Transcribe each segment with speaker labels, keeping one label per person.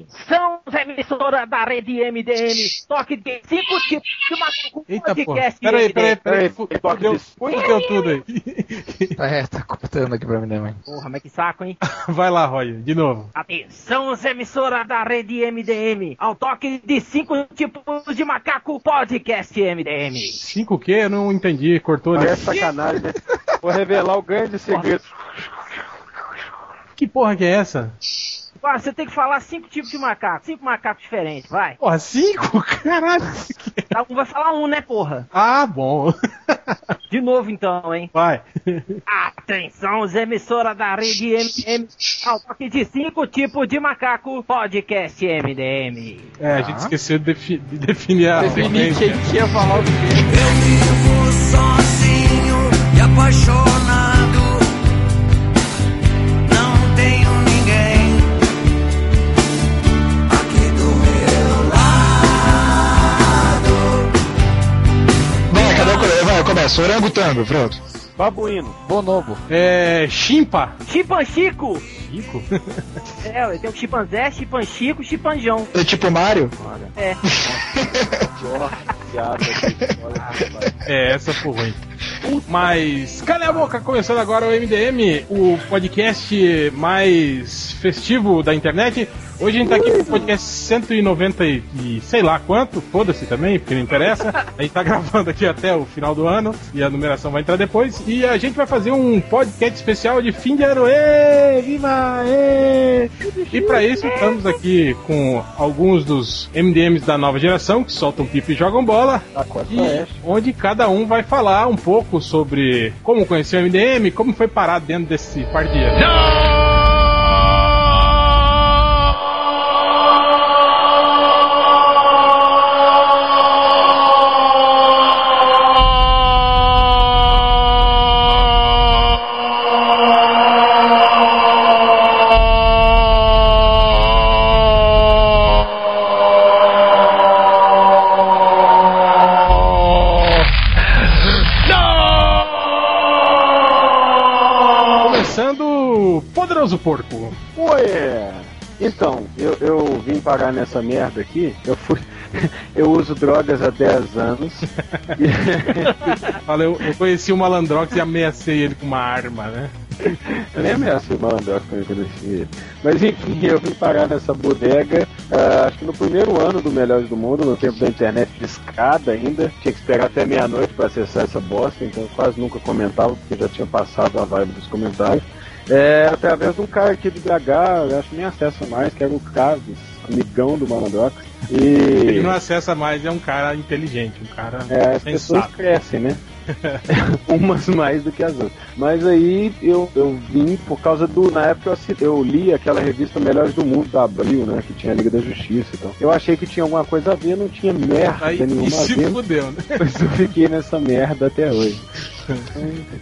Speaker 1: Atenção, emissora da rede MDM, toque de cinco tipos de maluco.
Speaker 2: Eita,
Speaker 1: é
Speaker 2: porra. Peraí, peraí, peraí. fu-
Speaker 3: toque
Speaker 2: Fudeu
Speaker 3: disso.
Speaker 2: fudeu tudo aí.
Speaker 4: É, tá computando aqui pra mim também.
Speaker 1: Porra, mas que saco, hein?
Speaker 2: Vai lá, Roy, de novo.
Speaker 1: Atenção, emissora da rede MDM, ao toque de cinco tipos de macaco, podcast MDM.
Speaker 2: 5Q, eu não entendi, cortou
Speaker 3: É
Speaker 2: né?
Speaker 3: sacanagem, né? Vou revelar o grande segredo.
Speaker 2: Que porra que é essa?
Speaker 1: Ó, você tem que falar cinco tipos de macaco, cinco macacos diferentes, vai.
Speaker 2: Porra, 5? Caralho.
Speaker 1: Tá, Um vai falar um, né, porra?
Speaker 2: Ah, bom.
Speaker 1: De novo então, hein?
Speaker 2: Vai.
Speaker 1: Atenção, emissora da rede MDM, ao toque de cinco tipos de macaco, podcast Ah. MDM.
Speaker 2: É, a
Speaker 4: Ah.
Speaker 2: gente esqueceu de, defi- de definir a
Speaker 4: Definir
Speaker 2: sequência.
Speaker 4: quem que ia falar o quê?
Speaker 5: Eu vivo sozinho e apaixonado. Não tenho ninguém aqui do meu lado.
Speaker 6: Vai, cadê o colega? Vai, começa. Orangotango, pronto.
Speaker 3: Babuíno.
Speaker 4: Bonobo.
Speaker 2: É. Chimpa.
Speaker 1: Chipanchico!
Speaker 2: Chico?
Speaker 1: É, eu tenho chipanzé, chipanchico, chipanjão.
Speaker 6: É tipo Mario?
Speaker 1: É.
Speaker 3: Piada, gente. Olha, rapaz.
Speaker 2: É, essa foi ruim. Mas, cala a boca, começando agora o MDM, o podcast mais festivo da internet. Hoje a gente tá aqui com o podcast 190 e- e sei lá quanto, foda-se também, porque não interessa. A gente tá gravando aqui até o final do ano e a numeração vai entrar depois. E a gente vai fazer um podcast especial de fim de ano. Ê, viva! Ê! E pra isso estamos aqui com alguns dos MDMs da nova geração que soltam pipa e jogam bola.
Speaker 3: Tá quase
Speaker 2: E
Speaker 3: é.
Speaker 2: onde cada um vai falar um pouco sobre como conheceu o MDM, como foi parar dentro desse par de anos. Começando o Poderoso Porco.
Speaker 3: Ué! Então, eu, eu vim parar nessa merda aqui. Eu fui. Eu uso drogas há 10 anos.
Speaker 2: Fala, eu, eu conheci o Malandrox e ameacei ele com uma arma, né?
Speaker 3: Eu nem ameaço o malandro com ele. Mas enfim, eu vim parar nessa bodega, ah, acho que no primeiro ano do Melhores do Mundo, no tempo da internet de escada ainda. Tinha que esperar até meia-noite para acessar essa bosta, então eu quase nunca comentava, porque já tinha passado a vibe dos comentários. É, através de um cara aqui de BH, eu acho que nem acesso mais, que era o Caves, amigão do Malandrox.
Speaker 2: Ele
Speaker 3: E
Speaker 2: não acessa mais, é um cara inteligente, um cara
Speaker 3: é, as pessoas
Speaker 2: sensato.
Speaker 3: crescem, né? Umas mais do que as outras. Mas aí eu, eu vim por causa do. Na época eu, assi- eu li aquela revista Melhores do Mundo da Abril, né? Que tinha a Liga da Justiça e tal. Eu achei que tinha alguma coisa a ver, não tinha merda
Speaker 2: Aí,
Speaker 3: nenhuma
Speaker 2: e
Speaker 3: a
Speaker 2: se
Speaker 3: ver,
Speaker 2: fudeu, né?
Speaker 3: mas eu fiquei nessa merda até hoje.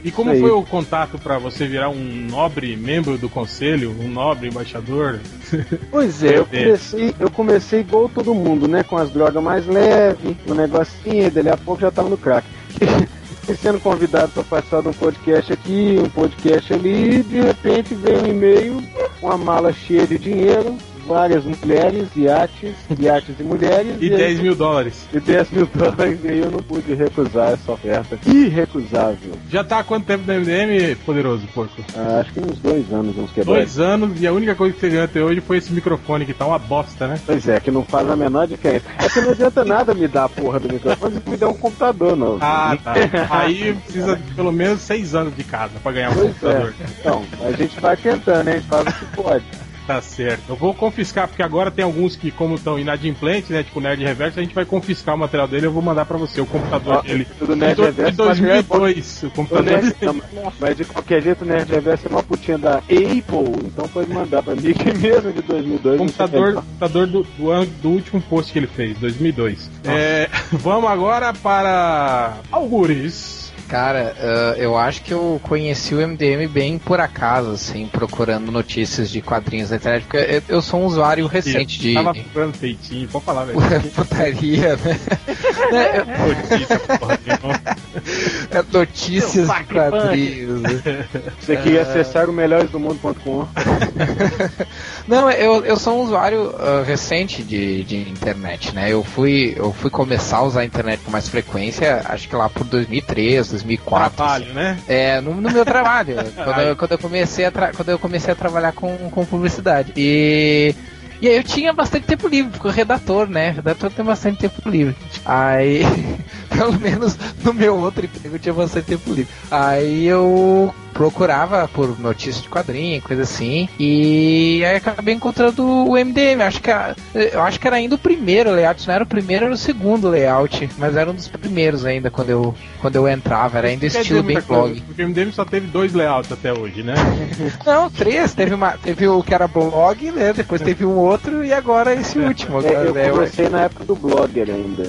Speaker 2: E como
Speaker 3: Aí.
Speaker 2: foi o contato pra você virar um nobre membro do conselho, um nobre embaixador?
Speaker 3: Pois é, eu
Speaker 2: Meu Deus.
Speaker 3: comecei, eu comecei igual todo mundo, né? Com as drogas mais leves, o negocinho, e dali a pouco já tava no crack. Fui sendo convidado para participar de um podcast aqui, um podcast ali, e de repente veio um e-mail, uma mala cheia de dinheiro, várias mulheres, iates, iates e mulheres.
Speaker 2: E
Speaker 3: aí-
Speaker 2: 10 mil dólares.
Speaker 3: E 10 mil dólares, e aí eu não pude recusar essa oferta. Irrecusável.
Speaker 2: Já tá há quanto tempo no MDM, Poderoso Porco?
Speaker 3: Ah, acho que uns dois anos, uns quebrados.
Speaker 2: Dois anos e a única coisa que você ganhou até hoje foi esse microfone que tá uma bosta, né?
Speaker 3: Pois é, que não faz a menor diferença. É que não adianta nada me dar a porra do microfone se me der um computador novo.
Speaker 2: Ah, tá. Aí precisa de pelo menos seis anos de casa pra ganhar um
Speaker 3: Pois é.
Speaker 2: computador.
Speaker 3: Então, a gente vai tentando, né? A gente faz o que pode.
Speaker 2: Tá certo. Eu vou confiscar, porque agora tem alguns que, como estão inadimplentes, né? Tipo Nerd Reverso, a gente vai confiscar o material dele e eu vou mandar pra você o é computador
Speaker 3: Ó,
Speaker 2: dele.
Speaker 3: do Nerd
Speaker 2: De do- de
Speaker 3: Reverso, é material
Speaker 2: 2002. O
Speaker 3: O
Speaker 2: computador
Speaker 3: Nerd,
Speaker 2: dele.
Speaker 3: não, mas de qualquer jeito, o Nerd Reverso é uma putinha da Apple, então pode mandar pra mim que mesmo de 2002. não sei
Speaker 2: Computador,
Speaker 3: quem
Speaker 2: computador do, do, ano- do último post que ele fez, 2002. É, vamos agora para Algures.
Speaker 4: Cara, ah, eu acho que eu conheci o MDM bem por acaso, assim, procurando notícias de quadrinhos na internet, porque eu- eu sou um usuário recente de
Speaker 2: Tava procurando peitinho, pode falar, velho.
Speaker 4: putaria, né? Né, eu-
Speaker 2: Notícia, porra, nenhuma.
Speaker 4: é notícias de
Speaker 1: Seu
Speaker 4: quadrinhos. né?
Speaker 3: Você queria é acessar o melhoresdomundo.com.
Speaker 4: Não, eu, eu sou um usuário ah, recente de, de internet, né? Eu fui, eu fui começar a usar a internet com mais frequência, acho que lá por 2003, 2004. assim.
Speaker 2: Trabalho, né?
Speaker 4: É, no, no meu trabalho. quando, eu, quando eu comecei a tra- quando eu comecei a trabalhar com, com publicidade. E, e aí eu tinha bastante tempo livre, porque o redator, né? redator tem bastante tempo livre. Aí, pelo menos no meu outro emprego eu tinha bastante tempo livre. Aí eu procurava por notícias de quadrinho, coisa assim. E aí acabei encontrando o MDM. Acho que a- eu acho que era ainda o primeiro layout, se não era o primeiro, era o segundo layout, mas era um dos primeiros ainda quando eu quando eu entrava, era ainda
Speaker 2: Quer
Speaker 4: estilo
Speaker 2: dizer
Speaker 4: bem
Speaker 2: muita
Speaker 4: blog.
Speaker 2: coisa, Porque o MDM só teve dois layouts até hoje, né?
Speaker 4: Não, três. Teve, uma, teve o que era blog, né? Depois teve um outro e agora esse último.
Speaker 3: É, eu
Speaker 4: É, eu-
Speaker 3: comecei na época do Blogger ainda.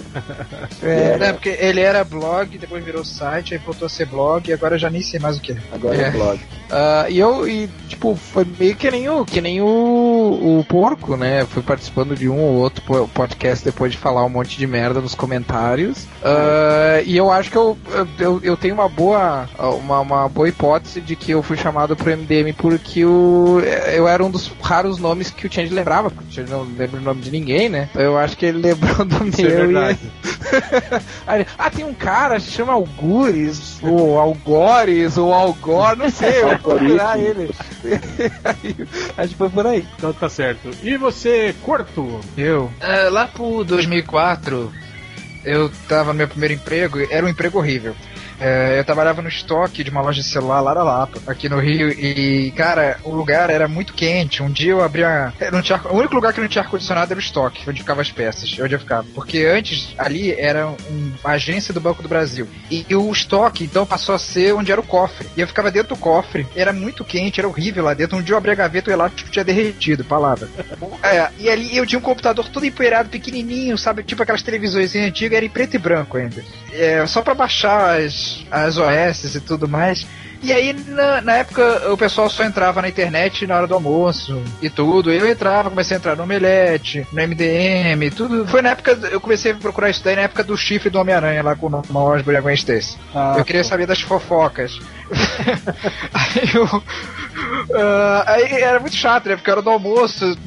Speaker 4: é,
Speaker 7: É, porque ele era blog, depois virou site, aí voltou a ser blog, e agora eu já nem sei mais o que é.
Speaker 3: Agora é,
Speaker 4: É.
Speaker 3: blog.
Speaker 4: ah, e eu, e, tipo, foi meio que nem o, que nem o, o porco, né? Eu Fui participando de um ou outro po- podcast depois de falar um monte de merda nos comentários. Ah, e eu acho que eu, eu, eu tenho uma boa, uma, uma boa hipótese de que eu fui chamado pro MDM porque o, eu era um dos raros nomes que o Change lembrava, porque o Change não lembra o nome de ninguém, né? Então eu acho que ele lembrou do
Speaker 2: Isso é
Speaker 4: meu e
Speaker 2: verdade.
Speaker 4: Aí ele, ah, tem um cara, se chama Algures, ou Algores, ou Algor, não sei, eu vou procurar ele. Aí, acho que foi por aí.
Speaker 2: Então tá certo. E você, Corto?
Speaker 4: Eu?
Speaker 7: É, lá por 2004, eu tava no meu primeiro emprego, era um emprego horrível. É, eu trabalhava no estoque de uma loja de celular lá na Lapa, aqui no Rio, e, cara, o lugar era muito quente. Um dia eu abria. é, Não tinha, o único lugar que não tinha ar-condicionado era o estoque, onde ficavam as peças, onde eu ficava. Porque antes, ali era um- uma agência do Banco do Brasil. E, e o estoque, então, passou a ser onde era o cofre. E eu ficava dentro do cofre, era muito quente, era horrível lá dentro. Um dia eu abri a gaveta e o elástico tinha derretido, palavra. É, e ali eu tinha um computador todo empoeirado, pequenininho, sabe? Tipo aquelas televisões antigas, era em preto e branco ainda. É, só pra baixar as, as OS e tudo mais. E aí, na, na época, o pessoal só entrava na internet na hora do almoço e tudo. Eu entrava, comecei a entrar no Omelete, no MDM, tudo. Foi na época, eu comecei a procurar isso daí na época do chifre do Homem-Aranha, lá com o Norman Osborn e a Gwen Stacy. eu queria saber das fofocas. aí eu... Ah, aí era muito chato, né? Porque era do almoço,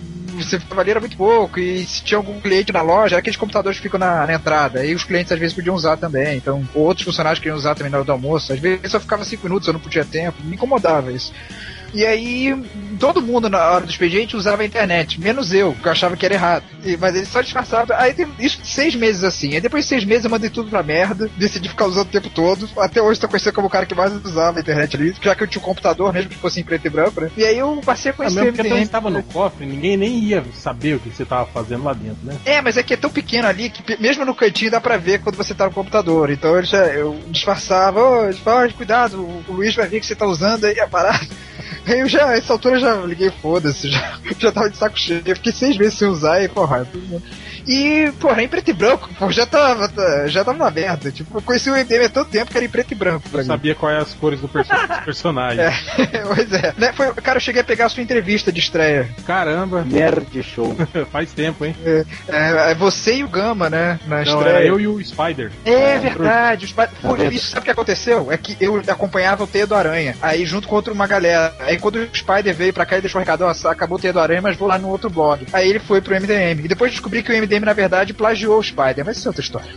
Speaker 7: você valia muito pouco, e se tinha algum cliente na loja, era aqueles computadores que ficam na, na entrada. E os clientes às vezes podiam usar também, então ou outros funcionários queriam usar também na hora do almoço. Às vezes eu ficava cinco minutos, eu não podia tempo, me incomodava isso. E aí, todo mundo na hora do expediente usava a internet, menos eu, que eu achava que era errado. E- mas ele só disfarçava. Aí teve isso seis meses assim. Aí depois de seis meses eu mandei tudo pra merda, decidi ficar usando o tempo todo. Até hoje tô conhecido como o cara que mais usava a internet ali, já que eu tinha um computador mesmo que fosse em preto e branco, né? E aí eu passei a
Speaker 2: Ah,
Speaker 7: conhecer
Speaker 2: mesmo porque
Speaker 7: MDM.
Speaker 2: até onde tava
Speaker 7: né?
Speaker 2: no cofre, ninguém nem ia saber o que você tava fazendo lá dentro, né?
Speaker 7: É, mas é que é tão pequeno ali que pe- mesmo no cantinho dá pra ver quando você tá no computador. Então eu, já, eu disfarçava, "Ô, Jorge, cuidado, o o Luiz vai ver que você tá usando aí a parada. Aí eu já, essa altura eu já liguei, foda-se, já, já tava de saco cheio. Eu fiquei seis meses sem usar e, porra, é tudo bem. E, porra, em preto e branco, pô, já tava, tá- já tava na merda. Tipo, eu conheci o MDM há tanto tempo que era em preto e branco pra
Speaker 2: Eu
Speaker 7: mim.
Speaker 2: sabia quais eram as cores do perso- dos personagens.
Speaker 7: pois é. Né, foi, cara, eu cheguei a pegar a sua entrevista de estreia.
Speaker 2: Caramba,
Speaker 3: Nerd show.
Speaker 2: faz tempo, hein?
Speaker 7: É, você e o Gama, né? Na
Speaker 2: Não,
Speaker 7: estreia.
Speaker 2: Então, era eu e o Spider.
Speaker 7: É verdade, os pa- Pô, isso sabe o que aconteceu? É que eu acompanhava o Teia do Aranha, aí junto com outra uma galera. Aí quando o Spider veio pra cá e deixou o recado, ó, acabou o Teia do Aranha, mas vou lá no outro blog. Aí ele foi pro MDM. E depois descobri que o MDM, na verdade, plagiou o Spider, mas isso é outra história.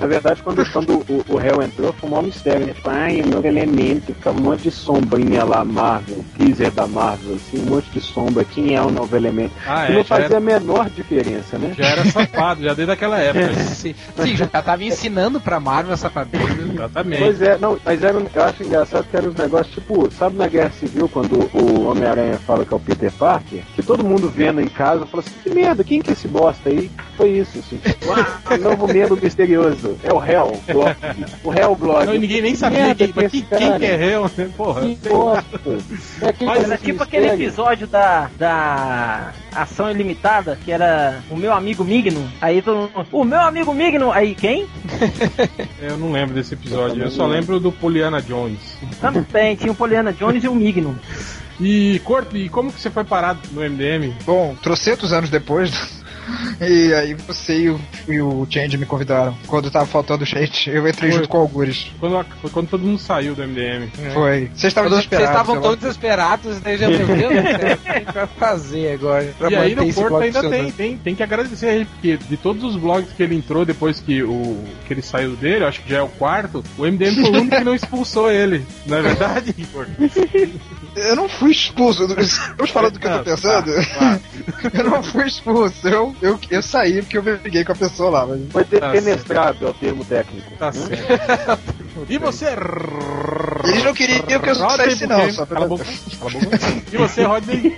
Speaker 3: Na verdade, quando, quando o, o réu entrou, foi um maior mistério, né? Tipo, ai, é novo elemento, ficava um monte de sombrinha lá, Marvel, teaser da Marvel, assim, um monte de sombra, quem é o novo elemento?
Speaker 2: Ah,
Speaker 3: Que não
Speaker 2: é, já
Speaker 3: fazia
Speaker 2: era,
Speaker 3: a menor diferença, né?
Speaker 2: já era safado, já desde aquela época.
Speaker 4: Sim, sim, já tava ensinando pra Marvel essa família.
Speaker 2: Exatamente.
Speaker 3: Pois é, não, mas era, um- eu acho engraçado que era uns negócios tipo, sabe na Guerra Civil quando o Homem-Aranha fala que é o Peter Parker? Que todo mundo vendo em casa fala assim, que merda, quem que é esse bosta aí? Foi isso, assim. Uau, novo medo misterioso. É o Hell Blog. O Hell Blog.
Speaker 2: Não, e ninguém nem sabia
Speaker 3: Merda
Speaker 2: quem, mas
Speaker 3: que
Speaker 2: quem,
Speaker 3: esse cara.
Speaker 2: quem que é réu, né? Porra.
Speaker 3: Que
Speaker 2: sei lá.
Speaker 3: bosta. É que
Speaker 2: Mas
Speaker 3: coisa
Speaker 2: era
Speaker 1: Era
Speaker 3: que
Speaker 1: tipo aquele
Speaker 3: mistério.
Speaker 1: episódio da, da Ação Ilimitada, que era o meu amigo Migno. Aí todo mundo, o meu amigo Migno, aí quem?
Speaker 2: É, Eu não lembro desse episódio, eu só lembro do Poliana Jones.
Speaker 1: Também, tinha o Poliana Jones e o Migno.
Speaker 2: E, Corto, e como que você foi parado no MDM?
Speaker 7: Bom, trocentos anos depois. E aí você e o, e o Change me convidaram. Quando tava faltando gente, eu entrei
Speaker 2: Foi.
Speaker 7: junto com o Algures.
Speaker 2: Quando, a- foi quando todo mundo saiu do MDM.
Speaker 7: Foi. Vocês estavam
Speaker 4: Vocês
Speaker 7: desesperados.
Speaker 4: estavam
Speaker 7: sei lá.
Speaker 4: todos desesperados, né? Já meu Deus do céu, o que a gente vai fazer agora? Pra
Speaker 2: e aí
Speaker 4: manter
Speaker 2: no
Speaker 4: esse
Speaker 2: Porto
Speaker 4: bloco
Speaker 2: ainda
Speaker 4: funcionando?
Speaker 2: tem, tem, tem que agradecer a ele, porque de todos os blogs que ele entrou depois que, o, que ele saiu dele, acho que já é o quarto, o MDM foi o único que não expulsou ele. Não é verdade, Corto?
Speaker 7: Eu não fui expulso. Estamos falando do que eu tô pensando? Eu não fui expulso. Eu, eu, eu saí porque eu briguei com a pessoa lá. Mas...
Speaker 3: Foi
Speaker 2: Tá
Speaker 3: defenestrado, é o termo técnico.
Speaker 2: Tá certo. E você,
Speaker 7: Eles não queriam que eu saísse, não. Só pra...
Speaker 2: Cala a boca. Cala a boca. E você, Rodney?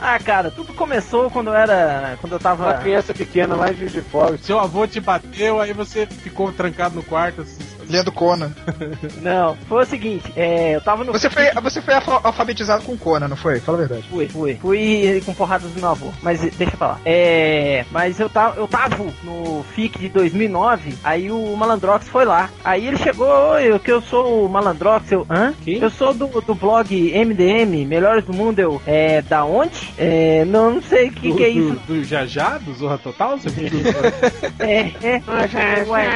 Speaker 1: Ah, cara, tudo começou quando eu era. Quando eu
Speaker 3: Uma
Speaker 1: tava.
Speaker 3: criança pequena lá em Juiz de Fora.
Speaker 2: Seu avô te bateu, aí você ficou trancado no quarto. Assim,
Speaker 7: Lendo é Conan.
Speaker 1: Não, foi o seguinte, é, eu tava no.
Speaker 7: Você foi, você foi alfa- alfabetizado com Conan, não foi? Fala a verdade.
Speaker 1: Fui, fui. Fui com porrada do meu avô. Mas eh, deixa pra lá. É. Mas eu tava, eu tava no FIC de 2009. Aí o Malandrox foi lá. Aí ele chegou, "Oi, eu que eu sou o Malandrox. Eu, hã?
Speaker 2: Quem?
Speaker 1: Eu sou do, do blog MDM, Melhores do Mundo. Eu, é. Da onde? É. Não, não sei o que,
Speaker 2: do,
Speaker 1: que é
Speaker 2: do-
Speaker 1: isso.
Speaker 2: Do Jajá, do Zorra Total? Você viu?
Speaker 1: É, é. Ué,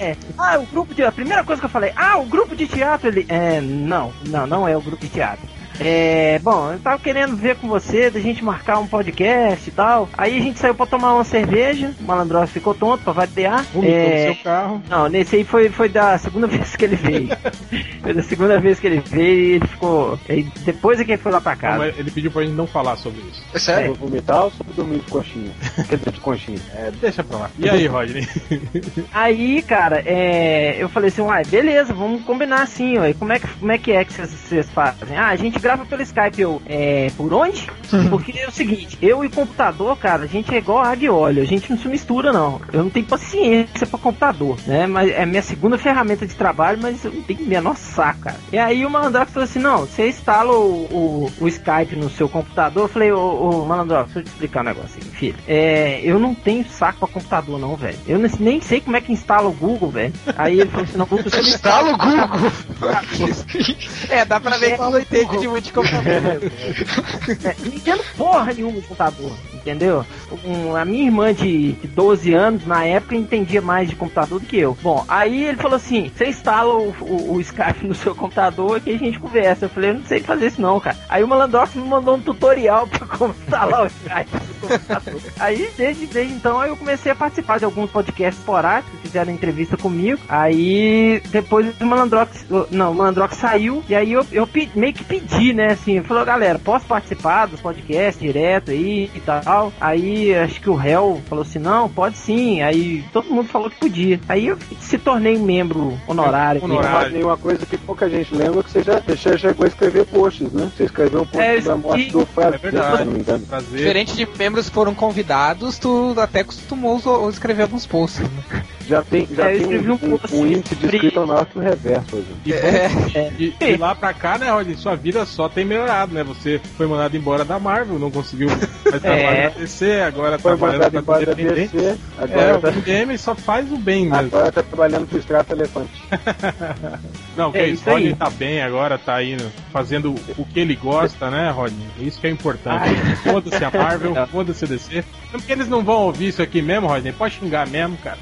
Speaker 1: é. Ah, o grupo de. A primeira coisa que eu falei, ah, o grupo de teatro, ele. É, não, não, não é o grupo de teatro. É, bom, eu tava querendo ver com você, da gente marcar um podcast e tal. Aí a gente saiu pra tomar uma cerveja, o malandro ficou tonto pra vadear.
Speaker 2: Vomitou no
Speaker 1: É,
Speaker 2: seu carro.
Speaker 1: não, nesse aí foi, foi da segunda vez que ele veio. foi da segunda vez que ele veio e ele ficou. aí depois é que ele foi lá pra
Speaker 2: Não,
Speaker 1: casa.
Speaker 2: mas ele pediu pra gente não falar sobre isso.
Speaker 7: É sério?
Speaker 3: Vou vomitar ou sobre dormir de conchinha? Quer dizer, de conchinha. É,
Speaker 2: Deixa pra lá. E aí, Rodney?
Speaker 1: Aí, cara, é, eu falei assim, uai, beleza, vamos combinar assim, ó. E como é que, como é, que é que vocês- vocês fazem? Ah, a gente grava pelo Skype, eu, é, por onde? Porque é o seguinte, eu e computador, cara, a gente é igual água e óleo, a gente não se mistura, não. Eu não tenho paciência pra computador, né? Mas é minha segunda ferramenta de trabalho, mas eu não tenho menor saco, cara. E aí o Malandrox falou assim, não, você instala o, o, o Skype no seu computador. Eu falei, ô, ô Malandrox, deixa eu te explicar um negócio aqui, filho. É, eu não tenho saco pra computador, não, velho. Eu nem- nem sei como é que instala o Google, velho. Aí ele falou assim, não, Google, você não instala
Speaker 7: Instala o Google!
Speaker 4: É, dá pra ver que não entende de muito de computador. mesmo.
Speaker 1: É, não entendo porra nenhuma de computador, entendeu? Um- a minha irmã de, de 12 anos, na época, entendia mais de computador do que eu. Bom, aí ele falou assim: você instala o, o, o Skype no seu computador que a gente conversa. Eu falei, eu não sei fazer isso não, cara. Aí o Malandox me mandou um tutorial pra como instalar o Skype no computador. Aí, desde, desde então, eu comecei a participar de alguns podcasts esporádicos, fizeram entrevista comigo. Aí, depois o Malandrox, não, o Malandrox saiu, e aí eu, eu pe- meio que pedi, né, assim, falou, galera, posso participar dos podcasts direto aí e tal? Aí, acho que o réu falou assim, não, pode sim. Aí, todo mundo falou que podia. Aí, eu se tornei um membro honorário. assim,
Speaker 3: não
Speaker 2: Honorário.
Speaker 3: faz nenhuma coisa que pouca gente lembra que você já, já chegou a escrever posts, né? Você escreveu um post
Speaker 1: É,
Speaker 3: da morte
Speaker 1: e-
Speaker 3: do Fábio,
Speaker 2: É verdade.
Speaker 3: se não me engano.
Speaker 2: Prazer.
Speaker 4: Diferente de membros que foram convidados, tu até costumou uso- escrever alguns posts. né?
Speaker 3: Já tem, já
Speaker 1: É, eu
Speaker 3: tem
Speaker 1: escrevi
Speaker 3: um,
Speaker 1: um
Speaker 3: um,
Speaker 1: post
Speaker 3: um índice de
Speaker 1: sobre-
Speaker 3: escrita maior que o reverso hoje.
Speaker 2: E, bom, e- e lá pra cá, né, Rodney? Sua vida só tem melhorado, né? Você foi mandado embora da Marvel, não conseguiu mais trabalhar
Speaker 1: É.
Speaker 2: na DC, agora
Speaker 3: Foi
Speaker 2: tá trabalhando
Speaker 3: mandado
Speaker 2: pra
Speaker 3: embora da
Speaker 2: Independente.
Speaker 3: DC,
Speaker 2: É,
Speaker 3: agora,
Speaker 2: o MDM só faz o bem
Speaker 3: tá,
Speaker 2: mesmo.
Speaker 3: agora tá trabalhando pro Estrada Elefante.
Speaker 2: Não, que
Speaker 1: É
Speaker 2: isso,
Speaker 1: isso aí.
Speaker 2: Rodney tá bem agora, tá indo fazendo o que ele gosta, né, Rodney? Isso que é importante. Foda-se a Marvel, foda-se a DC. Porque eles não vão ouvir isso aqui mesmo, Rodney. Pode xingar mesmo, cara.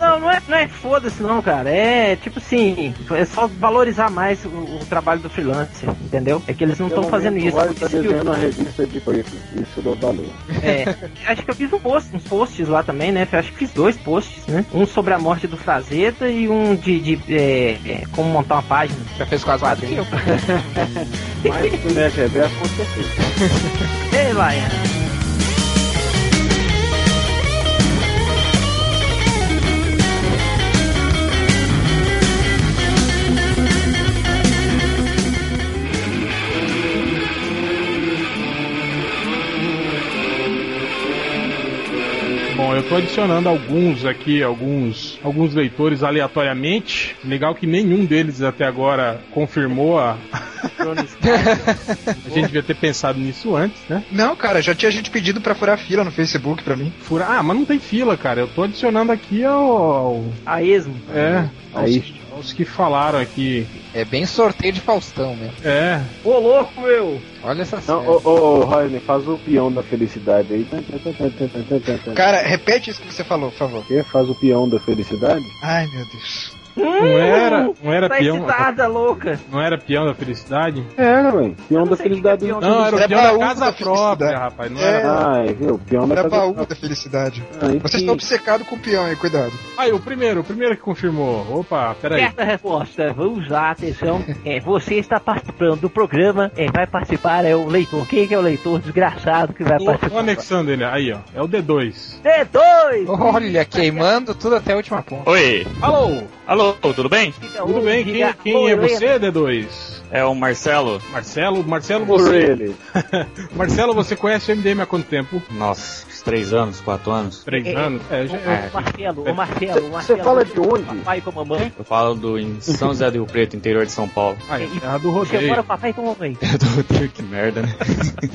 Speaker 1: Não, não é, não é foda-se não, cara. É tipo assim, é só valorizar mais o, o trabalho do freelancer, entendeu? É que eles não estão fazendo isso.
Speaker 3: Agora
Speaker 1: por
Speaker 3: tá
Speaker 1: isso que eu-
Speaker 3: desenhando uma revista de preto. Isso deu valor.
Speaker 1: é, acho que eu fiz um post, uns posts lá também, né? Acho que fiz dois posts, né? Um sobre a morte do Frazetta e um de, de, é, é, como montar uma página.
Speaker 4: Já fez quase mais do que eu.
Speaker 3: Mas né, o Nerd Reverso com certeza.
Speaker 1: Ei, Laia.
Speaker 2: Bom, eu tô adicionando alguns aqui, alguns, alguns leitores aleatoriamente. Legal que nenhum deles até agora confirmou a. a gente devia ter pensado nisso antes, né?
Speaker 7: Não, cara, já tinha gente pedido pra furar fila no Facebook pra mim.
Speaker 2: Fura... Ah, mas não tem fila, cara. Eu tô adicionando aqui ao. ao-
Speaker 1: A esmo.
Speaker 2: é, aos,
Speaker 3: Aí.
Speaker 2: aos que falaram aqui.
Speaker 4: É bem sorteio de Faustão, meu.
Speaker 2: É,
Speaker 1: Ô, louco, meu!
Speaker 4: Olha essa
Speaker 3: Não,
Speaker 4: cena.
Speaker 3: ô, ô, ô, Rodney, faz o peão da felicidade aí.
Speaker 7: Cara, repete isso que você falou, por favor.
Speaker 3: Quê? Faz o peão da felicidade?
Speaker 7: Ai, meu Deus.
Speaker 2: não era, não era
Speaker 1: Tá
Speaker 2: peão.
Speaker 1: excitada, louca!
Speaker 2: Não era peão da felicidade?
Speaker 3: Era, velho. Peão
Speaker 1: não
Speaker 3: da
Speaker 1: sei o que
Speaker 3: felicidade.
Speaker 1: que é peão
Speaker 2: Não, era o
Speaker 7: Era
Speaker 2: peão da
Speaker 7: baú
Speaker 2: casa
Speaker 7: da
Speaker 2: própria,
Speaker 7: felicidade.
Speaker 2: rapaz. Não
Speaker 7: É.
Speaker 2: era.
Speaker 3: Ai, viu? Ah, Peão da
Speaker 7: Era baú
Speaker 3: felicidade.
Speaker 7: da felicidade.
Speaker 3: Ai,
Speaker 7: Vocês
Speaker 3: que-
Speaker 7: estão obcecados com o peão aí, cuidado.
Speaker 2: Aí, o primeiro, o primeiro que confirmou. Opa, peraí.
Speaker 1: Certa resposta, vamos lá, atenção. É, você está participando do programa, é, vai participar é o leitor. Quem que é o leitor desgraçado que vai
Speaker 2: Tô, tô
Speaker 1: participar?
Speaker 2: anexando ele. Aí, ó. É o D2.
Speaker 1: D2!
Speaker 4: Olha, queimando tudo até a última ponta.
Speaker 8: Oi,
Speaker 2: Alô!
Speaker 8: alô, tudo bem?
Speaker 1: Fica
Speaker 2: Tudo
Speaker 1: um,
Speaker 2: bem? Quem,
Speaker 1: diga
Speaker 2: quem é
Speaker 1: oi,
Speaker 2: você, D2?
Speaker 8: É o Marcelo.
Speaker 2: Marcelo, Marcelo,
Speaker 3: Por
Speaker 2: você.
Speaker 3: ele.
Speaker 2: Marcelo, você conhece o MDM há quanto tempo?
Speaker 8: Nossa, uns três anos, quatro anos.
Speaker 2: Três
Speaker 1: É,
Speaker 2: anos? É,
Speaker 1: Ô,
Speaker 2: já- é
Speaker 1: ô, Marcelo, ô Marcelo, ô Marcelo.
Speaker 3: Você fala de onde?
Speaker 1: Papai com a mamãe.
Speaker 8: Eu falo do em São José do Rio Preto, interior de São Paulo.
Speaker 2: Ah, é terra do
Speaker 1: Você mora
Speaker 2: rodeio.
Speaker 1: papai com a mamãe.
Speaker 2: É
Speaker 8: Eu tô, que merda, né?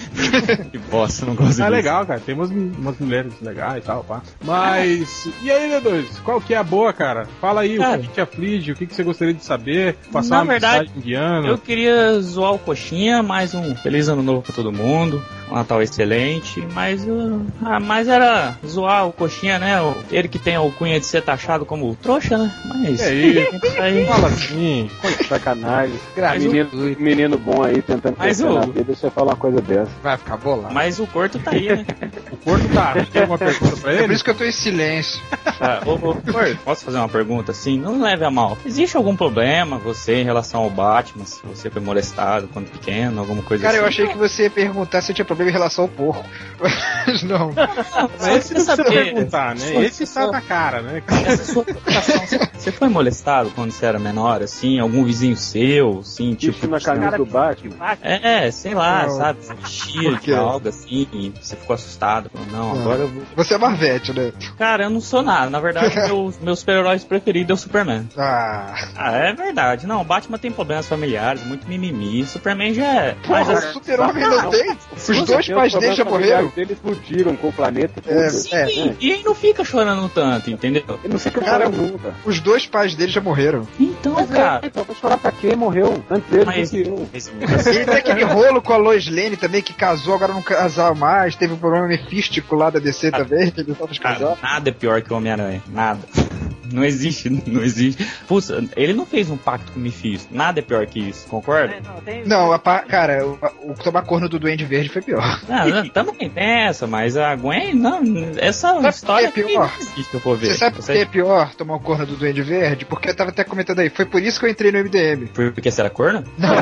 Speaker 8: que bosta, não gosto
Speaker 2: Ah,
Speaker 8: disso.
Speaker 2: legal, cara. Tem umas, umas mulheres legais e tal, pá. Mas. E aí, D2? Qual que é a boa, cara? Fala aí
Speaker 9: Cara.
Speaker 2: o que te aflige, o que, que você gostaria de saber, passar
Speaker 9: Na
Speaker 2: uma
Speaker 9: verdade,
Speaker 2: mensagem indiana.
Speaker 9: Eu queria zoar o Coxinha, mais um
Speaker 8: Feliz ano novo pra todo mundo, um Natal excelente,
Speaker 9: Mas, uh, ah, mas era zoar o Coxinha, né? O- Ele que tem a alcunha de ser taxado como trouxa, né? Mas.
Speaker 2: É isso.
Speaker 9: isso
Speaker 8: tá
Speaker 9: aí.
Speaker 2: Fala assim.
Speaker 3: Sacanagem.
Speaker 4: Mas
Speaker 3: menino, menino bom aí tentando
Speaker 9: Mas
Speaker 3: crescer
Speaker 9: o-
Speaker 3: na vida, você fala uma coisa dessa.
Speaker 4: Vai ficar bolado.
Speaker 9: Mas o corto tá aí, né?
Speaker 2: O corpo tá. Tem alguma pergunta pra
Speaker 7: É por
Speaker 2: ele?
Speaker 7: isso que eu tô em silêncio.
Speaker 8: Ah, ô, ô, Cor, posso fazer uma pergunta assim? Não leve a mal. Existe algum problema você em relação ao Batman? Se você foi molestado quando pequeno, alguma coisa
Speaker 7: Cara, eu
Speaker 8: assim?
Speaker 7: achei que você ia perguntar se eu tinha problema em relação ao porco. Mas não.
Speaker 9: Só
Speaker 2: Esse
Speaker 9: você
Speaker 2: não precisa
Speaker 9: saber.
Speaker 2: perguntar, né? Esse tá na cara, né?
Speaker 8: Essa sua preocupação, você- você foi molestado quando você era menor, assim? Algum vizinho seu, assim,
Speaker 3: Tipo,
Speaker 8: tipo...
Speaker 3: na camisa
Speaker 1: cara
Speaker 3: do
Speaker 1: que-
Speaker 3: Batman.
Speaker 8: É, sei lá,
Speaker 7: Não.
Speaker 8: sabe? Você Vestia
Speaker 7: Por quê?
Speaker 8: de algo assim, e você ficou assustado. falou, Não,
Speaker 7: Não.
Speaker 8: agora eu vou...
Speaker 7: Você é Marvete, né?
Speaker 9: Cara, eu não sou nada. Na verdade, meu, meu super-herói preferido é o Superman.
Speaker 7: Ah.
Speaker 8: Ah, é verdade. Não, o Batman tem problemas familiares, muito mimimi. Superman já é... Mas
Speaker 7: Porra,
Speaker 8: assim,
Speaker 7: super-homem não tem? Os dois
Speaker 3: Tem os
Speaker 7: pais dele
Speaker 3: problemas
Speaker 7: já
Speaker 3: familiares
Speaker 7: morreram?
Speaker 3: dele explodiram com o planeta. tudo.
Speaker 7: É, é.
Speaker 8: sim, e ele não fica chorando tanto, entendeu?
Speaker 3: Ele não fica
Speaker 7: Cara,
Speaker 3: cara nunca.
Speaker 7: Os dois pais dele já morreram.
Speaker 8: Então, cara...
Speaker 3: Então, vou chorar pra quem morreu antes dele
Speaker 8: Mas-
Speaker 3: do que eu.
Speaker 7: E ele tem aquele rolo com a Lois Lane também, que casou, agora não casar mais. Teve um problema mefístico lá da DC também, que ele só fez
Speaker 8: Cara,
Speaker 7: casar.
Speaker 8: nada é pior que o Homem-Aranha. Nada. Não existe, não existe. Putz, ele não fez um pacto com o Mephisto. Nada é pior que isso, concorda?
Speaker 1: É, não, tem-
Speaker 7: Não, a pa- cara, o, o tomar corno do Duende Verde foi pior.
Speaker 8: Não, não, também tem essa, mas a Gwen, não, essa
Speaker 7: Sabe
Speaker 8: história
Speaker 7: por que é
Speaker 8: aqui
Speaker 7: pior?
Speaker 8: não existe, eu vou ver.
Speaker 7: Você sabe por que é pior tomar o corno do Duende Verde? Porque eu tava até comentando aí, foi por isso que eu entrei no MDM.
Speaker 8: Por- Porque será corno?
Speaker 7: Não,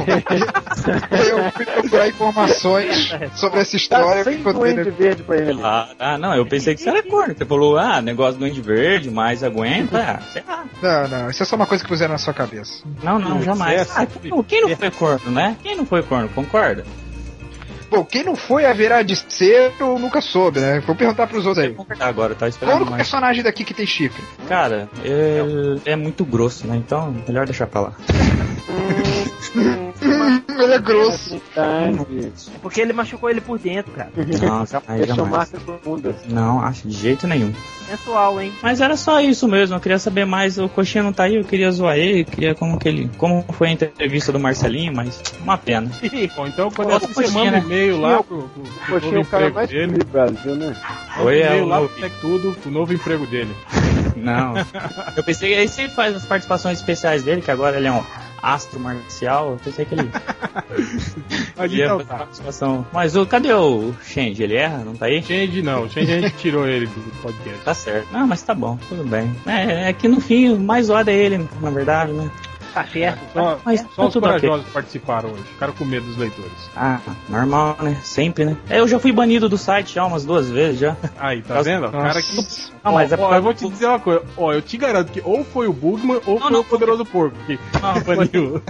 Speaker 7: eu fui procurar informações
Speaker 8: É,
Speaker 7: sobre essa
Speaker 3: Tá
Speaker 7: história. é
Speaker 3: sem
Speaker 7: que eu entrei no
Speaker 3: doente verde pra ele.
Speaker 8: Ah, ah, não, eu pensei que será corno. Você falou, ah, negócio do Duende Verde, mas a Gwen, tá, sei lá.
Speaker 7: Não, não, isso é só uma coisa que puseram na sua cabeça.
Speaker 8: Não, não,
Speaker 2: Putz,
Speaker 7: é
Speaker 8: jamais.
Speaker 2: essa-
Speaker 8: Ah, quem, não- quem
Speaker 7: assim.
Speaker 8: não foi corno, né? Quem não foi corno, concorda?
Speaker 7: Bom, quem não foi a virar de cedo nunca soube, né? Vou perguntar pros outros aí.
Speaker 8: Concordar agora, tá
Speaker 7: Qual o
Speaker 8: esperando
Speaker 7: único
Speaker 8: mais.
Speaker 7: personagem daqui que tem chifre?
Speaker 8: Cara, é, é muito grosso, né? Então, melhor deixar pra lá.
Speaker 7: Ele é grosso.
Speaker 3: Tarde.
Speaker 1: É Porque ele machucou ele por dentro, cara.
Speaker 8: Nossa, aí
Speaker 3: Deixa
Speaker 8: jamais.
Speaker 3: marca do mundo.
Speaker 8: Não, acho de jeito nenhum.
Speaker 1: Sensual, hein?
Speaker 9: Mas era só isso mesmo. Eu queria saber mais. O Coxinha não tá aí, eu queria zoar ele. Queria como que ele. Como foi a entrevista do Marcelinho, mas uma pena.
Speaker 2: Bom, então quando
Speaker 9: Nossa,
Speaker 2: você manda um
Speaker 9: Coxinha. né?
Speaker 2: e-mail lá pro, pro, pro
Speaker 3: Poxa,
Speaker 2: novo
Speaker 3: o cara
Speaker 2: emprego
Speaker 3: mais
Speaker 2: dele,
Speaker 3: feliz do Brasil, né?
Speaker 8: Oi,
Speaker 2: manda um
Speaker 8: é
Speaker 2: e-mail lá
Speaker 8: o
Speaker 2: pro Tec Tudo, pro novo emprego dele.
Speaker 8: Não. Eu pensei, aí você faz as participações especiais dele, que agora ele é um astro marcial. Eu pensei que ele
Speaker 2: Mas
Speaker 8: ia
Speaker 2: então
Speaker 8: fazer
Speaker 2: tá.
Speaker 8: participação. Mas o, cadê o Change? Ele erra? Não tá aí?
Speaker 2: Change não, Change a gente tirou ele do podcast.
Speaker 8: Tá certo. Não, mas tá bom, tudo bem. É, é que no fim, o mais hora é ele, na verdade, né?
Speaker 1: Tá certo.
Speaker 2: Só,
Speaker 8: Mas
Speaker 2: só
Speaker 8: Tá
Speaker 2: os
Speaker 8: tudo ok.
Speaker 2: corajosos participaram hoje. Ficaram com medo dos leitores.
Speaker 8: Ah, normal, né? Sempre, né? É, Eu já fui banido do site já umas duas vezes já.
Speaker 2: Aí, tá
Speaker 8: Nossa.
Speaker 2: vendo? O cara que.
Speaker 8: Ah, mas é
Speaker 2: Ó, eu vou te dizer uma coisa. Ó, eu te garanto que ou foi o Bugman ou foi
Speaker 8: não,
Speaker 2: o Poderoso Porco. Que
Speaker 8: Não,
Speaker 2: baniu.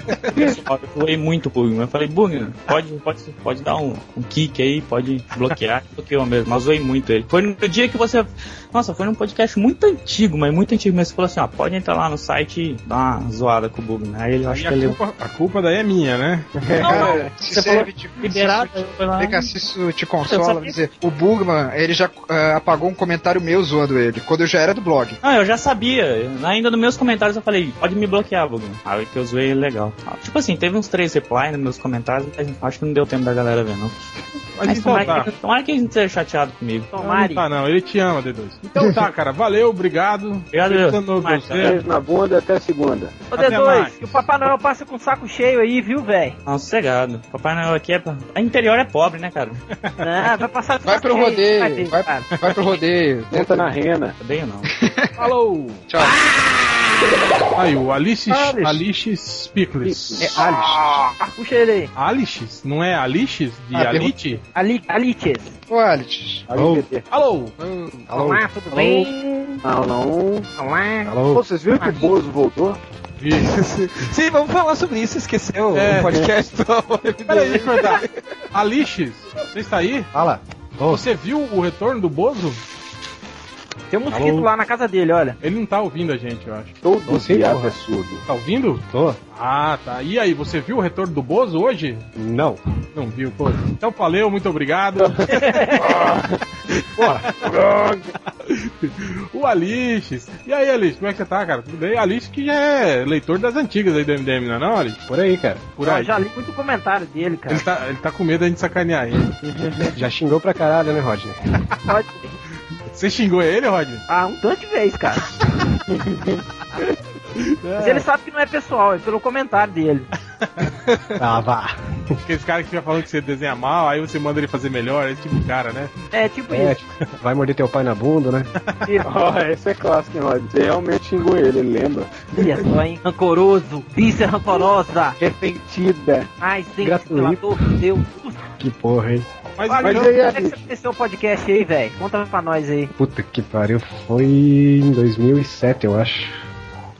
Speaker 8: Ó, Eu falei muito Bugman. Eu falei, Bugman, pode, pode, pode dar um, um kick aí, pode bloquear. Bloqueou mesmo, mas zoei muito ele. Foi no dia que você. Nossa, foi num podcast muito antigo, mas muito antigo mesmo. Você falou assim: ó, pode entrar lá no site e dar uma zoada com o Bugman. Aí ele eu acho
Speaker 2: Aí
Speaker 8: que ele.
Speaker 2: a, culpa, a culpa daí é minha, né?
Speaker 8: Não, não,
Speaker 7: Se
Speaker 8: Você
Speaker 7: serve de
Speaker 8: liberado,
Speaker 7: se isso
Speaker 8: foi lá.
Speaker 7: te- Vem cá, se isso te
Speaker 8: Eu
Speaker 7: consola,
Speaker 8: sabia.
Speaker 7: vou dizer, o Bugman, ele já ah, apagou um comentário meu zoando ele, quando eu já era do blog.
Speaker 8: Não, eu já sabia. Ainda nos meus comentários eu falei, pode me bloquear, Bugman. Aí que eu zoei ele legal. Ah, Tipo assim, teve uns três replies nos meus comentários, mas acho que não deu tempo da galera ver, não.
Speaker 2: Mas,
Speaker 8: Mas
Speaker 2: então
Speaker 8: tomara,
Speaker 2: tá.
Speaker 8: que, tomara que ele não esteja chateado comigo.
Speaker 1: Tomari.
Speaker 2: Tá, não, ele te ama, D2. Então tá, cara, valeu, obrigado.
Speaker 8: Obrigado,
Speaker 2: Pensando em
Speaker 8: Marcos.
Speaker 2: você.
Speaker 10: Beijo na bunda e até segunda.
Speaker 1: Ô,
Speaker 2: Até mais.
Speaker 1: D2, que o Papai Noel passa com o saco cheio aí, viu, velho?
Speaker 8: Não, Tá sossegado. Papai Noel aqui é. pra- A interior é pobre, né, cara?
Speaker 1: Não, Ah, vai passar com
Speaker 7: Vai
Speaker 1: saco
Speaker 7: pro
Speaker 1: cheio,
Speaker 7: rodeio,
Speaker 1: vai ter,
Speaker 7: vai, vai pro rodeio.
Speaker 10: Tenta na rena.
Speaker 8: Odeio não.
Speaker 2: Falou!
Speaker 7: Tchau.
Speaker 2: Aí, o Alice,
Speaker 1: Alice.
Speaker 2: Alice Spickles.
Speaker 7: É Alice.
Speaker 1: cara. Ah, Puxa ele aí.
Speaker 2: Alice? Não é Alice? De
Speaker 7: Ah,
Speaker 2: Alite?
Speaker 1: Ali, Alites.
Speaker 7: Ô, Alice.
Speaker 10: Ali, TT.
Speaker 2: Alô!
Speaker 7: Alô.
Speaker 1: Olá, tudo bem?
Speaker 10: Não, não.
Speaker 1: Olá. Ah.
Speaker 10: Pô, vocês viram que o Bozo voltou?
Speaker 2: Vi.
Speaker 11: Sim, vamos falar sobre isso. Esqueceu
Speaker 2: É.
Speaker 11: o podcast do
Speaker 2: Peraí, deixa eu perguntar. Alice, você está aí?
Speaker 3: Fala.
Speaker 2: Você viu o retorno do Bozo?
Speaker 1: Tem um mosquito lá na casa dele, olha.
Speaker 2: Ele não tá ouvindo a gente, eu acho.
Speaker 10: Todo
Speaker 3: sei,
Speaker 10: diabo
Speaker 3: porra.
Speaker 10: é surdo.
Speaker 2: Tá ouvindo?
Speaker 3: Tô?
Speaker 2: Ah, tá. E aí, você viu o retorno do Bozo hoje?
Speaker 3: Não.
Speaker 2: Não viu, pô. Então valeu, muito obrigado. o Alix. E aí, Alix, como é que você tá, cara? Tudo bem? Alix que já é leitor das antigas aí do MDM, não é não, Alix?
Speaker 3: Por aí, cara.
Speaker 2: Por
Speaker 1: Eu
Speaker 2: aí.
Speaker 1: Ah, já li muito comentário dele, cara.
Speaker 2: Ele tá, ele tá com medo da gente sacanear ele.
Speaker 3: Já xingou pra caralho, né, Rodney?
Speaker 1: Pode-
Speaker 2: Você xingou ele, Rodney?
Speaker 1: Ah, um tanto de vez, cara. Mas ele sabe que não é pessoal, é pelo comentário dele.
Speaker 3: Ah, vá.
Speaker 2: Aqueles caras que ficam falando que você desenha mal, aí você manda ele fazer melhor, esse tipo de cara, né?
Speaker 1: É tipo
Speaker 3: É,
Speaker 1: isso. tipo
Speaker 3: tipo, vai morder teu pai na bunda, né?
Speaker 10: Ó, esse é clássico, hein, Rod? Você realmente xingou ele, ele lembra?
Speaker 1: Olha só, hein? Rancoroso, bicha rancorosa,
Speaker 10: Repentida.
Speaker 1: mais dente
Speaker 3: Gratuito.
Speaker 1: pela dor do seu.
Speaker 3: Que porra, hein?
Speaker 2: Mas,
Speaker 1: Olha,
Speaker 2: mas
Speaker 1: então,
Speaker 10: aí,
Speaker 1: como é que
Speaker 10: Alice?
Speaker 1: você conheceu o podcast aí, velho? Conta pra nós aí.
Speaker 3: Puta que pariu. Foi em 2007, eu acho.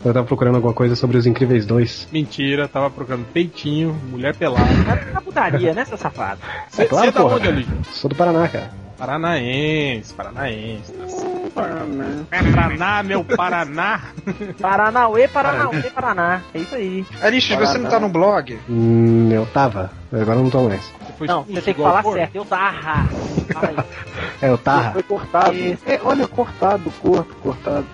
Speaker 3: Eu tava procurando alguma coisa sobre os Incríveis 2.
Speaker 2: mentira, tava procurando peitinho, mulher pelada.
Speaker 1: Tá na putaria, né, seu safado?
Speaker 2: Você
Speaker 3: É claro,
Speaker 2: você tá
Speaker 3: porra.
Speaker 2: onde, Alix?
Speaker 3: Sou do Paraná, cara.
Speaker 2: Paranaense, paranaense. tá assim. Paraná, meu Paraná.
Speaker 1: Paranauê, Paranauê, Paraná. É isso aí.
Speaker 7: Alice, você não tá no blog?
Speaker 3: Hum, eu tava. Agora eu não tô mais.
Speaker 2: Você foi
Speaker 1: Não,
Speaker 2: expulso
Speaker 1: você tem que
Speaker 2: igual
Speaker 1: falar
Speaker 2: porco.
Speaker 1: certo. Eu tarra. Fala aí.
Speaker 3: É, eu tava.
Speaker 10: Foi cortado.
Speaker 1: Isso.
Speaker 10: É, olha, cortado, corpo, cortado.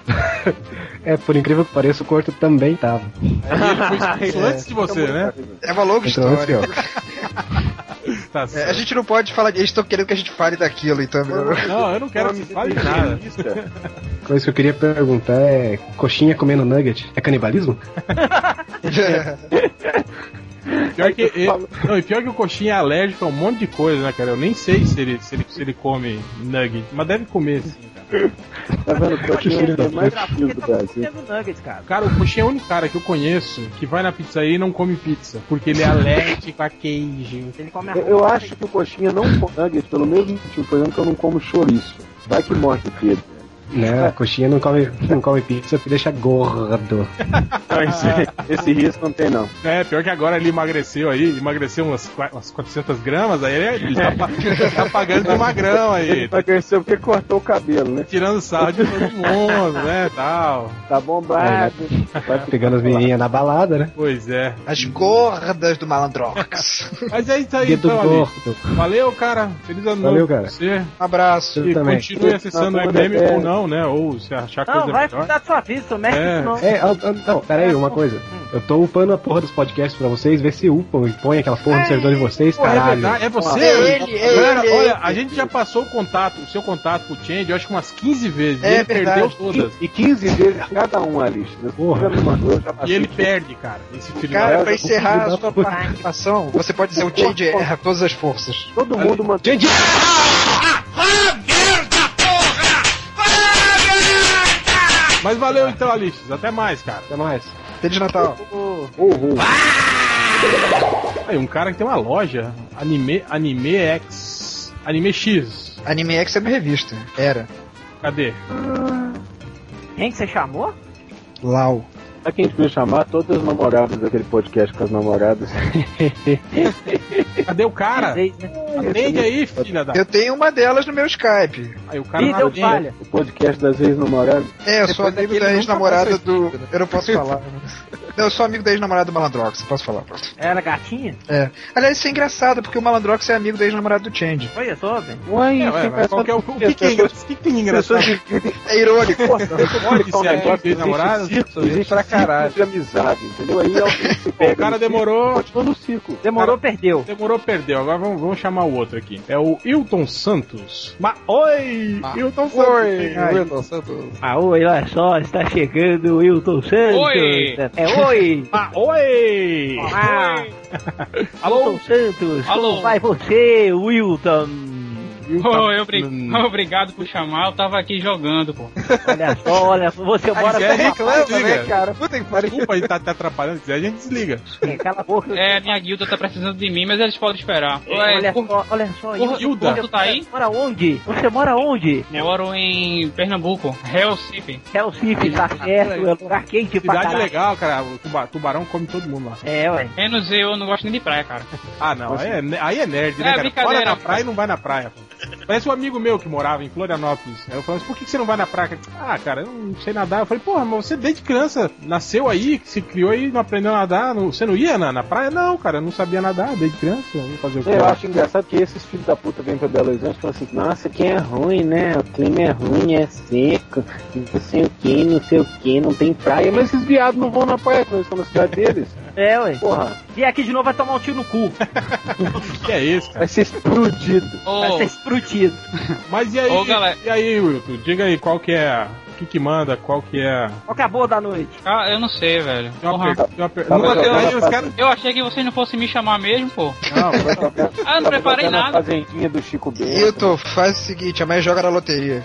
Speaker 3: É, por incrível que pareça, o corto também tava.
Speaker 2: Aí ele foi expulso antes de você, né?
Speaker 7: É uma longa
Speaker 3: Então, assim,
Speaker 7: história.
Speaker 3: ó.
Speaker 2: Tá
Speaker 7: É, a
Speaker 2: certo.
Speaker 7: gente não pode falar, eles estão querendo que a gente fale daquilo, então.
Speaker 2: Não, eu não quero que
Speaker 10: Nome
Speaker 2: você
Speaker 10: de
Speaker 2: fale nada.
Speaker 10: higienista.
Speaker 3: Coisa que eu queria perguntar é: coxinha comendo nugget é canibalismo?
Speaker 10: Tá
Speaker 2: Pior que, e- não, e pior que o coxinha é alérgico a um monte de coisa, né, cara? Eu nem sei se ele, se ele, se ele come nugget, mas deve comer, sim, cara.
Speaker 10: Tá vendo? O
Speaker 3: Filho
Speaker 10: Cotinha
Speaker 3: da
Speaker 10: é mais
Speaker 1: Porque
Speaker 10: frio do
Speaker 1: tá
Speaker 10: Brasil.
Speaker 1: comendo nuggets, cara.
Speaker 2: Cara, o coxinha é o único cara que eu conheço que vai na pizzaria e não come pizza, porque ele é alérgico a queijo.
Speaker 1: Ele come a
Speaker 10: Eu, eu acho que o Coxinha não come nugget pelo mesmo motivo, por exemplo, que eu não como chouriço. Vai que morre o Pedro.
Speaker 3: Né? Coxinha não come, não come pizza porque deixa gordo.
Speaker 10: Não, Então, esse, esse risco não tem, não.
Speaker 2: É, pior que agora ele emagreceu aí, emagreceu umas, qua- umas 400 gramas, aí ele, ele tá, pa- tá pagando de magrão aí, tá
Speaker 10: Vai crescer porque cortou o cabelo, né?
Speaker 2: tirando sarro de todo mundo, né, tal.
Speaker 10: Tá
Speaker 3: É,
Speaker 10: bombado.
Speaker 3: né?
Speaker 10: Vai
Speaker 3: Tá Pegando as menininhas na balada, né?
Speaker 2: Pois é.
Speaker 7: As gordas do Malandrox.
Speaker 2: Mas é isso aí,
Speaker 3: Dedo
Speaker 2: então, Ali.
Speaker 3: gordo.
Speaker 2: Valeu, cara. Feliz ano
Speaker 3: Valeu,
Speaker 2: novo pra
Speaker 3: cara.
Speaker 2: Você.
Speaker 7: Um abraço.
Speaker 3: Eu
Speaker 2: E
Speaker 3: também.
Speaker 2: continue acessando o MM ou não, né? Ou se achar coisa
Speaker 1: Não, vai
Speaker 2: melhor.
Speaker 1: cuidar da sua vida, seu mexe
Speaker 2: É.
Speaker 1: isso não.
Speaker 3: É, ah, ah, não, peraí, uma coisa. Eu tô upando a porra dos podcasts pra vocês, vê se upam e põe aquela porra no servidor de vocês,
Speaker 2: Pô, é
Speaker 3: caralho.
Speaker 2: verdade, é você?
Speaker 7: É ele, é
Speaker 2: Cara,
Speaker 7: ele, é
Speaker 2: olha,
Speaker 7: ele.
Speaker 2: a gente já passou o contato, o seu contato com o Change, eu acho que umas 15 vezes.
Speaker 7: É
Speaker 2: ele perdeu
Speaker 7: verdade.
Speaker 2: todas.
Speaker 10: E 15 vezes cada um, Alice.
Speaker 3: Porra.
Speaker 10: Já me mandou, já
Speaker 2: E
Speaker 10: passei.
Speaker 2: ele perde, cara. Esse filho
Speaker 7: Cara,
Speaker 2: da-
Speaker 7: pra encerrar
Speaker 3: eu-
Speaker 7: a sua participação, você pode dizer o Change é, erra todas as forças.
Speaker 10: Todo mundo mandou.
Speaker 3: Gente,
Speaker 2: Mas valeu então, Alix. Até mais, cara.
Speaker 3: até mais.
Speaker 7: Feliz Natal.
Speaker 2: Aí, um cara que tem uma loja, Anime, Anime X. Anime X.
Speaker 7: Anime X é uma revista. Era.
Speaker 2: Cadê?
Speaker 1: Quem que você chamou?
Speaker 7: Lau.
Speaker 3: Sabe quem a gente podia chamar? Todas as namoradas daquele podcast com as namoradas.
Speaker 2: Cadê o cara?
Speaker 1: Vocês, né?
Speaker 2: Atende aí, filha da.
Speaker 7: Eu tenho uma delas no meu Skype.
Speaker 2: Aí o cara
Speaker 1: Ih,
Speaker 2: não
Speaker 1: deu
Speaker 2: atende.
Speaker 1: falha.
Speaker 3: O podcast das ex-namoradas.
Speaker 7: É, eu sou
Speaker 2: Depois
Speaker 7: amigo
Speaker 2: daquele
Speaker 7: da
Speaker 2: nunca
Speaker 7: ex-namorada
Speaker 2: mais né?
Speaker 7: do. Eu não posso falar. né? Não, eu sou amigo da ex-namorada do Malandrox, eu posso falar.
Speaker 1: Era gatinha?
Speaker 7: É. Aliás, isso é engraçado, porque o Malandrox é amigo da ex-namorada do Change.
Speaker 1: Olha só, velho.
Speaker 3: Uai,
Speaker 2: É, ué, mas qual que é o, o que, que é engraçado? O que, que tem engraçado?
Speaker 3: Pessoas de
Speaker 7: É irônico.
Speaker 2: Pode ser amigo de namorado?
Speaker 3: é, existe pra caralho. de amizade, entendeu? Aí é alguém se pega.
Speaker 2: O cara
Speaker 3: no ciclo,
Speaker 2: demorou,
Speaker 3: Continua no ciclo.
Speaker 1: Demorou, perdeu.
Speaker 2: demorou, perdeu. Agora vamos, vamos chamar o outro aqui. É o Hilton Santos. Ma Oi!
Speaker 4: Ma-
Speaker 2: Hilton Santos.
Speaker 4: Oi,
Speaker 2: Ai,
Speaker 4: Wilton Santos.
Speaker 1: Ah, oi, olha só, está chegando o Wilton Santos.
Speaker 9: Oi.
Speaker 1: É oi.
Speaker 2: Ma Oi!
Speaker 1: Ah,
Speaker 2: Alô?
Speaker 1: Wilton Santos.
Speaker 9: Alô?
Speaker 1: Como vai você, Wilton?
Speaker 7: Tá.
Speaker 9: Ô, eu bri-
Speaker 7: Hum.
Speaker 9: Obrigado por chamar, eu tava aqui jogando, pô.
Speaker 1: Olha só, olha, só, você mora
Speaker 2: quer
Speaker 1: pra
Speaker 2: reclamar,
Speaker 7: né,
Speaker 2: Desliga.
Speaker 7: cara? Puta que pariu.
Speaker 2: Desculpa, ele tá te atrapalhando. Se quiser, a gente desliga.
Speaker 1: É, Cala a boca.
Speaker 9: É, minha guilda tá precisando de mim, mas eles podem esperar.
Speaker 1: É, olha,
Speaker 9: Ué, por-
Speaker 1: só, olha só,
Speaker 9: Porra,
Speaker 2: Hilda.
Speaker 1: você
Speaker 9: tu tá aí?
Speaker 1: mora onde? Você mora onde?
Speaker 9: moro em Pernambuco, Helsinki.
Speaker 1: Helsinki, tá certo, é lugar quente pra
Speaker 2: Cidade
Speaker 1: caralho.
Speaker 2: legal, cara. O tuba- tubarão come todo mundo lá.
Speaker 1: É, ué.
Speaker 9: Menos eu, não gosto nem de praia, cara.
Speaker 2: Ah, não. Aí é, ne- aí é nerd, né,
Speaker 9: É,
Speaker 2: cara?
Speaker 9: brincadeira,
Speaker 2: Fora na
Speaker 9: pô.
Speaker 2: praia e não vai na praia. pô. Parece um amigo meu que morava em Florianópolis. Aí eu falei assim, por que que você não vai na praia? Ah, cara, eu não sei nadar. Eu falei, porra, mas você desde criança nasceu aí, se criou aí, não aprendeu a nadar. não- você não ia na, na praia? Não, cara, eu não sabia nadar desde criança. Eu ia fazer o quê?
Speaker 3: É, Eu acho engraçado que esses filhos da puta vêm pra Belo Horizonte e falam assim: Nossa, aqui é ruim, né? O clima é ruim, é seco, não sei o que, não sei o que, não tem praia. Mas esses viados não vão na praia quando eles estão na cidade deles.
Speaker 1: É, ué.
Speaker 3: Porra,
Speaker 1: E aqui de novo vai tomar um tiro no cu.
Speaker 2: que é esse, cara.
Speaker 3: vai ser explodido.
Speaker 1: Vai
Speaker 9: Ô,
Speaker 1: ser explodido.
Speaker 2: Mas e aí,
Speaker 9: Ô, galera.
Speaker 2: e aí, Wilton? Diga aí qual que é. a- O que que manda? Qual que é.
Speaker 1: Qual que é a boa da noite?
Speaker 9: ah, eu não sei, velho.
Speaker 2: Tem uma
Speaker 9: Porra.
Speaker 2: per- tem uma per-
Speaker 3: Tá,
Speaker 2: Não,
Speaker 3: mas
Speaker 2: tem-
Speaker 3: eu-
Speaker 2: aí os caras-
Speaker 9: Eu achei que vocês não fossem me chamar mesmo, pô.
Speaker 2: Não, foi-
Speaker 9: Ah, eu não preparei
Speaker 3: na
Speaker 9: nada.
Speaker 3: fazendinha do Chico Bento.
Speaker 7: Hilton, faz o seguinte, amanhã joga na loteria.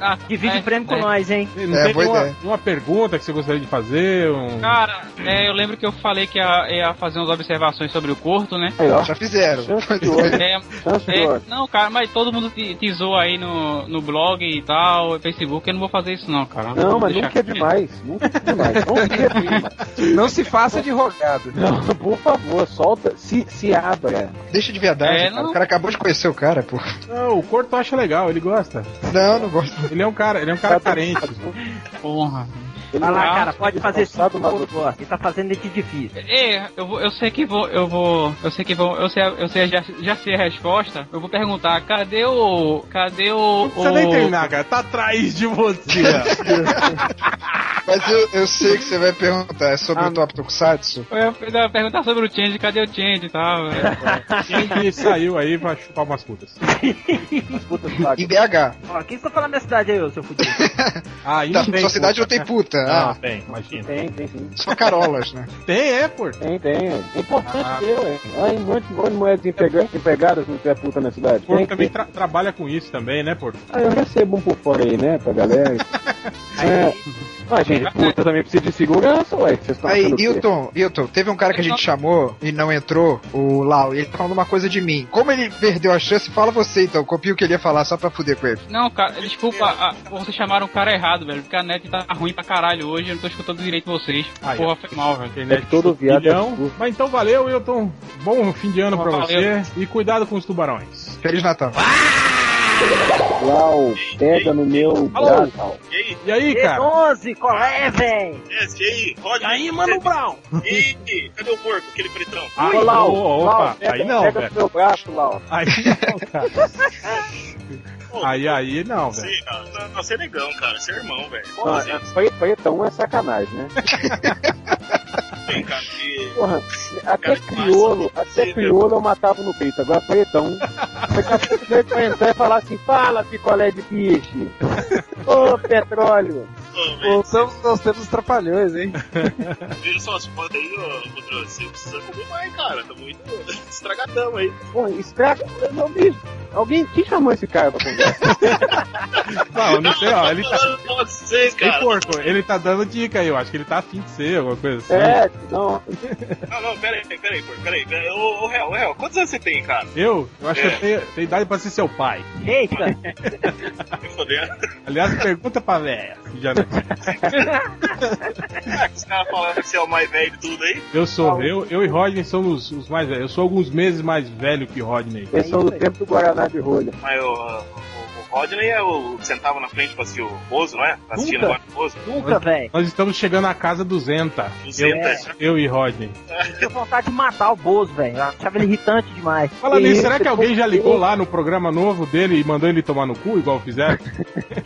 Speaker 9: Ah,
Speaker 1: Divide
Speaker 9: é,
Speaker 1: o prêmio com
Speaker 9: é.
Speaker 1: nós, hein?
Speaker 2: não
Speaker 7: É,
Speaker 2: tem
Speaker 7: boa
Speaker 2: nenhuma,
Speaker 7: ideia.
Speaker 2: nenhuma pergunta que você gostaria de fazer? Um...
Speaker 9: Cara, é, eu lembro que eu falei que ia, ia fazer umas observações sobre o corto, né?
Speaker 3: Aí, ó,
Speaker 7: Já fizeram.
Speaker 3: chance de ouro,
Speaker 9: É,
Speaker 3: chance de
Speaker 9: É,
Speaker 3: ouro.
Speaker 9: não, cara, mas todo mundo te, te zoa aí no, no blog e tal, no Facebook, eu não vou fazer isso não, cara.
Speaker 3: Não, mas nunca
Speaker 9: Deixa
Speaker 3: é
Speaker 9: quieto.
Speaker 3: demais. Nunca é demais. Nunca é demais.
Speaker 4: Não se faça de rogado.
Speaker 3: Não, por favor, solta. Se, se abra.
Speaker 7: Deixa de verdade,
Speaker 9: É,
Speaker 7: cara.
Speaker 9: não.
Speaker 7: O cara acabou de conhecer o cara, pô.
Speaker 2: Não, o Corto acha legal, ele gosta.
Speaker 7: Não, não gosto. Tá
Speaker 2: Ele é um cara, ele é um cara carente.
Speaker 3: Tá
Speaker 9: Porra.
Speaker 3: Ele tá
Speaker 1: Vai lá,
Speaker 9: Ah,
Speaker 1: cara, pode fazer isso
Speaker 3: sabe,
Speaker 1: que
Speaker 3: mas-
Speaker 1: eu gosto. Ele tá fazendo esse difícil.
Speaker 9: É, eu, vou, eu sei que vou, eu vou, eu sei que vou, eu sei, eu sei, já, já sei a resposta. Eu vou perguntar, cadê o, cadê o...
Speaker 2: Você
Speaker 9: o-
Speaker 2: nem terminar, cara. Tá atrás de você.
Speaker 7: Mas eu, eu sei que você vai perguntar. É sobre o Top Tokusatsu?
Speaker 9: Eu ia perguntar sobre o Change, cadê o Change e tal, velho.
Speaker 2: Quem que saiu aí pra chupar umas putas?
Speaker 3: As putas pagam.
Speaker 7: Em BH.
Speaker 1: Ó, quem que tá falando da minha cidade aí, ô, seu fudido?
Speaker 2: Ah, ainda
Speaker 7: Tá, sua cidade não tem puta.
Speaker 2: Ah,
Speaker 7: Ah,
Speaker 2: tem, imagina.
Speaker 3: Tem, tem sim.
Speaker 7: só carolas, né?
Speaker 2: Tem, é, pô.
Speaker 3: Tem, tem. É importante
Speaker 2: Ah.
Speaker 3: ter, ué. Olha um monte, um monte de moedas empega- empregadas não tiver puta na cidade.
Speaker 2: O Porto
Speaker 3: Tem que
Speaker 2: também
Speaker 3: ter.
Speaker 2: tra- trabalha com isso também, né, Porto?
Speaker 3: Ah, eu recebo um por fora aí, né, pra galera. é. Ah, gente, puta também precisa de segurança, ué. Vocês estão
Speaker 7: Aí,
Speaker 3: achando o quê?
Speaker 7: Hilton, Hilton, teve um cara que a
Speaker 9: Então-
Speaker 7: gente chamou e não entrou, o Lau, e ele tá falando uma coisa de mim. Como ele perdeu a chance, fala você então, copia o que ele ia falar só pra fuder com ele.
Speaker 9: Não, cara, desculpa, ah, vocês chamaram o cara errado, velho, porque a net tá ruim pra caralho hoje, eu não tô escutando direito vocês.
Speaker 2: Aí,
Speaker 9: Porra, foi mal, velho.
Speaker 2: Internet
Speaker 3: É que todo viado é
Speaker 2: Né, bilhão.
Speaker 3: absurdo.
Speaker 2: Mas então valeu, Wilton. Bom fim de ano pra
Speaker 9: Valeu.
Speaker 2: você. E cuidado com os tubarões.
Speaker 7: Feliz Natal.
Speaker 3: Lau, pega no meu
Speaker 2: Alô?
Speaker 3: braço. Lau.
Speaker 2: E aí, cara?
Speaker 1: E11, colé, é, véi!
Speaker 2: Aí, mano, Brown.
Speaker 12: Ih, cadê o porco, aquele pretão?
Speaker 2: Ah,
Speaker 3: Ô, Lau,
Speaker 2: ô,
Speaker 3: Lau,
Speaker 2: opa,
Speaker 3: pega,
Speaker 2: aí não,
Speaker 3: pega
Speaker 2: velho.
Speaker 3: no meu braço, Lau.
Speaker 2: Aí não, cara. Aí, aí não, velho.
Speaker 12: Você, ah, não, não, você é negão, cara, você é irmão, velho.
Speaker 3: Não,
Speaker 12: Porra, gente,
Speaker 3: pre- Pretão é sacanagem, né?
Speaker 12: vem cá, que-
Speaker 3: Porra, até
Speaker 12: Cara, que
Speaker 3: crioulo,
Speaker 12: massa.
Speaker 2: né?
Speaker 3: até crioulo eu matava no peito, agora pretão. Daqui a pouco vai entrar e falar assim, fala picolé de peixe, ô petróleo.
Speaker 12: Ô, velho,
Speaker 4: Voltamos aos tempos trapalhões, hein?
Speaker 12: veja só as fotos aí, ô, Rodrigo, você precisa comer mais, cara, tá muito estragadão aí.
Speaker 3: Porra, estraga, não bicho. Alguém, quem chamou esse cara pra conversa?
Speaker 2: Não, eu não sei, ó. Ele tá.
Speaker 13: Vocês,
Speaker 2: Ei,
Speaker 13: cara.
Speaker 2: porco, ele tá dando dica aí, eu acho que ele tá afim de ser, alguma coisa assim.
Speaker 3: é, não.
Speaker 13: Não, não, peraí, peraí, porco, peraí. peraí. Ô, ô, réu, réu, quantos anos você tem, cara?
Speaker 2: Eu? Eu acho que
Speaker 13: É.
Speaker 2: eu tenho, tenho idade pra ser seu pai.
Speaker 1: Eita!
Speaker 13: Me fodendo.
Speaker 2: Aliás, pergunta pra véia. Já né?
Speaker 13: Ah, Os caras falaram que você é o mais velho de tudo aí.
Speaker 2: Eu sou, eu, eu e Rodney somos os mais velhos. Eu sou alguns meses mais velho que Rodney.
Speaker 3: Eles são do tempo do Guaraná de rolha.
Speaker 13: Mas o, o, o Rodney é o que sentava na frente pra assistir o Bozo, não é? Tá assistindo
Speaker 1: Nunca.
Speaker 13: agora o Bozo.
Speaker 1: Nunca, velho.
Speaker 2: Nós estamos chegando à casa 200.
Speaker 13: Eu,
Speaker 2: Eu e Rodney.
Speaker 1: Eu tinha vontade de matar o Bozo, velho. Eu achava ele irritante demais.
Speaker 2: Fala nisso, será que
Speaker 3: Isso,
Speaker 2: alguém já ligou
Speaker 3: porque-
Speaker 2: lá no programa novo dele e mandou ele tomar no cu, igual fizeram?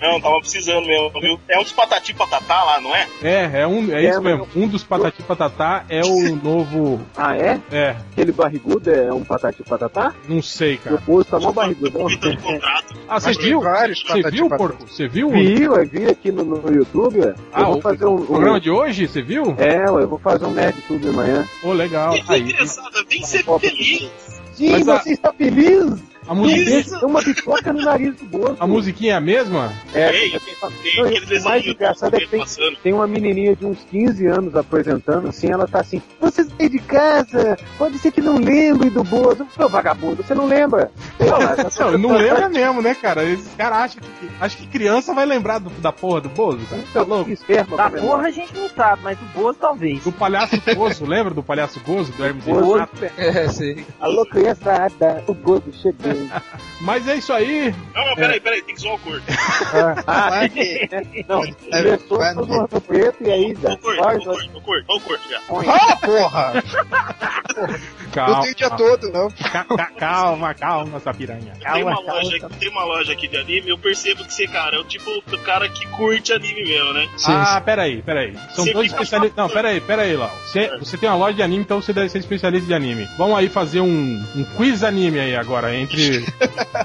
Speaker 13: Não, tava precisando mesmo, viu? É uns patati patatá lá, não é?
Speaker 2: É, é, um,
Speaker 3: É,
Speaker 2: é isso
Speaker 3: mas
Speaker 2: mesmo. Um dos patati patatá é o novo.
Speaker 3: Ah, é?
Speaker 2: É,
Speaker 3: Aquele barrigudo é um patati patatá?
Speaker 2: não sei,
Speaker 3: E
Speaker 2: cara.
Speaker 3: o poço tá mó barrigudão.
Speaker 13: Comitando o contrato.
Speaker 2: Ah, você
Speaker 7: tem
Speaker 2: viu?
Speaker 7: vários
Speaker 2: Você
Speaker 7: patati
Speaker 2: viu,
Speaker 7: patatá.
Speaker 2: porco? Você viu o
Speaker 3: Vi, ué, vi aqui no, no YouTube, ué.
Speaker 2: Ah,
Speaker 3: eu
Speaker 2: o-
Speaker 3: vou fazer um.
Speaker 2: programa
Speaker 3: um
Speaker 2: de hoje? Você viu?
Speaker 3: é, ué, eu vou fazer um nerd tudo amanhã.
Speaker 2: Ô, legal.
Speaker 13: Fiquei
Speaker 2: Aí.
Speaker 13: interessado, vem ser feliz.
Speaker 3: Sim,
Speaker 2: Mas a-
Speaker 3: você está feliz?
Speaker 2: A musiquinha,
Speaker 3: Tem uma pipoca no nariz do Bozo.
Speaker 2: a musiquinha é a mesma?
Speaker 3: É,
Speaker 13: Ei,
Speaker 3: é,
Speaker 13: Tem
Speaker 3: Não,
Speaker 13: aquele
Speaker 3: e o mais
Speaker 13: desenho
Speaker 3: engraçado é que tem,
Speaker 13: passando.
Speaker 3: tem uma menininha de uns 15 anos apresentando, assim, ela tá assim, você veio de casa, pode ser que não lembre do Bozo. Meu vagabundo, você não lembra?
Speaker 2: Não, não lembra mesmo, né, cara? Esse cara acha que, acha que criança vai lembrar do- da porra do Bozo, cara. Tá louco?
Speaker 3: Esperma,
Speaker 1: Da
Speaker 3: pra
Speaker 1: porra a gente não sabe, mas do Bozo talvez.
Speaker 2: Do palhaço Gozo, lembra do palhaço Gozo, do Ah, Hermes e
Speaker 3: Bozo.
Speaker 2: Renato?
Speaker 14: É, sim.
Speaker 3: Alô, criançada, o Bozo chegou.
Speaker 2: Mas é isso aí.
Speaker 13: Não, não, peraí, peraí, tem que zoar o corpo.
Speaker 3: ah, não,
Speaker 7: é
Speaker 3: começou
Speaker 7: vai-
Speaker 3: todo mundo no preto e aí,
Speaker 13: Ó
Speaker 3: já,
Speaker 13: o corpo, ó o
Speaker 3: olha,
Speaker 13: corpo, ó o corpo, ó o corpo já.
Speaker 3: põe.
Speaker 7: Ah, porra! Eu
Speaker 2: Calma,
Speaker 7: tenho o dia todo, não.
Speaker 2: ca- ca- calma, calma, essa piranha.
Speaker 13: Tem uma, loja, aqui- tem uma loja aqui de anime, eu percebo que você, cara, é o tipo do cara que curte anime mesmo, né?
Speaker 2: ah, peraí, peraí. São
Speaker 13: Você
Speaker 2: dois
Speaker 13: fica É.
Speaker 2: especialistas. Não,
Speaker 13: falando.
Speaker 2: peraí, peraí, Lau. Você, você tem uma loja de anime, então você deve ser especialista de anime. Vamos aí fazer um, um quiz anime aí agora, entre,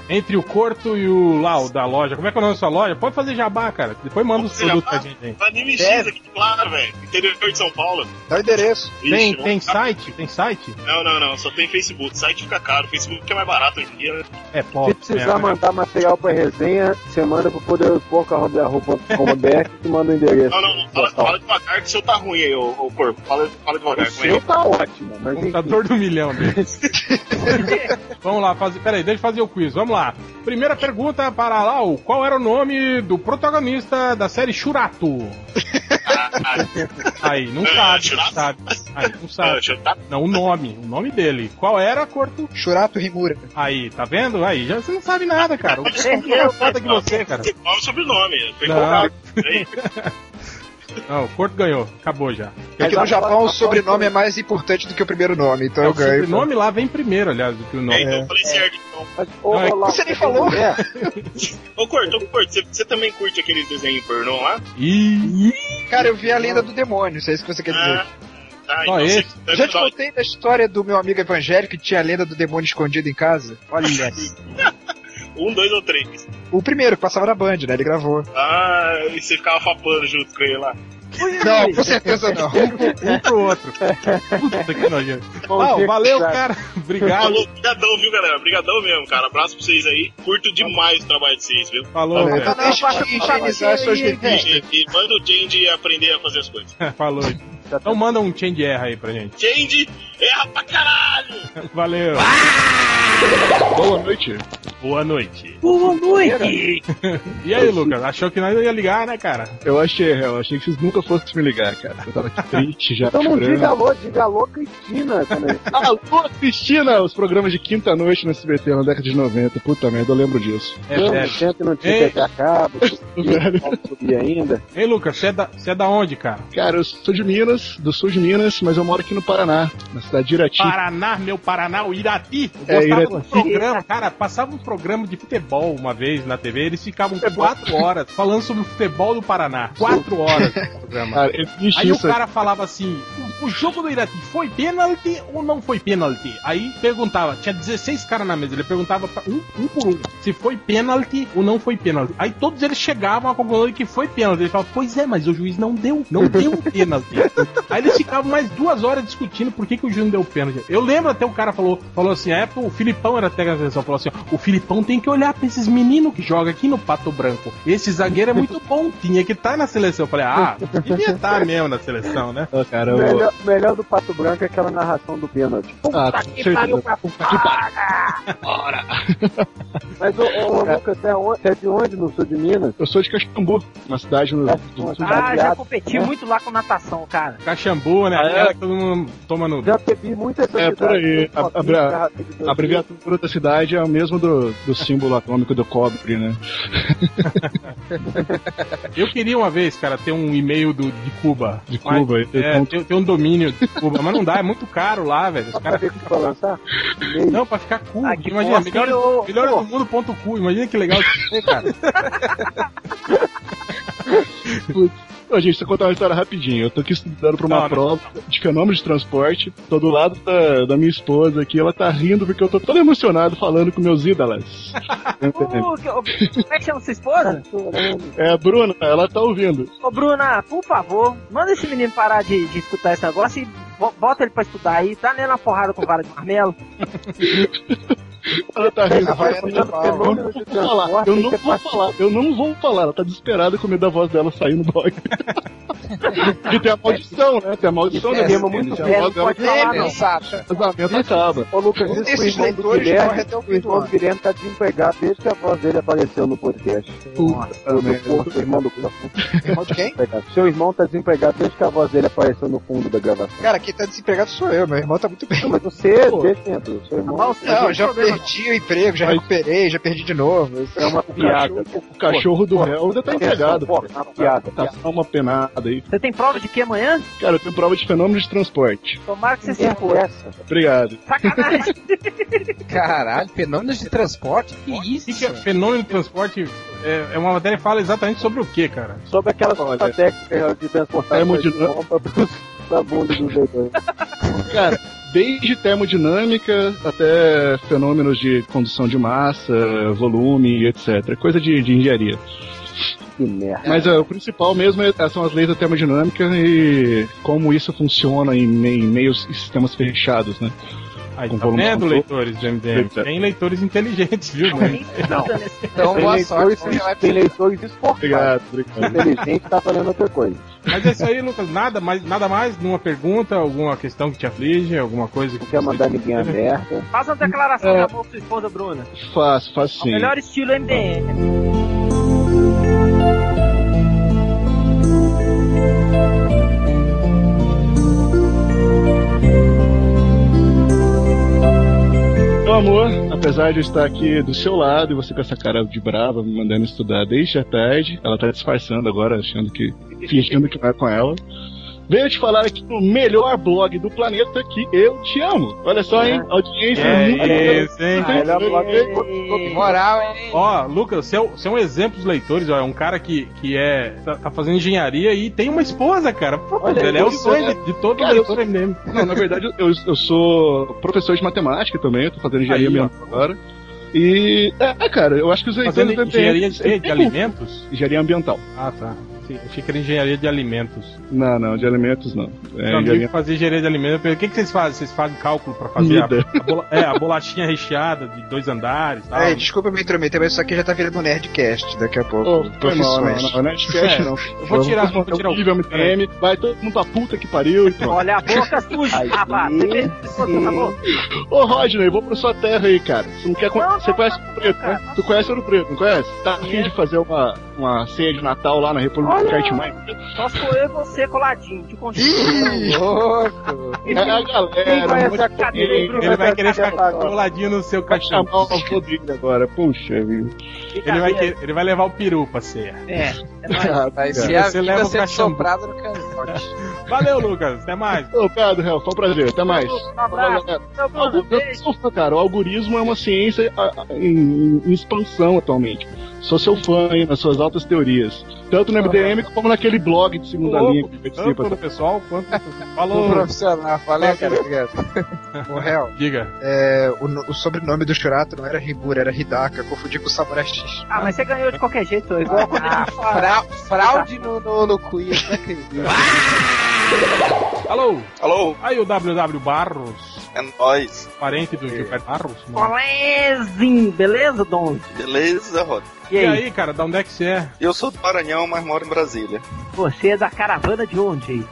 Speaker 2: entre o Corto e o Lau da loja. Como é que é o nome da sua loja? Pode fazer jabá, cara. Depois manda os
Speaker 13: Pode fazer
Speaker 2: produtos pra gente aí.
Speaker 13: Anime
Speaker 1: É,
Speaker 13: X
Speaker 7: Deve.
Speaker 13: aqui, claro, velho. Interior de São Paulo.
Speaker 7: Dá o endereço.
Speaker 13: Ixi,
Speaker 2: Tem,
Speaker 13: vamos-
Speaker 2: tem site? Tem site?
Speaker 13: Não, não, não, só tem Facebook. Site fica caro, Facebook é mais barato hoje em dia. né?
Speaker 2: É, pode.
Speaker 3: Se precisar mandar material pra resenha, você manda pro poderosporco.com.br e manda o endereço.
Speaker 13: Não, não, não, fala, fala devagar que o seu tá ruim aí, ô, ô corpo. Fala, fala
Speaker 3: O
Speaker 13: devagar, como é
Speaker 3: seu tá ótimo, mas enfim.
Speaker 2: Computador do milhão né? dele. Vamos lá, fazer. Peraí, deixa eu fazer o quiz. Vamos lá. Primeira pergunta para Lau: Qual era o nome do protagonista da série Churato?
Speaker 13: que é?
Speaker 2: Aí, não
Speaker 13: É,
Speaker 2: sabe, não
Speaker 13: Churato?
Speaker 2: sabe. Aí, não
Speaker 13: Ah,
Speaker 2: sabe.
Speaker 13: deixa eu- tá-
Speaker 2: Não, o nome. O nome dele. Qual era, Corto?
Speaker 7: Churato Rimura.
Speaker 2: Aí, tá vendo? Aí, já, você não sabe nada, cara. O Corto é mais foda que você, cara.
Speaker 13: Tem nome e sobrenome. Foi
Speaker 2: Não.
Speaker 13: colocado. Peraí.
Speaker 2: Não, o Corto ganhou. Acabou já.
Speaker 7: É que no Japão o sobrenome é mais importante do que o primeiro nome, então
Speaker 2: É,
Speaker 7: eu
Speaker 2: o
Speaker 7: ganho.
Speaker 2: sobrenome lá vem primeiro, aliás, do que o
Speaker 13: É,
Speaker 2: nome.
Speaker 13: então eu falei certo, então.
Speaker 3: Mas, ô,
Speaker 2: Não, é-
Speaker 3: Olavo,
Speaker 7: Você nem falou.
Speaker 3: É,
Speaker 13: Ô, Corto, ô, Corto, você, você também curte aqueles desenhos pornô lá?
Speaker 2: Ih,
Speaker 7: Cara, eu vi a lenda do demônio, se é isso que você quer dizer.
Speaker 13: Ah, tá,
Speaker 2: Só
Speaker 13: então você
Speaker 2: esse.
Speaker 13: deve
Speaker 7: Já te
Speaker 13: dar-
Speaker 7: contei da história do meu amigo evangélico que tinha a lenda do demônio escondido em casa? Olha.
Speaker 13: Um, dois ou três.
Speaker 7: o primeiro, que passava na Band, né? Ele gravou.
Speaker 13: Ah, e você ficava fapando junto com ele lá.
Speaker 7: Não, com certeza não.
Speaker 2: um pro outro. Puta que nojento.
Speaker 3: bom
Speaker 2: Lau,
Speaker 3: dia,
Speaker 2: valeu,
Speaker 3: cara.
Speaker 2: cara. Obrigado.
Speaker 13: Falou, brigadão, viu, galera? Brigadão mesmo, cara. Abraço pra vocês aí. Curto demais o trabalho de vocês, viu?
Speaker 2: Falou,
Speaker 7: Então
Speaker 2: velho.
Speaker 7: deixa de higienizar suas revistas.
Speaker 13: E, e manda o Change aprender a fazer as coisas.
Speaker 2: Falou. Então manda um change erra aí pra gente.
Speaker 13: Change erra pra caralho!
Speaker 2: Valeu.
Speaker 15: Ah!
Speaker 3: Boa noite.
Speaker 2: Boa noite.
Speaker 1: Boa noite!
Speaker 2: E aí, Lucas? Achou que nós ia ligar, né, cara?
Speaker 15: Eu achei, eu achei que vocês nunca fossem me ligar, cara. Eu tava aqui triste já.
Speaker 3: Então não
Speaker 15: chorando. Ah,
Speaker 3: diga alô, diga alô, Cristina. quando ele-
Speaker 15: Alô, Cristina! Os programas de quinta-noite no SBT na década de 90. Puta merda, eu lembro disso.
Speaker 2: É,
Speaker 3: Não,
Speaker 2: é.
Speaker 3: gente, não
Speaker 2: Ei.
Speaker 3: tinha TV a cabo, é não subia ainda.
Speaker 2: Ei, Lucas, você é, da- você é da onde, cara?
Speaker 15: Cara, eu sou de Minas, do sul de Minas, mas eu moro aqui no Paraná, na cidade de Irati.
Speaker 2: Paraná, meu Paraná, o Irati. Eu
Speaker 15: É,
Speaker 2: gostava
Speaker 15: Irati.
Speaker 2: do programa, cara, passava um programa de futebol uma vez na TV, eles ficavam quatro horas falando sobre o futebol do Paraná. Quatro horas no programa.
Speaker 15: Cara, existe
Speaker 2: Aí o
Speaker 15: isso.
Speaker 2: cara falava assim: "O- o jogo do Irati foi pênalti ou não foi pênalti? Aí perguntava, tinha 16 caras na mesa, ele perguntava pra- um, um por um se foi pênalti ou não foi pênalti. Aí todos eles chegavam à conclusão de que foi pênalti. Ele falava, pois é, mas o juiz não deu, não deu pênalti. Aí eles ficavam mais duas horas discutindo por que, que o e não deu pênalti. Eu lembro até o cara falou, falou assim, a época o Filipão era técnico da seleção, falou assim, ó, o Filipão tem que olhar pra esses meninos que jogam aqui no Pato Branco. Esse zagueiro é muito bom, tinha que estar na seleção. Eu falei, ah, devia estar mesmo na seleção, né? cara,
Speaker 3: Melhor, melhor do Pato Branco é aquela narração do pênalti.
Speaker 13: Ah, com certeza.
Speaker 3: Mas, ô, ô, Lucas, você é on- você é de onde no sul de Minas?
Speaker 13: Eu sou de Caxambu, uma cidade no.
Speaker 1: Ah, já
Speaker 2: É.
Speaker 1: competi muito lá com natação, cara.
Speaker 2: Caxambu, né? Aquela que todo mundo toma no.
Speaker 3: Já bebi muita
Speaker 13: Ah, É, por aí. A, a, a- a abreviatura da cidade é a mesma do, do símbolo atômico do cobre, né?
Speaker 2: Eu queria uma vez, cara, ter um e-mail do, de Cuba. De
Speaker 13: Cuba, eu
Speaker 2: é,
Speaker 13: tenho-
Speaker 2: ter, ter um domínio de Cuba. mas não dá, é muito caro lá, velho. Os caras
Speaker 3: ficam. lançar?
Speaker 2: Não, pra ficar cu.
Speaker 4: Ah,
Speaker 1: que
Speaker 2: imagina,
Speaker 1: bosta,
Speaker 2: melhor,
Speaker 1: ô,
Speaker 2: melhor
Speaker 1: pô.
Speaker 2: do mundo ponto cu. Imagina que legal isso ser, cara.
Speaker 13: Putz. Ô, gente, deixa eu contar uma história rapidinho. Eu tô aqui estudando pra uma
Speaker 2: Não, não,
Speaker 13: prova de fenômeno de transporte. Tô do lado da, da minha esposa aqui. Ela tá rindo porque eu tô todo emocionado falando com meus ídolos.
Speaker 1: Uh, que- ô, como é que chama sua esposa?
Speaker 13: é, a Bruna, ela tá ouvindo.
Speaker 1: Ô, Bruna, por favor, manda esse menino parar de, de escutar esse negócio e bo- bota ele pra estudar aí. Tá nele uma porrada com vara de marmelo.
Speaker 13: Ela tá rindo.
Speaker 1: Ela vai
Speaker 13: Eu
Speaker 1: entrar
Speaker 13: não vou
Speaker 1: no
Speaker 13: falar, eu não vou falar, eu não vou falar. Ela tá desesperada com medo da voz dela sair no blog. Porque tem a maldição, né? Tem a maldição
Speaker 7: É,
Speaker 13: da
Speaker 7: é,
Speaker 13: muito
Speaker 7: é, não pode falar, não.
Speaker 13: O casamento acaba.
Speaker 3: Ô, Lucas, diz pro irmão
Speaker 7: Esses
Speaker 3: do
Speaker 7: leitores correm
Speaker 3: Guilherme,
Speaker 7: até o fim
Speaker 3: o irmão
Speaker 7: do
Speaker 3: do Guilherme tá desempregado desde que a voz dele apareceu no podcast.
Speaker 13: Puta
Speaker 3: O do
Speaker 13: merda.
Speaker 3: Porto, o irmão do
Speaker 7: Irmão de quem?
Speaker 3: Seu irmão tá desempregado desde que a voz dele apareceu no fundo da gravação.
Speaker 7: Cara, quem tá desempregado sou eu, meu irmão tá muito bem.
Speaker 3: Mas você, é desde sempre, o seu irmão... um
Speaker 7: Não, já perdi o emprego, já recuperei, já perdi de novo.
Speaker 3: É uma piada.
Speaker 13: O cachorro do réu ainda tá empregado.
Speaker 3: Porra, é uma piada.
Speaker 13: Tá só uma penada aí.
Speaker 1: Você tem prova de que amanhã?
Speaker 13: Cara, eu tenho prova de fenômeno de transporte.
Speaker 1: Tomara que você Tá se
Speaker 3: Erro é essa.
Speaker 13: Obrigado.
Speaker 1: Sacanagem.
Speaker 4: Caralho, fenômenos de transporte? Que
Speaker 2: O que
Speaker 4: isso?
Speaker 2: que é fenômeno de transporte é, é uma matéria que fala exatamente sobre o que, cara?
Speaker 3: Sobre aquela Olha. técnica eh, de transportar
Speaker 13: Termodinâmica.
Speaker 3: bomba pros- pra bunda dos leitores.
Speaker 13: Cara, desde termodinâmica até fenômenos de condução de massa, volume, etc. Coisa de, de engenharia.
Speaker 3: Que merda.
Speaker 13: Mas é, o principal mesmo é- são as leis da termodinâmica e como isso funciona em, em meios e sistemas fechados, né?
Speaker 2: Aí,
Speaker 13: Com
Speaker 2: tá
Speaker 13: volume
Speaker 2: vendo,
Speaker 13: control.
Speaker 2: leitores do MDM? Tem leitores inteligentes, viu? né?
Speaker 4: Então,
Speaker 3: Tem
Speaker 4: boa sorte.
Speaker 3: leitores-
Speaker 4: você vai
Speaker 3: Tem
Speaker 4: precisar.
Speaker 3: leitores esforçados.
Speaker 13: Obrigado, obrigado.
Speaker 3: Inteligente tá falando outra coisa.
Speaker 2: Mas é isso aí, Lucas. Nada mais, nada mais? Nenhuma pergunta, alguma questão que te aflige, alguma coisa que
Speaker 3: Não quer mandar ninguém a merda.
Speaker 1: Faça uma declaração de amor pra sua esposa, Bruna.
Speaker 13: Faço, faço
Speaker 1: Ao
Speaker 13: É. sim.
Speaker 1: melhor estilo MDM.
Speaker 13: Meu Então, amor, apesar de eu estar aqui do seu lado e você com essa cara de brava me mandando estudar desde a tarde, ela tá disfarçando agora, achando que. fingindo que vai com ela. Veio te falar aqui no melhor blog do planeta que eu te amo. Olha só, hein? Audiência muito
Speaker 2: É isso, hein?
Speaker 3: Melhor blog
Speaker 4: Moral, hein?
Speaker 2: Ó, Lucas, você é, o- você é um exemplo dos leitores, ó. É um cara que, que é. Tá, tá fazendo engenharia e tem uma esposa, cara. Pô,
Speaker 3: Olha né?
Speaker 2: velho, é o
Speaker 13: isso,
Speaker 2: sonho de, de todo
Speaker 13: Cara,
Speaker 2: leitor MDM.
Speaker 13: Não, na verdade, eu, eu sou professor de matemática também, eu tô fazendo engenharia
Speaker 2: Aí, ó.
Speaker 13: ambiental agora. E. É, cara, eu acho que os leitores.
Speaker 2: Fazendo
Speaker 13: devem-
Speaker 2: engenharia de, quê? de
Speaker 13: Tem- um
Speaker 2: alimentos?
Speaker 13: Engenharia ambiental.
Speaker 2: Ah, tá. Sim, achei que era engenharia de alimentos.
Speaker 13: Não, não, de alimentos não. É,
Speaker 2: Meu amigo
Speaker 13: engenharia.
Speaker 2: que fazia engenharia de alimentos, eu perguntei, o que, que vocês fazem? Vocês fazem cálculo pra fazer a,
Speaker 13: Comida.
Speaker 2: a bola- é, a bolachinha recheada de dois andares e tal?
Speaker 7: É, desculpa me intrometer, mas isso aqui já tá virando um Nerdcast daqui a pouco.
Speaker 13: Ô, foi mal, não, não, não, não é de cast,
Speaker 2: É,
Speaker 13: não.
Speaker 2: eu vou tirar- vou tirar o-
Speaker 13: nível MTM, vai todo mundo pra puta que pariu e pronto.
Speaker 1: Olha a boca suja,
Speaker 3: Aí,
Speaker 1: rapaz. Você fez isso com essa boca?
Speaker 13: Ô, Rodney, vou pra sua terra aí, cara. Você não quer... con-
Speaker 1: Não,
Speaker 13: Você
Speaker 1: não,
Speaker 13: conhece
Speaker 1: não,
Speaker 13: Ouro Preto,
Speaker 1: cara.
Speaker 13: né? Tu conhece Ouro Preto, não conhece? Tá afim de fazer uma, uma ceia de Natal lá na República do
Speaker 1: Olha!
Speaker 13: Cartman?
Speaker 1: Só sou eu e você coladinho, de conjunto.
Speaker 13: É a galera, um
Speaker 3: Quem conhece
Speaker 13: monte
Speaker 3: a
Speaker 13: de
Speaker 1: cadeira,
Speaker 13: gente.
Speaker 1: Bruno?
Speaker 2: Ele vai querer ficar
Speaker 3: Agora.
Speaker 2: coladinho no seu
Speaker 13: Vai
Speaker 2: caixão.
Speaker 13: chamar o avô dele agora, puxa vida.
Speaker 2: Ele vai, querer- ele vai levar o peru pra ceia.
Speaker 1: É.
Speaker 4: Vai
Speaker 13: Você
Speaker 4: ser a
Speaker 2: leva
Speaker 4: vida
Speaker 2: o
Speaker 4: sendo
Speaker 2: cachimbo.
Speaker 4: soprada no
Speaker 7: um
Speaker 4: canhote.
Speaker 2: Valeu, Lucas. Até mais.
Speaker 13: Obrigado, Real, foi um prazer, até mais.
Speaker 1: Um abraço. Meu Bruno,
Speaker 13: Algu- Eu
Speaker 1: beijo.
Speaker 13: sou fã, cara. O algoritmo é uma ciência a- a- em, em expansão atualmente. Sou seu fã aí nas suas altas teorias. Tanto no MDM como naquele blog de segunda
Speaker 2: Louco,
Speaker 13: linha que participa.
Speaker 2: Tanto do pessoal quanto.
Speaker 7: Um
Speaker 2: Falou.
Speaker 7: profissional, falei, cara, obrigado. Ô, réu,
Speaker 2: Diga.
Speaker 7: é, o, no- o sobrenome do Shurato não era Ribura, era Hidaka, confundi com o Samurai X. Ah,
Speaker 1: Ah, mas você ganhou de qualquer jeito, igual quando ele
Speaker 4: Frau- fraude no, no, no quiz, não acredito.
Speaker 2: Alô? Alô? Aí o WW Barros.
Speaker 16: É nóis.
Speaker 2: Parente do Gilberto Barros? Não.
Speaker 1: Colezinho, beleza, Dom?
Speaker 16: Beleza, Rod?
Speaker 2: E aí? cara, da onde é que você é?
Speaker 16: Eu sou do Maranhão, mas moro em Brasília.
Speaker 1: Você é da caravana de onde aí?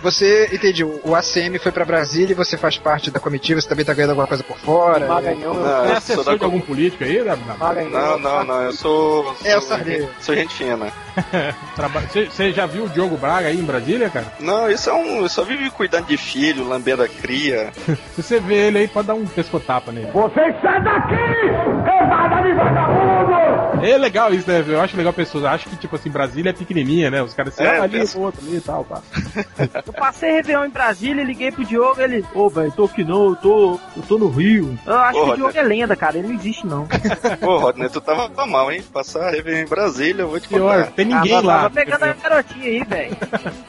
Speaker 7: Você, entendi, o ACM foi pra Brasília e você faz parte da comitiva, você também tá ganhando alguma coisa por fora?
Speaker 16: Não,
Speaker 2: é
Speaker 16: eu sou da
Speaker 2: assessor de algum político aí,
Speaker 3: né?
Speaker 2: WW?
Speaker 16: Não, não, não, eu sou. sou
Speaker 2: É, eu sabia.
Speaker 16: Sou gente fina.
Speaker 2: Traba- Você você já viu o Diogo Braga aí em Brasília, cara?
Speaker 16: Não, isso é um. Eu só vivo cuidando de filho, lambendo a cria.
Speaker 2: Se você vê ele aí, pode dar um pescotapa nele.
Speaker 5: Vocês saem daqui! Cambada de vagabundo!
Speaker 2: É legal isso, né? Eu acho legal pessoas. Acho que, tipo assim, Brasília é pequenininha, né? Os caras se
Speaker 1: É,
Speaker 2: ah, ali,
Speaker 1: pensa.
Speaker 2: o outro ali e tal, pá.
Speaker 1: Eu passei Réveillon em Brasília, liguei pro Diogo, ele. Ô, velho, tô aqui não, eu tô. Eu tô no Rio. Eu acho que
Speaker 16: Porra,
Speaker 1: o Diogo
Speaker 16: né?
Speaker 1: é lenda, cara, ele não existe não.
Speaker 16: Ô, Rodney, tu tava pra mal, hein? Passar a Réveillon em Brasília, eu vou te contar.
Speaker 1: Tava- Tava pegando a garotinha aí, velho.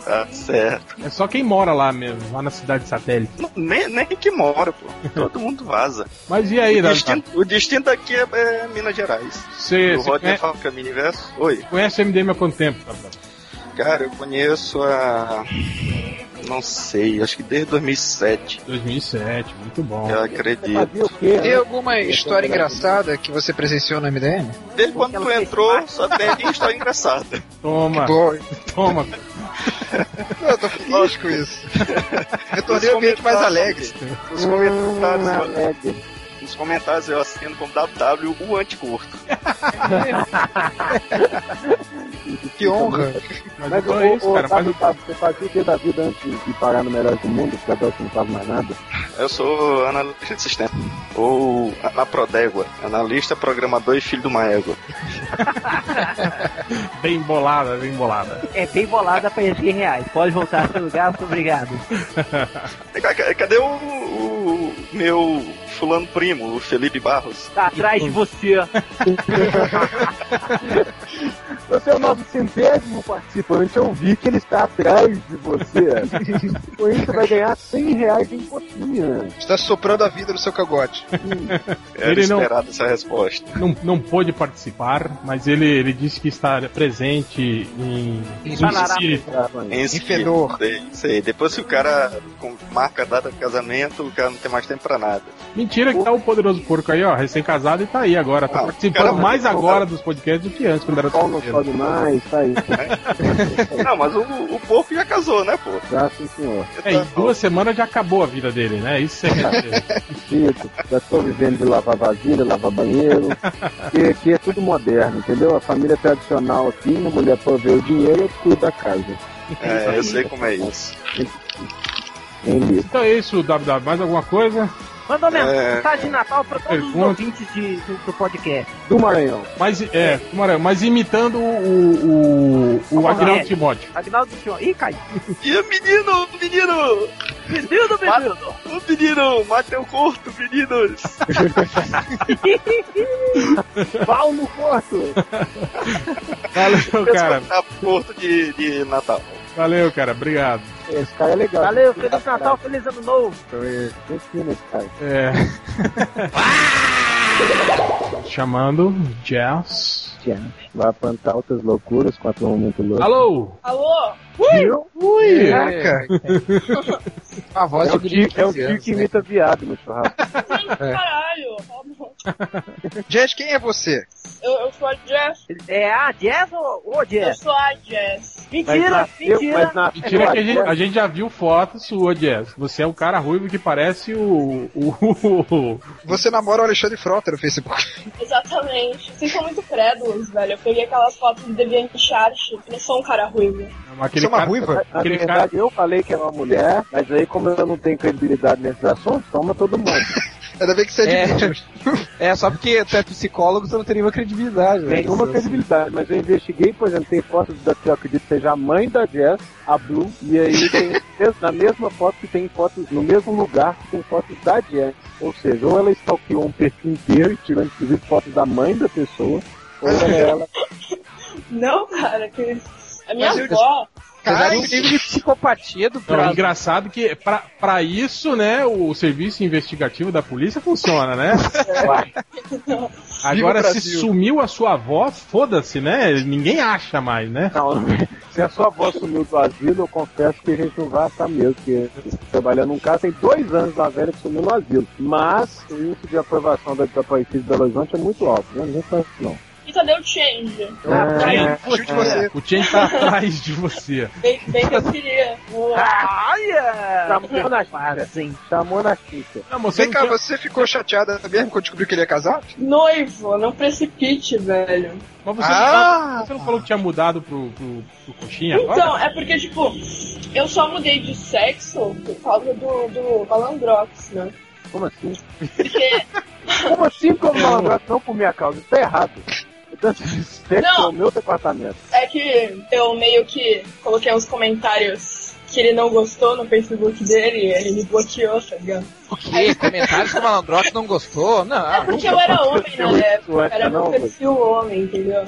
Speaker 16: Tá certo.
Speaker 2: É só quem mora lá mesmo, lá na cidade satélite.
Speaker 16: Nem, nem que mora, pô. Todo mundo
Speaker 3: tá-
Speaker 16: vaza.
Speaker 2: Mas e aí,
Speaker 16: o
Speaker 2: Davi?
Speaker 16: destino, o destino daqui é, é Minas Gerais.
Speaker 2: Cê-
Speaker 16: o
Speaker 2: cê
Speaker 16: Rodney
Speaker 2: conhe-
Speaker 16: fala que é Miniverso? Oi.
Speaker 2: Conhece o MDM há quanto tempo?
Speaker 16: Cara, eu conheço a. Não sei, acho que desde 2007.
Speaker 2: 2007, muito bom.
Speaker 16: Eu acredito.
Speaker 1: né?
Speaker 7: Tem alguma história engraçada que você presenciou no MDM?
Speaker 16: Desde quando tu entrou, só tem história engraçada.
Speaker 2: Toma. Toma.
Speaker 7: Eu tô feliz com isso. Eu tornei o ambiente mais alegre.
Speaker 3: Hum,
Speaker 16: Nos comentários, nos comentários eu assino como WW o anticorto.
Speaker 7: Que honra.
Speaker 3: Mas o, isso, cara, faz Você fazia o que da vida antes de parar no melhor do mundo? Porque agora você não faz mais nada.
Speaker 16: Eu sou analista de sistema. Ou na Prodégua. Analista, programador e filho de uma égua.
Speaker 2: Bem bolada, bem bolada.
Speaker 1: É bem bolada pra esses reais. Pode voltar pro seu lugar, muito obrigado.
Speaker 16: Ca- ca- Cadê o, o meu fulano primo, o Felipe Barros?
Speaker 1: Tá atrás de você.
Speaker 3: Você é o novocentésimo participante. Eu vi que ele está atrás de você. Com isso, vai ganhar 100 reais em cotinha.
Speaker 7: Está tá soprando a vida no seu cagote. É,
Speaker 16: Era
Speaker 2: Ele não-
Speaker 16: esperado essa resposta.
Speaker 2: Não, não pôde participar, mas ele, ele disse que está presente em. em
Speaker 3: né?
Speaker 2: espírito.
Speaker 16: Em fedor. Sei, depois que o cara com- marca a data de casamento, o cara não tem mais tempo pra nada.
Speaker 2: Mentira que tá o poderoso porco aí, ó, recém-casado e tá aí agora. Tá participando
Speaker 16: cara,
Speaker 2: mais
Speaker 16: cara,
Speaker 2: agora dos podcasts do que antes, quando era solteiro.
Speaker 3: um demais, tá aí.
Speaker 16: É? Não, mas o, o porco já casou, né, pô?
Speaker 3: Já, sim, senhor.
Speaker 2: É, em duas semanas já acabou a vida dele, né? Isso você quer dizer.
Speaker 3: Isso, já estou vivendo de lavar vasilha, lavar banheiro. E aqui é tudo moderno, entendeu? A família tradicional aqui, a mulher provê o dinheiro e eu cuido da casa.
Speaker 16: É, eu sei como é isso.
Speaker 2: Então é isso, WW. Mais alguma coisa?
Speaker 1: Mandou
Speaker 2: É.
Speaker 1: mensagem de Natal pra todos os
Speaker 2: Pergunta.
Speaker 1: ouvintes de, do, do podcast.
Speaker 3: Do Maranhão.
Speaker 2: Mas, é, do Maranhão. Mas imitando o, o, o
Speaker 1: Vamos lá. É.
Speaker 2: Agnaldo Timóteo.
Speaker 1: Agnaldo Timó. Ih, caiu.
Speaker 16: E o menino, menino!
Speaker 1: Menino, menino!
Speaker 16: O menino, mate o corto, meninos!
Speaker 3: Pau no corto!
Speaker 2: Valeu, cara.
Speaker 16: Corto é de, de Natal.
Speaker 2: Valeu, cara. Obrigado.
Speaker 3: Esse cara é legal.
Speaker 1: Valeu, Feliz Natal, Feliz Ano Novo.
Speaker 2: É. Chamando Jazz.
Speaker 3: Vai plantar outras loucuras com a turma muito louca.
Speaker 2: Alô? É,
Speaker 5: Alô?
Speaker 3: Ui!
Speaker 2: Ui!
Speaker 3: Caraca.
Speaker 7: A voz
Speaker 3: é o
Speaker 7: de
Speaker 3: tio, é o
Speaker 7: 15
Speaker 3: tio
Speaker 7: anos,
Speaker 3: que
Speaker 7: né?
Speaker 3: imita viado no churrasco.
Speaker 4: É.
Speaker 17: Caralho! Tá bom.
Speaker 7: Gente, quem é você?
Speaker 17: Eu, eu sou a Jess.
Speaker 1: É a Jazz ou o
Speaker 17: Eu
Speaker 1: Jazz?
Speaker 17: sou a Jess.
Speaker 1: Mentira, mentira.
Speaker 2: Mentira que a gente, a gente já viu foto sua, Jazz. Você é o cara ruivo que parece o. o...
Speaker 7: Você namora o Alexandre Frota no Facebook.
Speaker 17: Exatamente. Vocês são muito crédulos, velho. Eu peguei aquelas fotos do DeviantArt. Eu não sou um cara ruivo.
Speaker 2: Aquele cara-
Speaker 3: Na
Speaker 2: aquele
Speaker 3: verdade, eu falei que era uma mulher, mas aí como eu não tenho credibilidade nesses assuntos, toma todo mundo.
Speaker 7: Ainda bem que você
Speaker 4: é É, só porque tu é psicólogo, tu não teria uma credibilidade.
Speaker 2: né?
Speaker 4: velho.
Speaker 3: Nenhuma credibilidade, mas eu investiguei, por exemplo, tem fotos da que eu acredito que seja a mãe da Jess, a Blue, e aí tem na mesma foto que tem fotos, no mesmo lugar que tem fotos da Jess. Ou seja, ou ela stalkeou um perfil inteiro, tirando inclusive fotos da mãe da pessoa, ou ela é ela.
Speaker 17: Não, cara, que. A minha
Speaker 4: Mas eu-
Speaker 17: avó.
Speaker 4: Apesar do nível de um psicopatia do
Speaker 2: Não, é
Speaker 4: Brasil.
Speaker 2: engraçado que pra, pra isso, né, o serviço investigativo da polícia funciona, né? Agora, se
Speaker 17: Brasil.
Speaker 2: sumiu a sua avó, foda-se, né? Ninguém acha mais, né?
Speaker 3: Não, Se a sua avó sumiu do asilo, eu confesso que a gente não vai achar mesmo, porque trabalhando num caso tem dois anos da velha que sumiu no asilo. Mas o índice de aprovação da desaparecida de Belo Horizonte é muito alto, né? Ninguém faz isso não.
Speaker 17: E cadê o tá Change?
Speaker 4: Ah,
Speaker 17: Ah,
Speaker 2: É, o Chen tá atrás de você.
Speaker 4: é.
Speaker 17: Bem, bem que eu queria.
Speaker 1: Olha!
Speaker 4: Tá
Speaker 3: Chamou na cara, sim. Chamou na chica.
Speaker 7: Vem cá, você ficou chateada mesmo quando descobriu que ele ia casar?
Speaker 17: Noivo, não precipite, velho.
Speaker 2: Mas você,
Speaker 4: Ah!
Speaker 2: não, falou- você não falou que tinha mudado pro, pro, pro coxinha
Speaker 17: Então,
Speaker 2: agora?
Speaker 17: é porque, tipo, eu só mudei de sexo por causa do, do Malandrox, né?
Speaker 3: Como assim?
Speaker 17: Porque.
Speaker 3: Como assim, como malandrox não por minha causa? Isso tá errado. Mudança de sexo
Speaker 17: Não.
Speaker 3: é o meu departamento.
Speaker 17: É que eu meio que coloquei uns comentários que ele não gostou no Facebook dele e ele me bloqueou, tá ligado?
Speaker 4: Que comentários que o Malandrox não gostou? Não.
Speaker 17: É porque eu era homem na
Speaker 1: É,
Speaker 17: época, era meu
Speaker 4: não,
Speaker 17: perfil um homem, entendeu?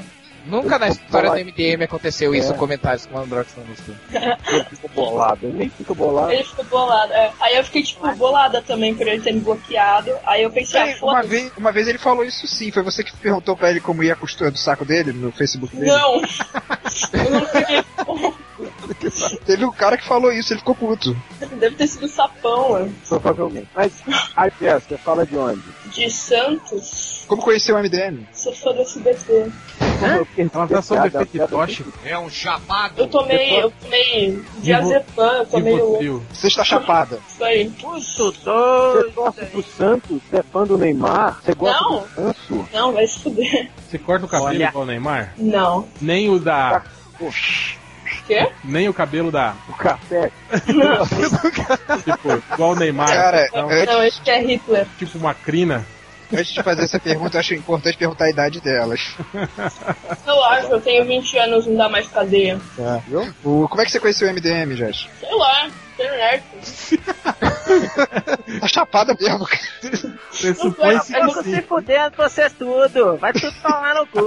Speaker 4: Nunca na história do MDM aconteceu isso,
Speaker 17: É.
Speaker 4: comentários que o Malandrox não gostou.
Speaker 3: Eu fico bolado, eu nem fico bolado.
Speaker 17: Ele ficou bolado. é. Aí eu fiquei, tipo, bolada também por ele ter me bloqueado. Aí eu pensei, ah,
Speaker 7: Sim, uma,
Speaker 17: foda-se.
Speaker 7: vez, uma vez ele falou isso sim. Foi você que perguntou pra ele como ia a costura do saco dele no Facebook dele?
Speaker 17: Não!
Speaker 7: Teve um cara que falou isso, ele ficou puto.
Speaker 17: Deve ter sido sapão, mano.
Speaker 3: Provavelmente. Mas, aí, Pia, você fala de onde?
Speaker 17: De Santos,
Speaker 7: Como conheceu o MDM?
Speaker 17: sou fã do SBT.
Speaker 2: Ela tá sob efeito tocha.
Speaker 7: É um chapado.
Speaker 17: Eu tomei, eu tomei diazepam, eu tomei o...
Speaker 7: Você está chapada.
Speaker 17: Isso aí.
Speaker 3: Você torce pro Santos? Você é fã do Neymar? Você gosta
Speaker 17: Não.
Speaker 3: do Santos?
Speaker 17: Não, vai se fuder.
Speaker 2: Você corta o cabelo
Speaker 17: Olha.
Speaker 2: igual o Neymar?
Speaker 17: Não.
Speaker 2: Nem o da.
Speaker 17: Quê?
Speaker 2: Nem o cabelo da.
Speaker 3: O café.
Speaker 2: tipo, igual o Neymar.
Speaker 7: Cara,
Speaker 2: Então,
Speaker 17: Não, esse que é Hitler.
Speaker 2: Tipo uma crina.
Speaker 7: Antes de fazer essa pergunta, eu acho importante perguntar a idade delas.
Speaker 17: Eu acho, eu tenho 20 anos, não dá mais cadeia.
Speaker 7: Tá, viu? O- como é que você conheceu o MDM, Jess?
Speaker 17: Sei lá, um internet.
Speaker 7: Tá chapada mesmo, cara.
Speaker 1: Pressupõe-se que
Speaker 17: Eu
Speaker 1: Tudo se fudendo, é você tudo. Vai tudo tomar no cu.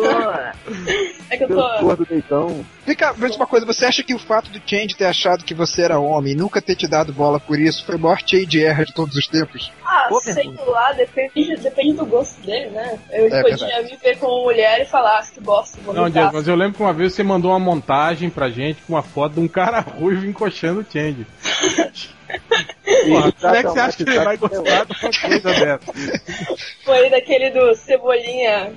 Speaker 17: É que eu
Speaker 3: Pelo
Speaker 17: tô...
Speaker 3: gordo deitão.
Speaker 7: Vem cá, mas uma coisa, você acha que o fato do Change ter achado que você era homem e nunca ter te dado bola por isso foi o maior cheio de erra de todos os tempos?
Speaker 17: Ah,
Speaker 7: Boa
Speaker 17: sei lá, depende, depende do gosto dele, né? Eu
Speaker 2: É
Speaker 17: podia
Speaker 2: verdade.
Speaker 17: me ver como mulher e falar, ah, que bosta, vou
Speaker 2: Não,
Speaker 17: não,
Speaker 2: Diego, mas eu lembro que uma vez você mandou uma montagem pra gente com uma foto de um cara ruivo encoxando o Change. Porra, como é
Speaker 3: tá
Speaker 2: que você acha que ele vai gostar de uma coisa dessa?
Speaker 17: Foi daquele do Cebolinha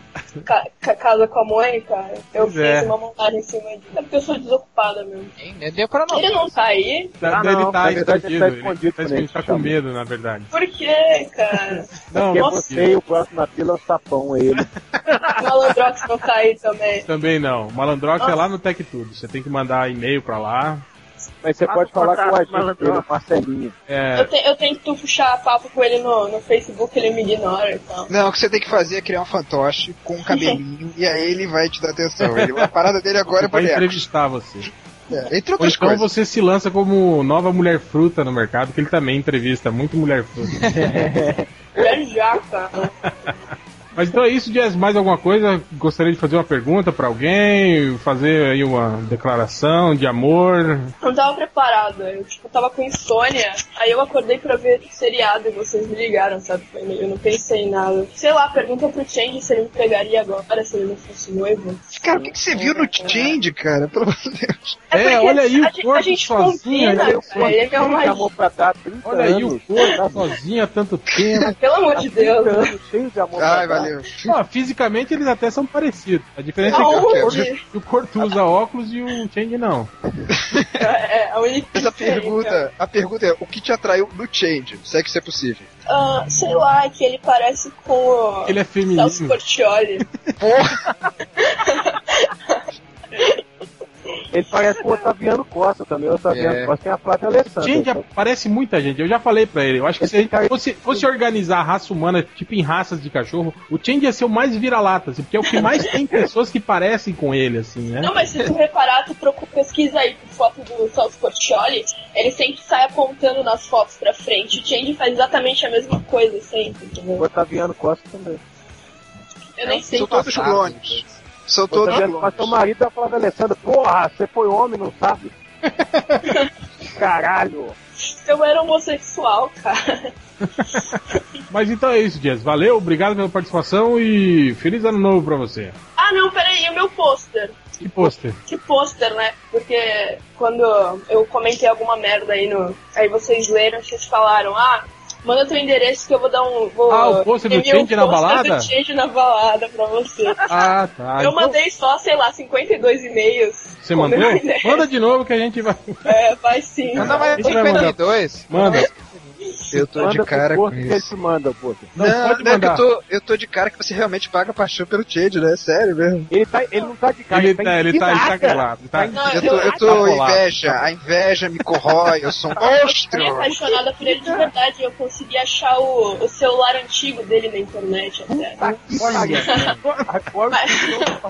Speaker 17: ca ca- Casa com a Mônica. Eu
Speaker 2: Pois
Speaker 17: fiz
Speaker 2: é.
Speaker 17: uma montagem em cima disso. É porque eu sou desocupada mesmo.
Speaker 4: né? Deu pra
Speaker 17: Ele não tá aí?
Speaker 2: Tá, ele tá
Speaker 3: Ah, na verdade,
Speaker 2: escondido,
Speaker 3: ele tá
Speaker 2: ele tá escondido, ele tá com medo, na verdade.
Speaker 17: Por quê, cara?
Speaker 2: Não,
Speaker 3: Porque
Speaker 2: não é
Speaker 3: você
Speaker 2: possível.
Speaker 3: e o próximo na fila é o sapão, é ele.
Speaker 17: O Malandrox não tá aí também.
Speaker 2: Também não. Malandrox é
Speaker 17: Nossa.
Speaker 2: lá no Tech Tudo. Você tem que mandar e-mail pra lá.
Speaker 3: Mas você
Speaker 17: Ah,
Speaker 3: pode
Speaker 17: não,
Speaker 3: falar
Speaker 17: tá,
Speaker 3: com a gente
Speaker 17: malandro.
Speaker 3: dele, Marcelinho.
Speaker 2: É.
Speaker 17: Eu, te, eu tento puxar papo com ele no, no Facebook, ele me ignora então. e tal.
Speaker 7: Não, o que você tem que fazer é criar um fantoche com um cabelinho e aí ele vai te dar atenção. Ele- a parada dele agora é
Speaker 2: vai
Speaker 7: boneco.
Speaker 2: entrevistar você.
Speaker 7: É, entre
Speaker 2: Ou
Speaker 7: outras
Speaker 2: então
Speaker 7: coisas.
Speaker 2: você se lança como nova mulher fruta no mercado, que ele também entrevista muito mulher fruta.
Speaker 17: Já já, cara.
Speaker 2: Mas então é isso, Jazz. Mais alguma coisa? Gostaria de fazer uma pergunta pra alguém? Fazer aí uma declaração de amor?
Speaker 17: Não tava preparada. Eu tipo, tava com insônia. Aí eu acordei pra ver seriado e vocês me ligaram, sabe? Eu não pensei em nada. Sei lá, pergunta pro Change se ele me pegaria agora, se ele não fosse noivo.
Speaker 7: Cara, o que, que você viu no Change, cara? Pelo amor de Deus.
Speaker 17: É, porque a
Speaker 2: olha aí o
Speaker 17: gente-
Speaker 2: corpo
Speaker 17: a gente
Speaker 2: sozinho.
Speaker 17: combina,
Speaker 2: olha aí o
Speaker 17: cara, ele é que é o
Speaker 2: corpo.
Speaker 17: mais-
Speaker 3: Chamou pra dar 30
Speaker 2: Olha aí o
Speaker 3: anos.
Speaker 2: corpo tá sozinho há tanto tempo.
Speaker 17: Pelo amor de Deus. né?
Speaker 3: Cheio de amor
Speaker 7: Ai,
Speaker 3: pra dar.
Speaker 7: valeu.
Speaker 2: Ó, fisicamente eles até são parecidos. A diferença
Speaker 17: Ah,
Speaker 2: é
Speaker 17: Aonde?
Speaker 2: que o, o Corto usa óculos e o Change não.
Speaker 17: É, é a única
Speaker 7: Mas a
Speaker 17: diferença.
Speaker 7: pergunta, a pergunta é, o que te atraiu no Change? Se é que isso é possível.
Speaker 17: Ah, sei lá, é que ele parece com o
Speaker 2: Ele é
Speaker 17: Celso
Speaker 2: feminino.
Speaker 17: Portioli.
Speaker 3: Ele parece com o Otaviano Costa também. O Otaviano
Speaker 2: É.
Speaker 3: Costa tem a Flávia Alessandra.
Speaker 2: Gente,
Speaker 7: é-
Speaker 2: aparece muita gente. Eu já falei pra ele. Eu acho que se a gente fosse, fosse organizar a raça humana, tipo em raças de cachorro, o Change ia ser o mais vira-lata, assim, porque é o que mais tem pessoas que parecem com ele, assim, né?
Speaker 17: Não, mas se tu reparar, tu procura, pesquisa aí por foto do Celso Portioli, ele sempre sai apontando nas fotos pra frente. O Change faz exatamente a mesma coisa
Speaker 3: O
Speaker 17: sempre, entendeu?
Speaker 3: Otaviano Costa também.
Speaker 17: Eu nem sei
Speaker 7: São todos
Speaker 17: passar.
Speaker 7: clones. São
Speaker 3: O
Speaker 7: todos
Speaker 3: Otaviano Costa é o
Speaker 7: clones.
Speaker 3: marido da Flávia Alessandra. Porra, você foi homem, não sabe? Caralho.
Speaker 17: Eu era homossexual, cara.
Speaker 2: Mas então é isso, Dias. Valeu, obrigado pela participação e feliz ano novo pra você.
Speaker 17: Ah, Ah, não, peraí, o meu pôster.
Speaker 2: Que pôster.
Speaker 17: Que pôster, né? Porque quando eu comentei alguma merda aí no. Aí vocês leram, vocês falaram, ah, manda teu endereço que eu vou dar um. Vou,
Speaker 2: Ah, o pôster do
Speaker 17: imprimir
Speaker 2: Change na
Speaker 17: pôster
Speaker 2: balada?
Speaker 17: do Change na balada pra você.
Speaker 2: Ah, tá.
Speaker 17: eu
Speaker 2: Então,
Speaker 17: mandei só, sei lá, 52 e-mails.
Speaker 2: Você
Speaker 17: com
Speaker 2: mandou?
Speaker 17: meu endereço.
Speaker 2: Manda de novo que a gente vai.
Speaker 17: É, vai sim.
Speaker 7: Manda mais
Speaker 2: A gente vai mandar.
Speaker 7: 52.
Speaker 2: Manda.
Speaker 7: Eu tô de cara com isso.
Speaker 3: manda, pô.
Speaker 7: Não,
Speaker 3: Não, pode
Speaker 7: não, é que eu
Speaker 3: mandar.
Speaker 7: tô, eu tô de cara que você realmente paga paixão pelo Change, né? Sério mesmo.
Speaker 3: Ele, tá, ele não tá de
Speaker 7: cara,
Speaker 2: Ele ele tá tá- ele tá- ele tá indignado. calado, tá- Não,
Speaker 7: eu tô, eu
Speaker 2: eu-
Speaker 7: tô
Speaker 2: tá bolado,
Speaker 7: inveja, a inveja me corrói, eu sou um monstro.
Speaker 17: Eu fiquei apaixonada por ele de verdade. Eu consegui achar o, o celular antigo dele na internet até.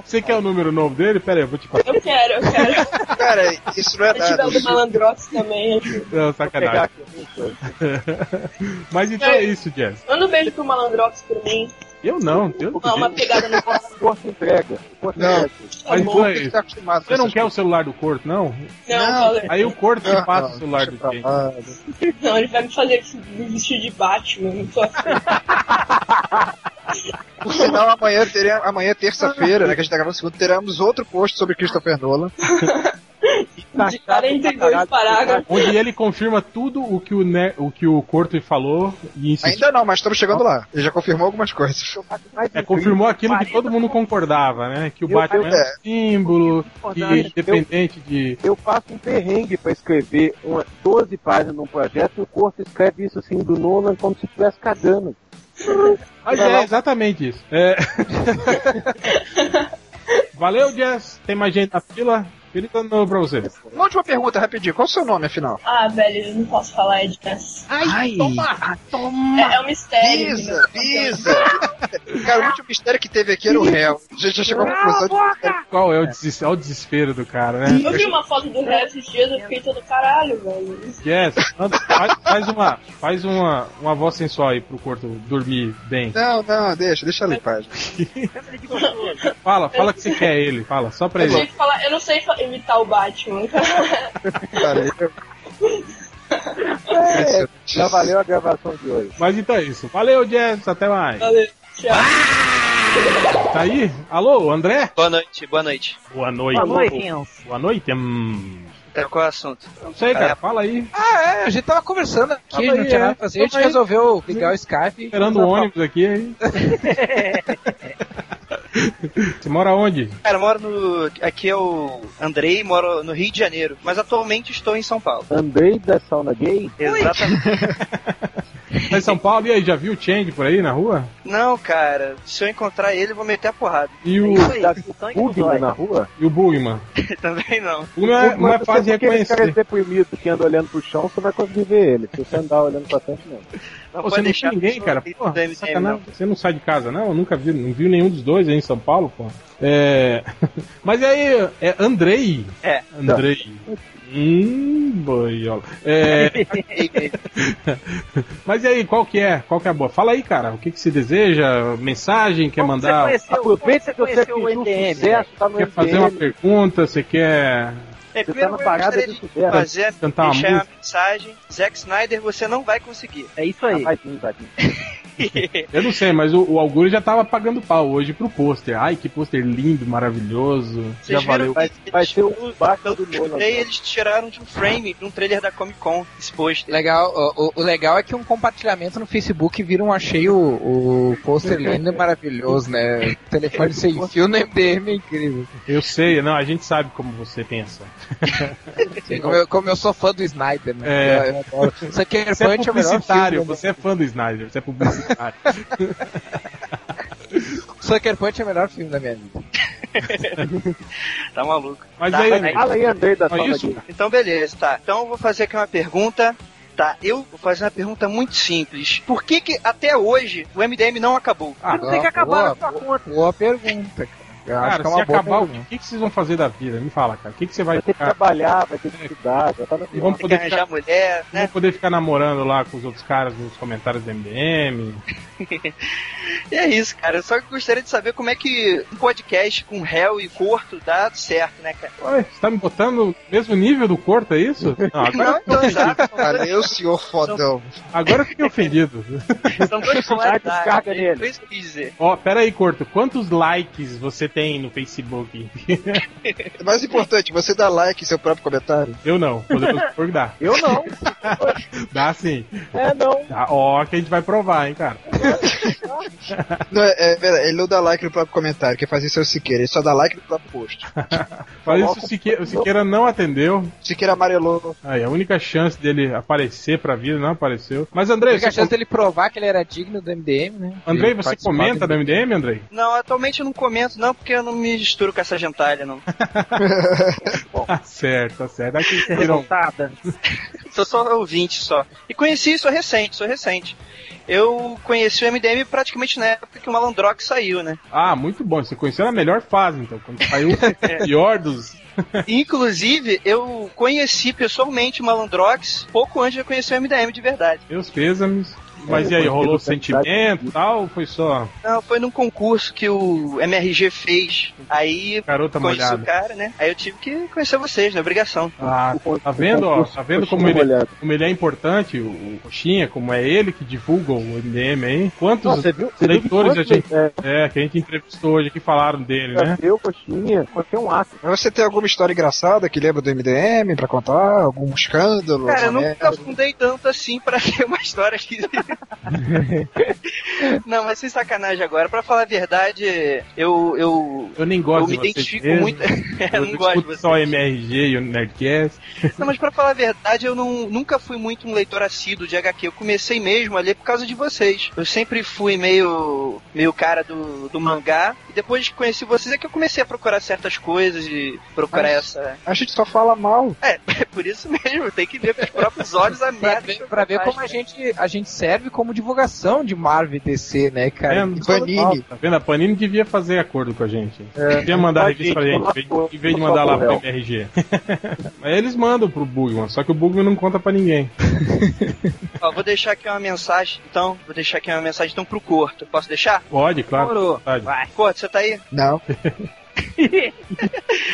Speaker 2: Você quer o número novo dele? Pera aí, eu vou te passar.
Speaker 17: Eu quero, eu quero.
Speaker 7: Cara, isso não é
Speaker 17: Se tiver
Speaker 2: dado,
Speaker 17: do
Speaker 2: isso-
Speaker 17: Malandrox também, ajuda. pegar
Speaker 2: Não, sacanagem. Mas então é isso, Jess.
Speaker 17: Manda um beijo pro Malandrox por mim.
Speaker 2: Eu não, eu
Speaker 17: Dá uma pegada no
Speaker 3: Corta entrega.
Speaker 7: Não,
Speaker 2: Mas
Speaker 7: bom,
Speaker 2: então é
Speaker 7: tem que
Speaker 2: isso.
Speaker 7: estar acostumado com
Speaker 2: Você não
Speaker 7: essas
Speaker 2: quer o celular do Corto, não?
Speaker 17: Não, não,
Speaker 2: Aí o Corto te
Speaker 7: Não,
Speaker 2: passa
Speaker 7: não,
Speaker 2: o celular do Jay.
Speaker 7: né?
Speaker 17: não, ele vai me fazer me vestir de Batman. eu Não tô afim.
Speaker 7: Por sinal, amanhã, teria, amanhã terça-feira, né, que a gente tá gravando segundo, teremos outro post sobre Christopher Nolan.
Speaker 17: De 42 parágrafos.
Speaker 2: Onde ele confirma tudo o que o, ne o, que o Corto falou e insistiu.
Speaker 7: Ainda não, mas estamos chegando lá. Ele já confirmou algumas coisas.
Speaker 2: É, confirmou aquilo que todo mundo concordava, né? Que o Batman
Speaker 3: eu-
Speaker 2: é um símbolo, que
Speaker 3: Concordava.
Speaker 2: independente de.
Speaker 3: Eu faço um perrengue pra escrever uma, 12 páginas num projeto e o corpo escreve isso assim do Nolan como se estivesse cagando.
Speaker 2: Mas é exatamente isso. É. Valeu, Jess. Tem mais gente na fila? Feliz ano novo pra você.
Speaker 7: Uma última pergunta, rapidinho. Qual o seu nome, afinal?
Speaker 17: Ah, velho, eu não posso falar, é de Ai,
Speaker 7: toma,
Speaker 17: É, é um mistério.
Speaker 7: Pisa, pisa. Cara, o último mistério que teve aqui era o réu. A gente já chegou à conclusão de
Speaker 2: Qual é o, des... é o desespero do cara, né?
Speaker 17: Eu vi uma foto do Rev esses dias, eu fiquei todo caralho, velho.
Speaker 2: Jess, manda- faz, faz uma, faz uma, uma voz sensual aí pro Corto dormir bem.
Speaker 7: Não, não, deixa, deixa ali, pai.
Speaker 2: Fala, fala que você quer ele, fala, só pra
Speaker 17: Eu, sei
Speaker 2: ele.
Speaker 17: falar, eu não sei fa- imitar o Batman, cara.
Speaker 3: Já valeu a gravação de hoje.
Speaker 2: É Mas então é isso. Valeu, Jess, até mais.
Speaker 17: Valeu, tchau.
Speaker 2: Tá aí? Alô, André?
Speaker 18: Boa noite, boa noite.
Speaker 2: Boa noite.
Speaker 18: Boa noite.
Speaker 2: Boa noite. hum.
Speaker 18: Então, qual é o assunto?
Speaker 2: Não sei, cara, Tá fala aí.
Speaker 4: Ah, é, a gente tava conversando aqui,
Speaker 2: Fala
Speaker 4: a gente não
Speaker 2: aí,
Speaker 4: tinha nada
Speaker 2: é.
Speaker 4: pra fazer, a gente
Speaker 2: Fala aí.
Speaker 4: resolveu ligar o Skype.
Speaker 2: Esperando o ônibus aqui, hein? Você mora onde?
Speaker 18: Cara, eu moro no. Aqui é o Andrei, moro no Rio de Janeiro, mas atualmente estou em São Paulo.
Speaker 3: Andrei da sauna gay?
Speaker 18: Exatamente.
Speaker 2: Tá em São Paulo, e aí, já viu o Change por aí na rua?
Speaker 18: Não, cara, se eu encontrar ele, eu vou meter a porrada.
Speaker 2: E
Speaker 18: É
Speaker 2: o
Speaker 18: isso aí.
Speaker 3: Bugman na rua?
Speaker 2: E o Bugman?
Speaker 18: Também não.
Speaker 2: Uma é, não é fácil de
Speaker 3: Se você
Speaker 2: reconhecer.
Speaker 3: deprimido que anda olhando pro chão, você vai conseguir ver ele. Se você andar olhando pra frente, não.
Speaker 2: Pô, você não viu ninguém, cara. Porra,
Speaker 18: do MDM,
Speaker 2: sacanagem. Tá Você não sai de casa, não? Eu nunca vi, não viu nenhum dos dois aí em São Paulo, pô. É. Mas aí, é Andrei.
Speaker 18: É.
Speaker 2: Andrei. Hum, boiola. É. Mas e aí, qual que é? Qual que é a boa? Fala aí, cara. O que, que você deseja? Mensagem? Quer mandar?
Speaker 3: Aproveita que você
Speaker 1: o
Speaker 3: pediu
Speaker 1: MDM,
Speaker 3: sucesso,
Speaker 1: né?
Speaker 3: tá no
Speaker 2: Quer fazer uma
Speaker 3: MDM.
Speaker 2: pergunta? Você quer.
Speaker 3: Você
Speaker 18: É,
Speaker 3: tá
Speaker 18: primeiro
Speaker 3: na
Speaker 18: eu
Speaker 3: parada
Speaker 18: gostaria
Speaker 3: de
Speaker 18: de
Speaker 3: supera.
Speaker 18: fazer,
Speaker 2: Cantar uma
Speaker 18: deixar uma
Speaker 2: música?
Speaker 18: mensagem. Zack Snyder, você não vai conseguir.
Speaker 1: É isso
Speaker 3: Ah,
Speaker 1: aí.
Speaker 2: Eu não sei, mas o, o Augusto já tava pagando pau hoje pro pôster. Ai, que pôster lindo, maravilhoso. já
Speaker 18: Vocês
Speaker 2: valeu.
Speaker 18: viram que
Speaker 3: Vai um ser o
Speaker 18: pelo que eu escutei, eles tiraram de um frame, de um trailer da Comic Con exposto.
Speaker 4: Legal, o, o- o legal é que um compartilhamento no Facebook vira um achei o, o pôster lindo e maravilhoso, né? Telefone sem fio no MDM é incrível.
Speaker 2: Eu sei, não, a gente sabe como você pensa.
Speaker 4: Como eu, como eu sou fã do Snyder, né?
Speaker 2: É.
Speaker 4: Eu, eu adoro. Sucker
Speaker 2: Você é
Speaker 4: Punch é o melhor
Speaker 2: publicitário,
Speaker 4: filme.
Speaker 2: você é fã do Snyder, você é publicitário.
Speaker 4: Sucker Punch é o melhor filme da minha vida.
Speaker 18: Tá maluco.
Speaker 2: Mas
Speaker 18: Tá,
Speaker 2: aí,
Speaker 3: Fala aí, Andrei da
Speaker 18: Só
Speaker 3: sauna
Speaker 18: isso?
Speaker 3: gay.
Speaker 18: Então, beleza, tá. Então, eu vou fazer aqui uma pergunta. Tá, eu vou fazer uma pergunta muito simples. Por que que até hoje o MDM não acabou?
Speaker 2: Ah,
Speaker 4: Ah, boa, boa, boa pergunta, cara. Eu acho
Speaker 2: Cara,
Speaker 4: que é
Speaker 2: se
Speaker 4: uma boa
Speaker 2: acabar, o
Speaker 4: pergunta.
Speaker 2: que, que vocês vão fazer da vida? Me fala, cara. O que, que você vai,
Speaker 3: Vai ter que trabalhar, vai ter que estudar, já tá na
Speaker 2: E vão Ah. poder
Speaker 18: Tem que
Speaker 2: ficar-
Speaker 18: arranjar mulher, né?
Speaker 2: Vão poder ficar namorando lá com os outros caras nos comentários do MDM.
Speaker 18: E é isso, cara. Eu só gostaria de saber como é que um podcast com réu e corto dá certo, né, cara?
Speaker 2: Ué, você tá me botando no mesmo nível do corto, é isso? Não, agora
Speaker 18: Não,
Speaker 2: eu
Speaker 18: não, já.
Speaker 7: Cara, eu, senhor fodão.
Speaker 2: Agora eu fiquei ofendido.
Speaker 18: São dois polaridades. É isso que eu quis dizer.
Speaker 2: Ó, pera aí, Corto, quantos likes você tem no Facebook?
Speaker 7: Mais importante, você dá like em seu próprio comentário?
Speaker 2: Eu não, mas eu vou dá.
Speaker 7: Eu não.
Speaker 2: Dá sim.
Speaker 7: É, não.
Speaker 2: Dá, Tá, ó, que a gente vai provar, hein, cara.
Speaker 7: é, pera, ele não dá like no próprio comentário, quem faz isso é o Siqueira, ele só dá like no próprio post.
Speaker 2: Mas isso o Siqueira, o Siqueira não atendeu.
Speaker 7: Siqueira amarelou.
Speaker 2: Aí, a única chance dele aparecer pra vida não apareceu. Mas, Andrei,
Speaker 4: Porque a
Speaker 2: você,
Speaker 4: chance dele provar que ele era digno do MDM, né?
Speaker 2: Andrei,
Speaker 4: De
Speaker 2: você
Speaker 4: participar
Speaker 2: comenta
Speaker 4: do
Speaker 2: do MDM, Andrei?
Speaker 18: Não, atualmente eu não comento, não, porque eu não me misturo com essa gentalha, não.
Speaker 2: Tá certo, tá certo. Aqui, Siqueirão.
Speaker 1: Revoltada.
Speaker 18: Sou só ouvinte só. E conheci, sou recente, sou recente. Eu conheci o MDM praticamente na época que o Malandrox saiu, né?
Speaker 2: Ah, muito bom. Você conheceu na melhor fase, então. Quando saiu o pior dos.
Speaker 18: É. Inclusive, eu conheci pessoalmente o Malandrox pouco antes de eu conhecer o MDM de verdade.
Speaker 2: Meus pêsames. Mas e aí, rolou sentimento e tal? Ou foi só.
Speaker 18: Não, foi num concurso que o MRG fez. Aí
Speaker 2: Garota
Speaker 18: conheci
Speaker 2: molhada.
Speaker 18: o cara, né? Aí eu tive que conhecer vocês, né? Obrigação.
Speaker 2: Ah, tá vendo, ó, tá vendo como ele, como ele é importante, o, o Coxinha, como é ele que divulga o MDM aí? Quantos
Speaker 3: Não, você viu- você viu que
Speaker 2: leitores a
Speaker 3: quantos-
Speaker 2: gente, é, que a gente entrevistou hoje que falaram dele, né?
Speaker 3: Eu, coxinha, coxinha um aço.
Speaker 7: Mas você tem alguma história engraçada que lembra do MDM pra contar? Algum escândalo?
Speaker 18: Cara, eu
Speaker 7: alguma
Speaker 18: nunca
Speaker 7: merda?
Speaker 18: afundei tanto assim pra ter uma história que. não, mas sem sacanagem agora. Pra falar a verdade, eu. Eu,
Speaker 2: Eu nem gosto
Speaker 18: eu me
Speaker 2: de vocês
Speaker 18: identifico
Speaker 2: mesmo.
Speaker 18: muito. É, eu
Speaker 2: Eu
Speaker 18: não gosto de
Speaker 2: escuto
Speaker 18: você.
Speaker 2: só MRG e o Nerdcast.
Speaker 18: Não, mas pra falar a verdade, eu não, nunca fui muito um leitor assíduo de HQ. Eu comecei mesmo ali por causa de vocês. Eu sempre fui meio, meio cara do, do mangá. E depois que conheci vocês é que eu comecei a procurar certas coisas e procurar
Speaker 7: Mas-
Speaker 18: essa.
Speaker 7: A gente só fala mal.
Speaker 18: É, é por isso mesmo. Tem que ver com os próprios olhos a merda. que eu
Speaker 4: Pra ver
Speaker 18: faço, né?
Speaker 4: como
Speaker 18: cara.
Speaker 4: a gente, a gente serve como divulgação de Marvel e DC, né,
Speaker 2: É,
Speaker 4: cara?
Speaker 2: não
Speaker 4: E
Speaker 2: fala mal,
Speaker 4: Panini.
Speaker 2: Tá vendo? A Panini devia fazer acordo com a gente.
Speaker 4: É.
Speaker 2: devia mandar a revista pra
Speaker 4: Gente,
Speaker 2: gente, em vez- em vez de mandar lá pro MRG. Mas eles mandam pro Bugman, só que o Bugman não conta pra ninguém.
Speaker 18: Ó, vou deixar aqui uma mensagem, então. Vou deixar aqui uma mensagem, então, pro Corto. Posso deixar?
Speaker 2: Pode, claro.
Speaker 18: Demorou.
Speaker 2: Vontade.
Speaker 18: Vai. Corto, você tá aí?
Speaker 7: Não.
Speaker 18: Não vou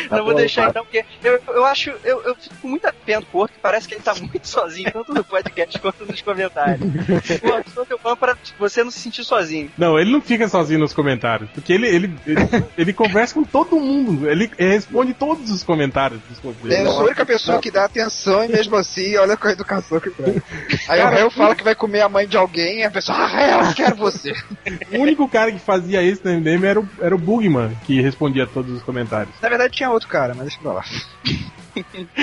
Speaker 2: Tá bom,
Speaker 18: deixar,
Speaker 2: vai.
Speaker 18: então, porque eu, eu acho... Eu, eu fico com muita pena do Corto, que parece que ele tá muito sozinho, tanto no podcast quanto nos comentários. Corto, sou teu fã pra você não se sentir sozinho.
Speaker 2: Não, ele não fica sozinho nos comentários, porque ele, ele, ele, ele conversa com todo mundo, ele responde todos os comentários. Desculpa.
Speaker 18: É,
Speaker 7: É, Eu sou a única pessoa que dá atenção e mesmo assim, olha com a educação que traz. Aí o réu fala que vai comer a mãe de alguém e a pessoa, ah, réu, quero você.
Speaker 2: O único cara que fazia isso no MDM era o, era o Bugman, que respondia todos os comentários.
Speaker 18: Tá
Speaker 7: Na verdade tinha outro cara, mas deixa pra lá.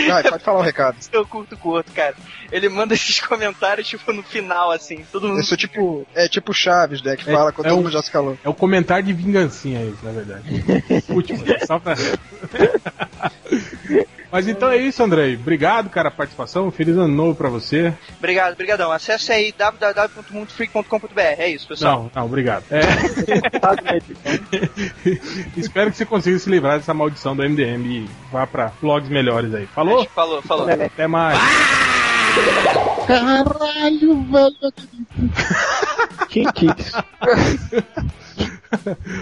Speaker 7: Vai, pode falar o recado.
Speaker 18: Eu curto o Corto, cara. Ele manda esses comentários, tipo, no final, assim. Todo mundo...
Speaker 7: Eu sou tipo, é tipo o Chaves, né, que
Speaker 2: É-
Speaker 7: fala quando
Speaker 2: é
Speaker 7: todo
Speaker 2: um-
Speaker 7: mundo já se calou.
Speaker 2: É o comentário de vingancinha isso, na verdade. Último, só pra... Mas então é isso, Andrei. Obrigado, cara, a participação. Feliz ano novo pra você.
Speaker 18: Obrigado, obrigadão. Acesse aí www.mundofreak.com.br. É isso, pessoal.
Speaker 2: Não, não, obrigado. É. Espero que você consiga se livrar dessa maldição do MDM e vá pra blogs melhores aí. Falou?
Speaker 18: Falou, falou.
Speaker 2: Até mais.
Speaker 7: Caralho, velho.
Speaker 3: Que que isso?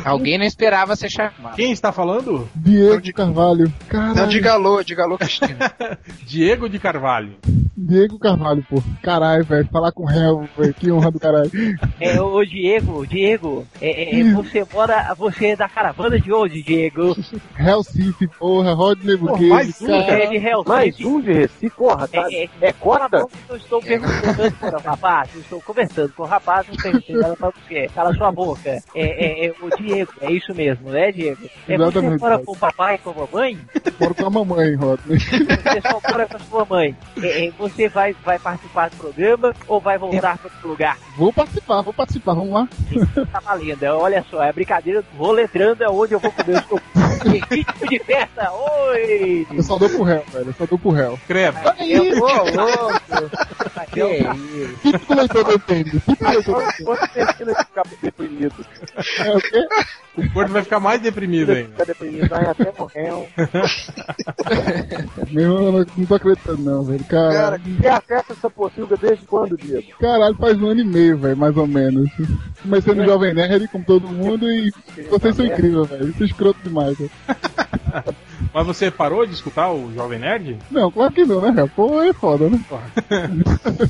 Speaker 4: Alguém não esperava ser chamado.
Speaker 2: Quem está falando?
Speaker 19: Diego de Carvalho. Caralho.
Speaker 7: Não, diga alô, diga alô, Cristina.
Speaker 2: Diego de Carvalho.
Speaker 19: Diego Carvalho, pô. Caralho, velho. Falar com o réu, velho. Que honra do caralho.
Speaker 1: É, ô Diego, Diego, é, é, você mora, você é da caravana de hoje, Diego.
Speaker 19: Réu Cif, porra. Rodney Buguês.
Speaker 1: é de Hell's
Speaker 19: Mais
Speaker 1: Kitchen.
Speaker 19: um de Recife, porra. Tá...
Speaker 1: É, é,
Speaker 19: é cota?
Speaker 1: Eu estou perguntando para o rapaz, eu estou conversando com o rapaz, não tenho nada para você. Cala sua boca. É, é, é o Diego, é isso mesmo, né, Diego? É, você
Speaker 19: Exatamente,
Speaker 1: mora
Speaker 19: Paulo.
Speaker 1: com o papai e com a mamãe?
Speaker 19: Moro com a mamãe, Rodney.
Speaker 1: Você só mora com a sua mãe. É, é, você vai, vai participar do programa ou vai
Speaker 19: É.
Speaker 1: voltar para outro lugar?
Speaker 19: Vou participar, vou participar. Vamos lá.
Speaker 1: Tá valendo, olha só, é brincadeira, vou letrando é onde eu vou comer os cocôs. Que ritmo de festa, oi!
Speaker 19: Eu só dou pro réu, velho. Eu só dou pro réu.
Speaker 2: Credo.
Speaker 19: Olha aí,
Speaker 1: ô, ô,
Speaker 4: Que é isso? Típico leitor do entende. Típico leitor
Speaker 2: deprimido. o corpo vai ficar mais deprimido ainda.
Speaker 20: Fica deprimido, aí até morreu.
Speaker 2: É.
Speaker 19: Meu, eu não- não tô acreditando não, velho.
Speaker 20: Cara,
Speaker 19: Caralho.
Speaker 20: você acessa essa pocilga desde quando, Diego?
Speaker 19: Caralho, faz um ano e meio, velho, mais ou menos. Comecei no Jovem Nerd, como todo mundo, e vocês são incríveis, velho. Vocês são escroto demais, velho.
Speaker 2: Mas você parou de escutar o Jovem Nerd?
Speaker 19: Não, claro que não, né, cara? Pô, é foda, né?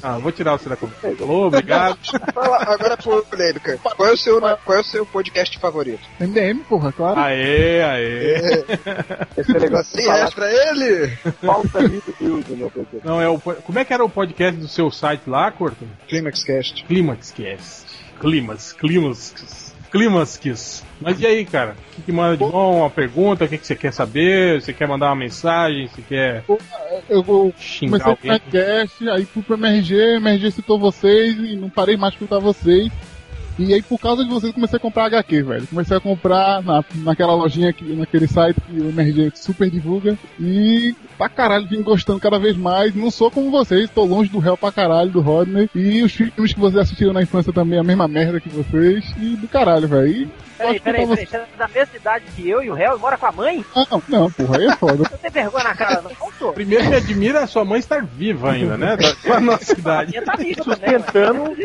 Speaker 2: ah, vou tirar você da conversa. Falou, obrigado.
Speaker 7: Fala, agora por polêmica. Qual é, o seu, qual é o seu podcast favorito?
Speaker 19: MDM, porra, claro.
Speaker 2: Aê,
Speaker 19: É,
Speaker 2: aê.
Speaker 20: É,
Speaker 19: Esse negócio de falar-
Speaker 7: pra ele!
Speaker 20: Falta muito build, meu Deus.
Speaker 2: Não, é o, po- como é que era o podcast do seu site lá, Corto?
Speaker 7: Climaxcast.
Speaker 2: Climaxcast. Climas, climas, climasques. Mas e aí, cara? O que, que manda de bom? Uma pergunta? O que, que você quer saber? Você quer mandar uma mensagem? Você quer
Speaker 19: Eu vou
Speaker 2: xingar
Speaker 19: comecei com
Speaker 2: alguém?
Speaker 19: podcast, aí fui pro MRG, MRG citou vocês e não parei mais de escutar vocês. E aí por causa de vocês comecei a comprar HQ, velho. Comecei a comprar na, naquela lojinha que, naquele site que o MRG super divulga. E pra caralho vim gostando cada vez mais. Não sou como vocês, tô longe do réu pra caralho, do Rodney. E os filmes que vocês assistiram na infância também, a mesma merda que vocês. E do caralho, velho. E
Speaker 1: Peraí,
Speaker 19: gosto de
Speaker 1: peraí,
Speaker 19: escutar
Speaker 1: peraí. Você é da mesma idade que eu e o réu e mora com a mãe?
Speaker 19: vocês. Não, não, porra, aí é foda.
Speaker 1: Não tem vergonha na cara, não. Faltou.
Speaker 2: Primeiro me admira a sua mãe estar viva ainda, né? Da, da nossa idade.
Speaker 1: Minha tá viva também.
Speaker 19: é-
Speaker 20: Tentando,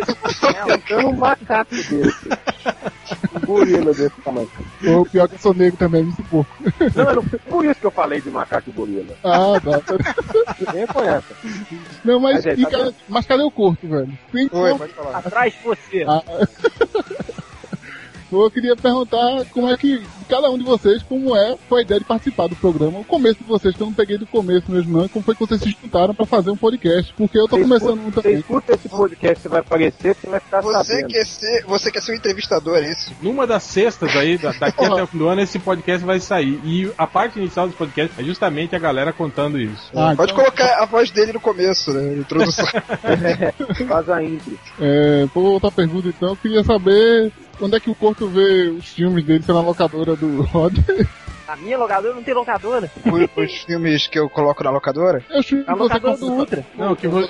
Speaker 20: tentando um macaco desse. Um gorila desse tamanho.
Speaker 19: Ou pior que eu sou negro também, me pouco.
Speaker 20: Não, não foi por isso que eu falei de macaco e gorila.
Speaker 19: Ah, tá.
Speaker 20: Ninguém conhece.
Speaker 19: Não, mas,
Speaker 20: Mas aí,
Speaker 19: e
Speaker 20: tá
Speaker 19: cadê-
Speaker 20: vendo?
Speaker 19: mas cadê o corpo, velho? Tem corpo.
Speaker 20: tá
Speaker 1: Atrás de você.
Speaker 19: Ah. Eu queria perguntar como é que cada um de vocês, como é, foi a ideia de participar do programa. O começo de vocês, que eu não peguei do começo mesmo, não. Como foi que vocês se juntaram pra fazer um podcast? Porque eu tô
Speaker 20: Você
Speaker 19: começando um
Speaker 20: escuta-
Speaker 19: também.
Speaker 20: Você escuta esse podcast, você vai aparecer, você vai ficar
Speaker 7: Você
Speaker 20: sabendo.
Speaker 7: quer, ser, você quer ser um entrevistador, é isso?
Speaker 2: Numa das sextas aí, da- daqui até o fim do ano, esse podcast vai sair. E a parte inicial do podcast é justamente a galera contando isso.
Speaker 7: Pode colocar a voz dele no começo, né? Introdução.
Speaker 20: Faz a intro.
Speaker 19: É, por outra pergunta, então, eu queria saber onde é que o corpo vê os filmes dele, se é na locadora do Rod.
Speaker 1: A minha locadora não tem locadora.
Speaker 7: Os- Os filmes que eu coloco na locadora?
Speaker 19: Eu filme
Speaker 1: A locadora do Ultra.
Speaker 2: Não, que você...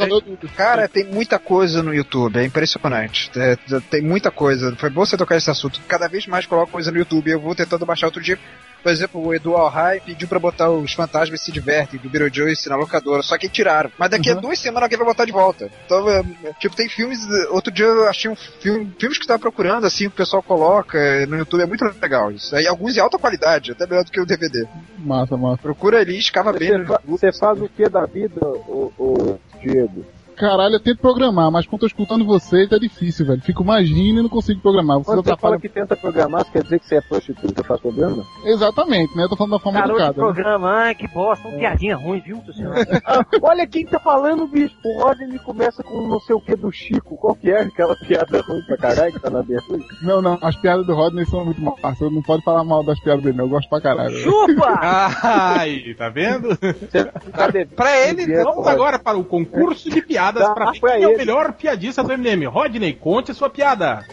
Speaker 7: Cara, tem muita coisa no YouTube, é impressionante. É, t- tem muita coisa. Foi bom você tocar esse assunto. Cada vez mais coloco coisa no YouTube. Eu vou tentando baixar outro dia. Por exemplo, o Edu Alhai pediu pra botar os Fantasmas Se Divertem do Beetlejuice na locadora, só que tiraram. Mas daqui
Speaker 2: Uhum.
Speaker 7: a duas semanas alguém vai botar de volta. Então, é, é, tipo, tem filmes. é, Outro dia eu achei um filme, filmes que eu tava procurando, assim, que o pessoal coloca é, no YouTube. É muito legal isso. Aí alguns em alta qualidade, até melhor do que o DVD.
Speaker 19: Massa, massa.
Speaker 7: Procura ali, escava bem.
Speaker 20: Você, fa- você faz o que da vida, ô, ô Diego?
Speaker 19: Caralho, eu tento programar, mas quando eu tô escutando vocês é difícil, velho. Fico imaginando e não consigo programar. Vocês
Speaker 20: Quando você
Speaker 19: atrapalham.
Speaker 20: fala que tenta programar, você quer dizer que você é prostituta, faz programa?
Speaker 19: Exatamente, né? Eu tô falando da forma
Speaker 1: Garoto de
Speaker 19: educada. né? É.
Speaker 1: programa, ai que bosta, uma piadinha ruim, viu, do senhor?
Speaker 20: Ah, Olha quem tá falando, bicho. O Rodney começa com não sei o que do Chico. Qual que é aquela piada ruim pra caralho que tá na abertura?
Speaker 19: Não, não, as piadas do Rodney são muito massas. Eu não pode falar mal das piadas dele, não. Eu gosto pra caralho.
Speaker 2: Ai, tá vendo?
Speaker 7: tá pra
Speaker 20: é
Speaker 7: ele,
Speaker 2: Vamos agora para o concurso de piadas
Speaker 19: Dá
Speaker 2: para ver
Speaker 19: pra
Speaker 2: quem é o
Speaker 19: ele.
Speaker 2: melhor piadista do MDM. Rodney, conte a sua piada.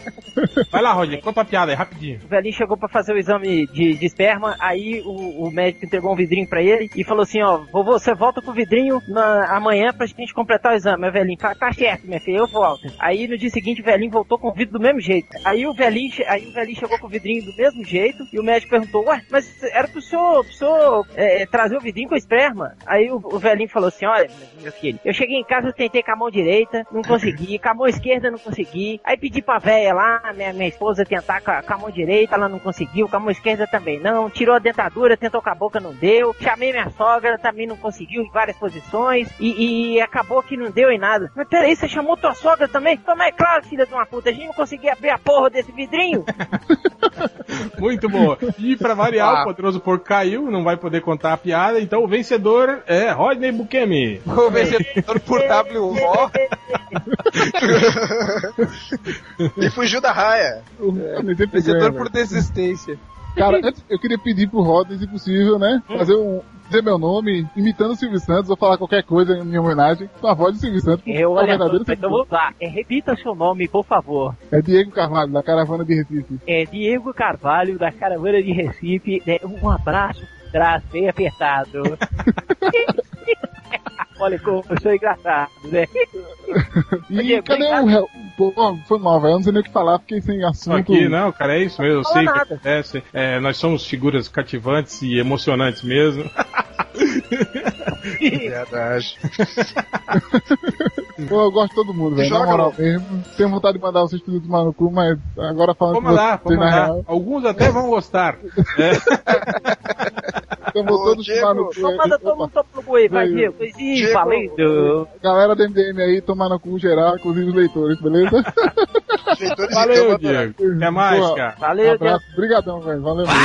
Speaker 2: Vai lá, Rodney, conta a piada aí, rapidinho.
Speaker 1: O velhinho chegou pra fazer o exame de, de esperma, aí o, o médico entregou um vidrinho pra ele e falou assim, ó, vovô, você volta com o vidrinho na, amanhã pra gente completar o exame. Aí o velhinho, tá, tá certo, minha filha, eu volto. Aí no dia seguinte o velhinho voltou com o vidro do mesmo jeito. Aí o velhinho, che- aí o velhinho chegou com o vidrinho do mesmo jeito e o médico perguntou, ué, mas era pro senhor, pro senhor é, trazer o vidrinho com a esperma? Aí o, o velhinho falou assim, olha, meu filho, eu cheguei em casa, eu tentei com a mão direita, não consegui, com a mão esquerda não consegui. Aí pedi pra véia lá, minha, minha esposa, tentar com a, com a mão direita, ela não conseguiu, com a mão esquerda também não, tirou a dentadura, tentou com a boca, não deu. Chamei minha sogra, ela também não conseguiu em várias posições, e, e acabou que não deu em nada. Mas peraí, você chamou tua sogra também? Falei, Mas é claro, filha de uma puta, a gente não conseguia abrir a porra desse vidrinho.
Speaker 2: Muito boa. E pra variar,
Speaker 1: Ah.
Speaker 2: o poderoso porco caiu, não vai poder contar a piada, então o vencedor é Rodney Bukemi.
Speaker 7: O vencedor por WO. e fugiu da raia.
Speaker 19: O Rodney sempre ganha,
Speaker 7: Vencedor
Speaker 19: velho.
Speaker 7: é por desistência.
Speaker 19: Cara, antes, eu queria pedir pro Rodney, se possível, né? Fazer um. Dizer meu nome, imitando o Silvio Santos, ou falar qualquer coisa em minha homenagem, com a voz do Silvio Santos. porque
Speaker 1: Eu,
Speaker 19: é, o
Speaker 1: olha,
Speaker 19: verdadeiro
Speaker 1: então
Speaker 19: Silvio
Speaker 1: vou lá. É, repita seu nome, por favor.
Speaker 19: Santos. é Diego Carvalho, da Caravana de Recife.
Speaker 1: É Diego Carvalho, da Caravana de né, Recife. É, um abraço, braço bem apertado. Olha, como eu sou engraçado, né?
Speaker 19: E cadê o réu? Pô, foi mal, velho. Eu não sei nem o que falar, fiquei sem assunto.
Speaker 2: Aqui, não, cara, é isso mesmo. Eu
Speaker 19: Tipo, fala
Speaker 2: sei o que
Speaker 19: nada.
Speaker 2: acontece. É, nós somos figuras cativantes e emocionantes mesmo.
Speaker 7: Verdade.
Speaker 19: Pô, eu gosto de todo mundo, velho. Na
Speaker 2: Joga
Speaker 19: moral
Speaker 2: logo.
Speaker 19: mesmo. Tenho vontade de mandar vocês tudo tomar no cu, mas agora falando
Speaker 2: Vou
Speaker 19: com
Speaker 2: mandar, vou
Speaker 19: vocês na
Speaker 2: mandar.
Speaker 19: real.
Speaker 2: Alguns até vão gostar.
Speaker 19: Eu vou todos tomar no cu.
Speaker 1: Só manda todo mundo tomar no cu aí, vai,
Speaker 19: Veio.
Speaker 1: Diego. Ih, falei. do-
Speaker 19: Galera do MDM aí, tomar no cu geral, inclusive os leitores, beleza?
Speaker 2: Valeu, Diego. Até mais, cara.
Speaker 1: Valeu,
Speaker 19: abraço. Obrigadão, velho. Valeu.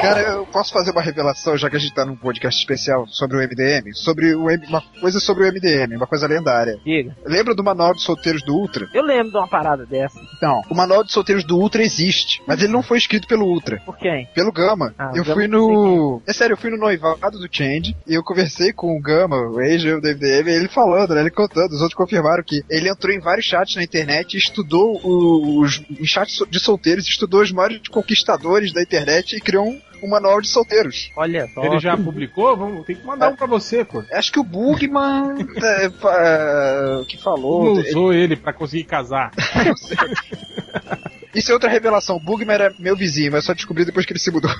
Speaker 7: Cara, eu posso fazer uma revelação, já que a gente tá num podcast especial sobre o MDM? Sobre o M- uma coisa sobre o MDM, uma coisa lendária.
Speaker 1: Diga.
Speaker 7: Lembra do Manual de Solteiros do Ultra?
Speaker 1: Eu lembro de uma parada dessa.
Speaker 7: Então, o Manual de Solteiros do Ultra existe, mas ele não foi escrito pelo Ultra.
Speaker 1: Por quem?
Speaker 7: Pelo Gama.
Speaker 1: Ah,
Speaker 7: eu
Speaker 1: o Gama
Speaker 7: fui no. É sério, eu fui no noivado do Change e eu conversei com o Gama, o ex do MDM, ele falando, né? Ele contando. Os outros confirmaram que ele entrou em vários chats na internet e estudou os. em chats de solteiros, estudou os maiores conquistadores da internet e criou um, um manual de solteiros. É.
Speaker 1: Olha só.
Speaker 2: Ele já publicou? Vamos, tem que mandar um pra você, pô.
Speaker 7: Acho que o Bugman é, fa- que falou.
Speaker 2: Não usou ele pra conseguir casar.
Speaker 7: Isso é outra revelação. O Bugman era meu vizinho, mas só descobri depois que ele se mudou.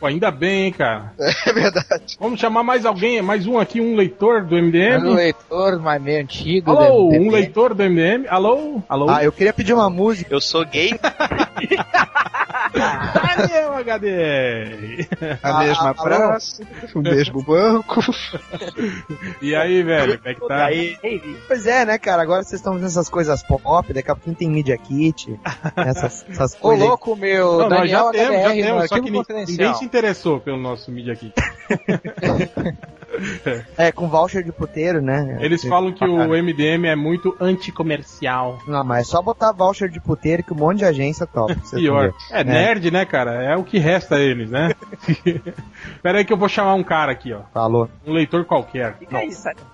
Speaker 2: Pô, ainda bem, hein, cara.
Speaker 7: É verdade.
Speaker 2: Vamos chamar mais alguém, mais um aqui, um leitor do MDM.
Speaker 4: Um leitor mais meio antigo.
Speaker 2: Alô,
Speaker 4: do MDM.
Speaker 2: um leitor do MDM. Alô? Alô?
Speaker 4: Ah, eu queria pedir uma música.
Speaker 16: Eu sou gay.
Speaker 2: Valeu, HD!
Speaker 7: A
Speaker 4: Ah,
Speaker 2: Ah,
Speaker 7: mesma praça,
Speaker 2: assim.
Speaker 7: Um o mesmo banco.
Speaker 2: E aí, velho, como é que tá?
Speaker 21: Aí. Pois é, né, cara? Agora vocês estão vendo essas coisas pop, daqui a pouquinho tem Media Kit, né, essas, essas
Speaker 4: Ô,
Speaker 21: coisas. aí.
Speaker 4: louco, meu.
Speaker 2: Não, nós
Speaker 4: Daniel
Speaker 2: já temos, já
Speaker 4: HDR, no
Speaker 2: temos, só
Speaker 4: arquivo
Speaker 2: que ninguém,
Speaker 4: confidencial.
Speaker 2: ninguém se interessou pelo nosso Media Kit.
Speaker 21: É, com voucher de puteiro, né?
Speaker 2: Eles falam que o MDM é muito anticomercial.
Speaker 21: Não, mas é só botar voucher de puteiro que um monte de agência top.
Speaker 2: Pior. É nerd, né, cara? É o que resta a eles, né? Pera aí que eu vou chamar um cara aqui, ó.
Speaker 21: Falou.
Speaker 2: Um leitor qualquer.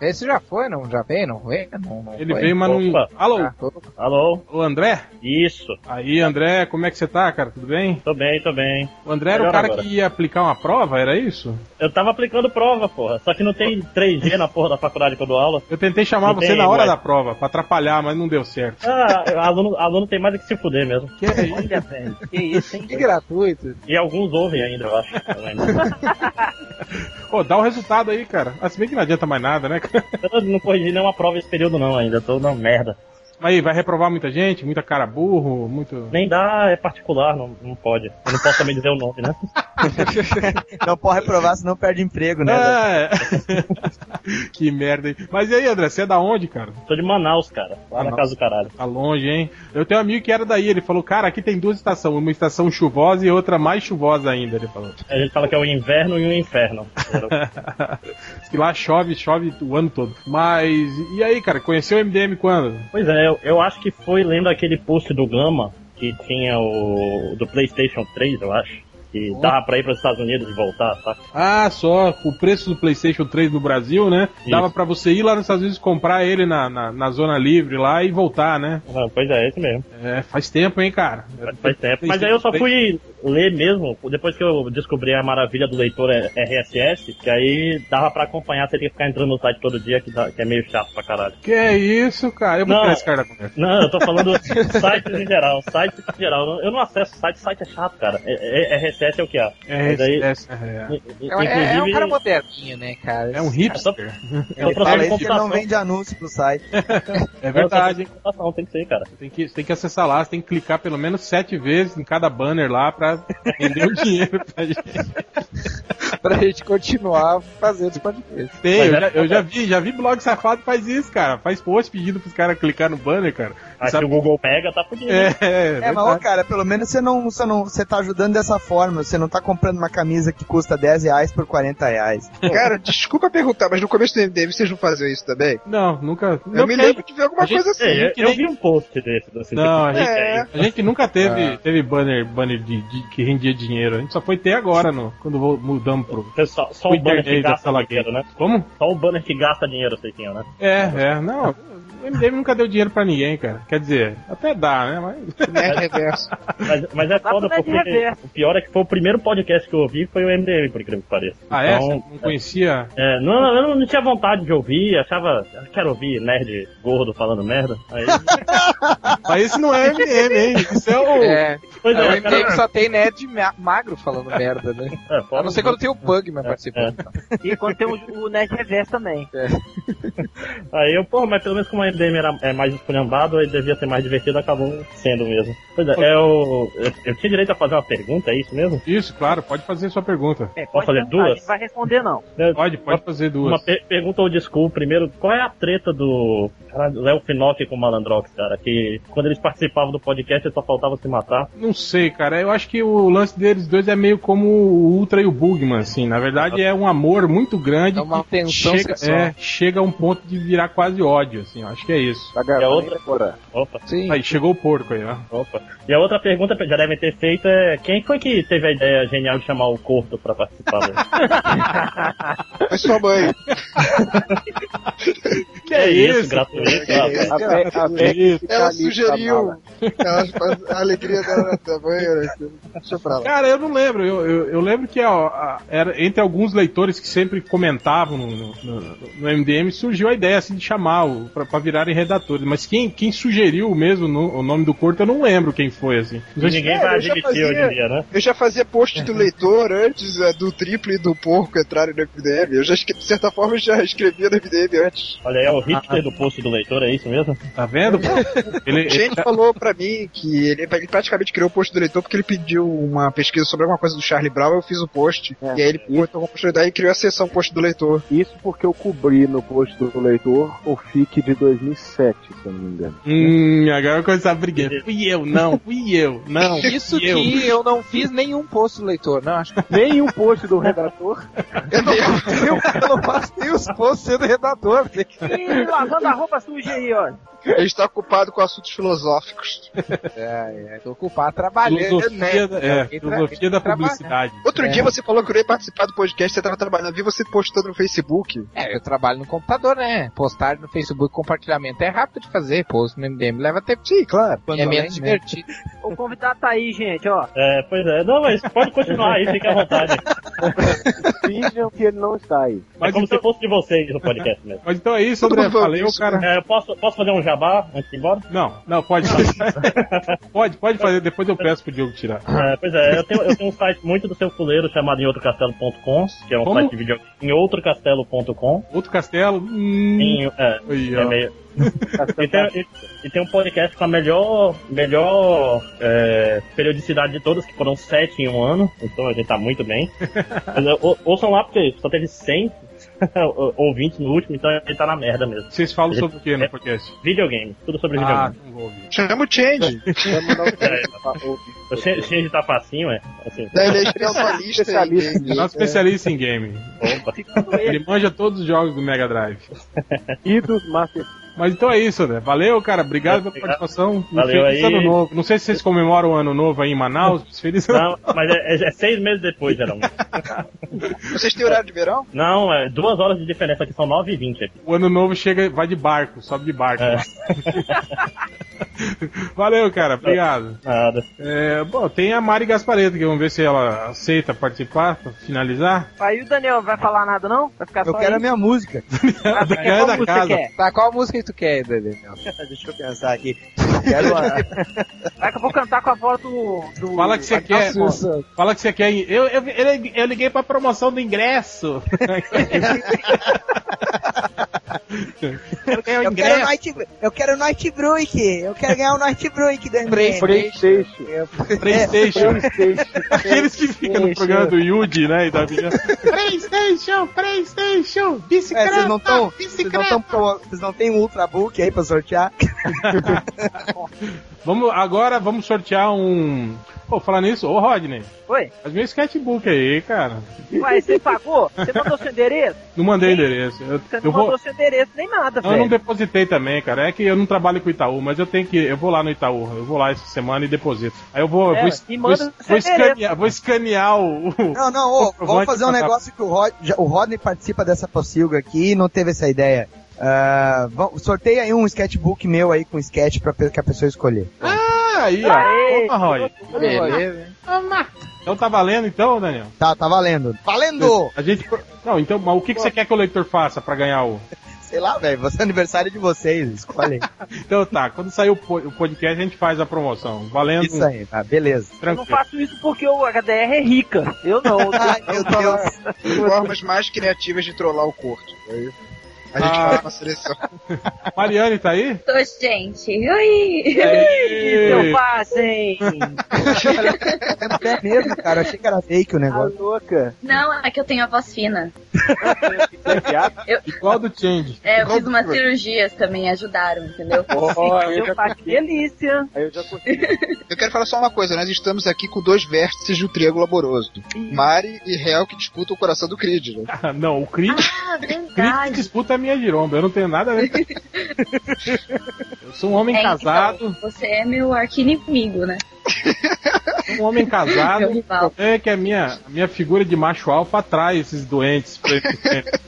Speaker 4: Esse já foi, não? Já veio? Não veio? Não, não
Speaker 2: Ele
Speaker 4: foi?
Speaker 2: veio, mas não.
Speaker 4: Opa.
Speaker 2: Alô?
Speaker 4: Ah,
Speaker 2: Alô? O André?
Speaker 22: Isso.
Speaker 2: Aí, André, como é que você tá, cara? Tudo bem?
Speaker 22: Tô bem, tô bem.
Speaker 2: O André era o
Speaker 22: Melhor
Speaker 2: cara
Speaker 22: agora.
Speaker 2: que ia aplicar uma prova, era isso?
Speaker 22: Eu tava aplicando prova, porra. Só que não tem 3G na porra da faculdade que eu dou aula.
Speaker 2: Eu tentei chamar
Speaker 22: Não
Speaker 2: você
Speaker 22: tem,
Speaker 2: na hora
Speaker 22: mas-
Speaker 2: da prova, pra atrapalhar, mas não deu certo.
Speaker 22: Ah, aluno, aluno tem mais é que se fuder mesmo.
Speaker 2: Que isso?
Speaker 22: Olha, velho.
Speaker 1: Que isso, hein?
Speaker 4: Que gratuito.
Speaker 22: E alguns ouvem ainda, eu acho. Eu lembro.
Speaker 2: Pô, dá o resultado aí, cara. Ah, se bem que não adianta mais nada, né, cara?
Speaker 22: Eu não corrigi nenhuma prova esse período não ainda. Tô na merda.
Speaker 2: Aí, vai reprovar muita gente, muita cara burro, muito.
Speaker 22: Nem dá, é particular, não, não pode. Eu não posso também dizer o nome, né?
Speaker 21: Não pode reprovar, Então, senão perde emprego, né?
Speaker 2: É. que merda, hein? Mas e aí, André, você é da onde, cara?
Speaker 22: Tô de Manaus, cara. Lá na casa do caralho.
Speaker 2: Tá longe, hein? Eu tenho um amigo que era daí, ele falou, cara, aqui tem duas estações, uma estação chuvosa e outra mais chuvosa ainda, ele falou.
Speaker 22: A gente fala que é o inverno e o inferno.
Speaker 2: Diz que lá chove, chove o ano todo. Mas, e aí, cara, conheceu o MDM quando?
Speaker 22: Pois é, eu, eu acho que foi lendo aquele post do Gama que tinha o do PlayStation 3, eu acho. Que dava pra ir pros Estados Unidos e voltar, tá? saca?
Speaker 2: Ah, só o preço do PlayStation 3 no Brasil, né? Dava pra você ir lá nos Estados Unidos comprar ele na, na, na Zona Livre lá e voltar, né?
Speaker 22: Ah, pois é, esse mesmo.
Speaker 2: É, faz tempo, hein, cara?
Speaker 22: Faz tempo. Mas aí eu só fui ler mesmo, depois que eu descobri a maravilha do leitor é, RSS, que aí dava pra acompanhar, você tinha que ficar entrando no site todo dia, que, dá- que é meio chato pra caralho.
Speaker 2: Que É isso, cara? Eu vou
Speaker 22: Não.
Speaker 2: tirar esse cara da conversa.
Speaker 22: Não, eu tô falando sites em geral, sites em geral. Eu não acesso site, site é chato, cara. É- é- RSS é o que há. Mas aí-
Speaker 2: RSS, é.
Speaker 22: i- i-
Speaker 4: É, um- é- é um
Speaker 22: inclusive-
Speaker 4: cara moderninho, né, cara?
Speaker 2: É um hipster.
Speaker 21: Ele fala isso que não vende anúncio pro site.
Speaker 2: um É verdade.
Speaker 22: hein? Tem que ser, cara.
Speaker 2: Tem que, tem que acessar lá, você tem que clicar pelo menos sete vezes em cada banner lá pra render o dinheiro pra gente.
Speaker 4: pra gente continuar fazendo os podcasts.
Speaker 2: Tem,
Speaker 22: é-
Speaker 7: é-
Speaker 2: eu já, eu já vi, já vi blog safado que faz isso, cara. Faz post pedindo pros caras clicar no banner, cara.
Speaker 22: Aí Ah, se o Google pega, tá fudido.
Speaker 2: É,
Speaker 21: É, mas, ó,
Speaker 2: verdade.
Speaker 21: cara, pelo menos você não, você não você tá ajudando dessa forma. Você não tá comprando uma camisa que custa 10 reais por 40 reais.
Speaker 7: Cara, desculpa perguntar, mas no começo do MDM vocês não faziam isso também?
Speaker 2: Não, nunca.
Speaker 7: Eu
Speaker 2: não
Speaker 7: me
Speaker 2: tem.
Speaker 7: lembro de ver alguma
Speaker 2: A gente-
Speaker 7: coisa assim.
Speaker 2: é, eu vi
Speaker 22: um post desse. desse
Speaker 2: Não, a
Speaker 7: tipo de
Speaker 2: gente,
Speaker 7: ideia.
Speaker 2: a gente nunca teve,
Speaker 22: É.
Speaker 7: Ah.
Speaker 2: teve banner, banner de, de- que rendia dinheiro. A gente só foi ter agora, no, quando vo- mudamos compro.
Speaker 22: É Só, só o banner que
Speaker 2: Days
Speaker 22: gasta
Speaker 2: da
Speaker 22: dinheiro, né?
Speaker 2: Como?
Speaker 22: Só o banner que gasta dinheiro, eu sei quem é, né?
Speaker 2: É, é, não. O MDM nunca deu dinheiro pra ninguém, cara. Quer dizer, até dá, né? Mas.
Speaker 22: É reverso. Mas, mas é foda
Speaker 2: pra dar de
Speaker 22: porque
Speaker 2: reverso.
Speaker 22: o pior é que foi o primeiro podcast que eu ouvi foi o MDM, por incrível que pareça. Então,
Speaker 2: Ah, é? Você não conhecia?
Speaker 22: É, não, não, eu não tinha vontade de ouvir, achava. eu Quero ouvir nerd gordo falando merda. Aí.
Speaker 2: Mas isso não é MDM, hein? Isso é o.
Speaker 4: É,
Speaker 22: Pois é,
Speaker 4: o MDM
Speaker 22: cara.
Speaker 4: só tem nerd ma- magro falando merda, né?
Speaker 2: É,
Speaker 4: A não ser quando tem o Bugman participando.
Speaker 1: E quando tem o, o Nerd Reverso também.
Speaker 22: É. Aí eu, pô, mas pelo menos como a MDM era é, mais esculhambado, ele devia ser mais divertido, acabou sendo mesmo. Pois é, eu, eu, eu tinha direito a fazer uma pergunta, é isso mesmo?
Speaker 2: Isso, claro, pode fazer sua pergunta.
Speaker 22: Posso fazer
Speaker 1: A
Speaker 22: duas? Né,
Speaker 1: gente vai responder, não.
Speaker 2: Pode, pode fazer duas.
Speaker 22: Uma per- pergunta ou desculpa primeiro, qual é a treta do caralho, Léo Finock com o Malandrox, cara? Que quando eles participavam do podcast eles só faltavam se matar.
Speaker 2: Não sei, cara. Eu acho que o lance deles dois é meio como o Ultra e o Bugman, assim. Na verdade, é um amor muito grande. É uma
Speaker 4: tensão
Speaker 2: chega,
Speaker 4: sexual.
Speaker 2: é, chega a um ponto de virar quase ódio, assim. Eu acho que é isso.
Speaker 22: E a outra. Opa.
Speaker 2: Aí chegou o porco aí, né? ó.
Speaker 22: Opa. E a outra pergunta que já devem ter feito é quem foi que teve a ideia genial de chamar o Corto pra participar? né?
Speaker 5: É sua mãe.
Speaker 22: que é isso, gratuito?
Speaker 5: Que é isso, cara?
Speaker 22: rapaz.
Speaker 5: Ela sugeriu a, a alegria dela também, né? Deixa pra lá.
Speaker 2: Cara, eu não lembro. Eu, eu, eu lembro que ó, a- era entre alguns leitores que sempre comentavam no, no- no- no MDM surgiu a ideia assim, de chamar o, pra, pra virarem redatores. Mas quem, quem sugeriu mesmo no- o nome do corto, eu não lembro quem foi, assim. Não sei se-
Speaker 22: Ninguém vai
Speaker 5: É, eu já
Speaker 22: admitir hoje em dia, né?
Speaker 5: Eu já fazia post do leitor antes eh, do triplo e do porco entrarem no FDM. Eu já, escre- de certa forma, eu já escrevia no FDM antes.
Speaker 22: Olha aí, é o Hitler do post do leitor, é isso mesmo?
Speaker 2: Tá vendo? Ele,
Speaker 5: Gente falou pra mim que ele, ele praticamente criou o post do leitor porque ele pediu uma pesquisa sobre alguma coisa do Charlie Brown, eu fiz o post.
Speaker 2: É.
Speaker 5: E aí ele pô, então vamos ajudar e criou a seção post do leitor.
Speaker 3: Isso porque eu cobri no post do leitor o FIC de 2007, se eu não me engano.
Speaker 2: Hum, agora eu comecei a brigar. Fui eu, não, fui eu, não.
Speaker 4: É Isso
Speaker 2: fui eu.
Speaker 4: que eu não fiz nenhum post do leitor, não, acho que
Speaker 1: um
Speaker 3: Nenhum post do redator.
Speaker 4: eu, eu não faço nem os posts sendo redator. né?
Speaker 1: Ih, lavando a roupa suja aí, ó.
Speaker 5: Ele está tá ocupado com assuntos filosóficos.
Speaker 4: É, é, tô ocupado trabalhando,
Speaker 2: Filosofia,
Speaker 4: né?
Speaker 2: da- é,
Speaker 4: Alguém tra-
Speaker 2: filosofia da
Speaker 4: trabalha.
Speaker 2: publicidade.
Speaker 5: Outro
Speaker 4: É.
Speaker 5: dia você falou que eu não ia participar do podcast, você estava trabalhando, eu vi você postando no Facebook.
Speaker 4: É, eu trabalho no computador, né? Postar no Facebook, compartilhamento é rápido de fazer. Post no MDM leva tempo.
Speaker 5: Sim, claro.
Speaker 4: É menos divertido.
Speaker 1: O convidado tá aí, gente, ó.
Speaker 22: É, pois é. Não, mas pode continuar aí, fica à vontade.
Speaker 3: Finjam que ele não está aí.
Speaker 22: É como se fosse de vocês no podcast mesmo.
Speaker 2: então Mas então é isso, André. Valeu, cara.
Speaker 22: É, eu posso, posso fazer um jabá antes de ir embora?
Speaker 2: Não, não, pode fazer. pode, pode fazer, depois eu peço pro Diogo tirar.
Speaker 22: É, pois é, eu tenho, eu tenho um site muito do seu fuleiro chamado em outrocastelo.com, que é um
Speaker 2: Como?
Speaker 22: site de vídeo em outrocastelo.com.
Speaker 2: Outro castelo? Hum,
Speaker 22: Sim, é,
Speaker 2: Aí,
Speaker 22: é
Speaker 2: ó.
Speaker 22: meio- e, tem, e- e tem um podcast com a melhor, melhor é, periodicidade de todos, que foram sete em um ano, então a gente tá muito bem. Mas, é, ou- ouçam lá, porque só teve 100 ouvintes no último, então a gente tá na merda mesmo. é
Speaker 2: Vocês falam sobre o que no podcast?
Speaker 22: Videogame, tudo sobre
Speaker 2: Ah,
Speaker 22: videogame.
Speaker 2: não vou ouvir.
Speaker 5: Chama o Change.
Speaker 22: É, tá O Shen- Shen tá facinho, é? Assim.
Speaker 5: Daí ele é especialista.
Speaker 2: Especialista
Speaker 5: em-
Speaker 2: Nosso É um especialista em game.
Speaker 22: Opa.
Speaker 2: Ele manja todos os jogos do Mega Drive.
Speaker 3: E dos Master
Speaker 2: Mas então é isso, André. Valeu, cara. Obrigado pela participação. Um
Speaker 22: Valeu
Speaker 2: Feliz
Speaker 22: aí.
Speaker 2: ano novo. Não sei se vocês comemoram o ano novo aí em Manaus. Feliz ano
Speaker 22: Não, mas é, é- é seis meses depois, geralmente.
Speaker 5: Vocês têm horário de verão?
Speaker 22: Não, é duas horas de diferença aqui, são 9 e 20 aqui. É.
Speaker 2: O ano novo chega, vai de barco, sobe de barco. Valeu, cara, obrigado.
Speaker 22: Nada.
Speaker 2: É, bom, tem a Mari Gaspareto aqui, vamos ver se ela aceita participar pra finalizar.
Speaker 1: Aí o Daniel não vai falar nada, não? Vai ficar
Speaker 21: Eu
Speaker 1: só
Speaker 21: quero
Speaker 1: aí?
Speaker 21: a minha música.
Speaker 1: Ah, você quer?
Speaker 2: é
Speaker 1: Qual
Speaker 2: da
Speaker 1: música
Speaker 2: casa.
Speaker 1: quer?
Speaker 4: Tá, qual música que tu quer, Daniel?
Speaker 21: Deixa eu pensar aqui. Quero a...
Speaker 1: Vai que eu vou cantar com a voz do... do-
Speaker 2: Fala que você
Speaker 1: da
Speaker 2: quer.
Speaker 1: Calça.
Speaker 2: Fala que você quer. Eu, eu, eu, eu liguei pra promoção do ingresso. eu ganhei o
Speaker 21: Eu quero, o
Speaker 2: ingresso.
Speaker 21: Night, eu quero o Night Break. Eu quero ganhar o Night Break da MDM.
Speaker 3: Playstation.
Speaker 1: É,
Speaker 2: Playstation.
Speaker 21: É.
Speaker 2: Aqueles que ficam no programa do Yudi, né? E da minha...
Speaker 5: Playstation, Playstation,
Speaker 21: É, vocês não estão. Vocês não
Speaker 5: bicicleta.
Speaker 21: tão pro- Vocês não tem um Ultrabook aí pra sortear?
Speaker 2: Vamos, agora vamos sortear um, Pô, falando nisso, ô Rodney.
Speaker 1: Oi?
Speaker 2: Faz meu sketchbook aí, cara.
Speaker 1: Ué, você pagou? Você mandou seu endereço?
Speaker 2: Não mandei endereço. Eu,
Speaker 1: Você não
Speaker 2: eu
Speaker 1: mandou
Speaker 2: vou.
Speaker 1: seu endereço nem nada,
Speaker 21: Tá
Speaker 2: Eu
Speaker 1: velho.
Speaker 2: não depositei também, cara. É que eu não trabalho com o Itaú, mas eu tenho que. Eu vou lá no Itaú. Eu vou lá essa semana e deposito. Aí eu vou.
Speaker 21: É,
Speaker 2: vou,
Speaker 21: ué,
Speaker 2: es-
Speaker 21: e
Speaker 2: vou,
Speaker 21: manda
Speaker 2: es-
Speaker 21: seu
Speaker 2: vou
Speaker 21: endereço.
Speaker 2: escanear, vou escanear o. o-
Speaker 21: Não, não, ô, vamos
Speaker 2: comprovante tá
Speaker 21: fazer um
Speaker 2: pra-
Speaker 21: negócio que o, Rod, já- o Rodney participa dessa pocilga aqui e não teve essa ideia. Ah, vamos- sorteia aí um sketchbook meu aí com sketch pra pe- que a pessoa escolher.
Speaker 2: Ah, aí, ó.
Speaker 21: Aê,
Speaker 2: Toma, Roy.
Speaker 21: Beleza.
Speaker 2: Então tá valendo, então, Daniel?
Speaker 21: Tá, tá valendo. Valendo!
Speaker 2: A gente. Não, então, mas o que, que você quer que o leitor faça pra ganhar o.
Speaker 21: Sei lá, velho, você é aniversário de vocês, escolhe.
Speaker 2: então tá, quando sair o po- o podcast, a gente faz a promoção. Valendo.
Speaker 21: Isso aí, tá, beleza.
Speaker 1: Eu não faço isso porque o HDR é rica. Eu não.
Speaker 7: Ai, meu
Speaker 1: Deus.
Speaker 7: Formas mais criativas de trollar o corto. Aí a gente
Speaker 2: Ah.
Speaker 7: faz uma seleção.
Speaker 2: Mariane tá aí?
Speaker 23: Tô, gente. Oi!
Speaker 2: Aê!
Speaker 1: Que eu faço, hein?
Speaker 21: É mesmo, cara, achei que era fake o negócio.
Speaker 3: Tá louca.
Speaker 23: Não, é que eu tenho a voz fina.
Speaker 2: é Igual do Change.
Speaker 23: É, eu fiz umas cirurgias também, ajudaram, entendeu?
Speaker 1: delícia.
Speaker 7: Eu quero falar só uma coisa, nós estamos aqui com dois vértices de um triângulo amoroso. Mari e Hel que disputam o coração do Creed, né?
Speaker 2: Ah, não, o Creed.
Speaker 23: Ah,
Speaker 2: Creed que disputa a minha giromba, eu não tenho nada a ver. Eu sou um homem
Speaker 23: É, então,
Speaker 2: casado,
Speaker 23: você é meu arqui-inimigo, né?
Speaker 2: um homem casado.
Speaker 23: Meu
Speaker 2: O
Speaker 23: rival.
Speaker 2: problema é que a minha, a minha figura de macho alfa atrai esses doentes. pra esse tempo.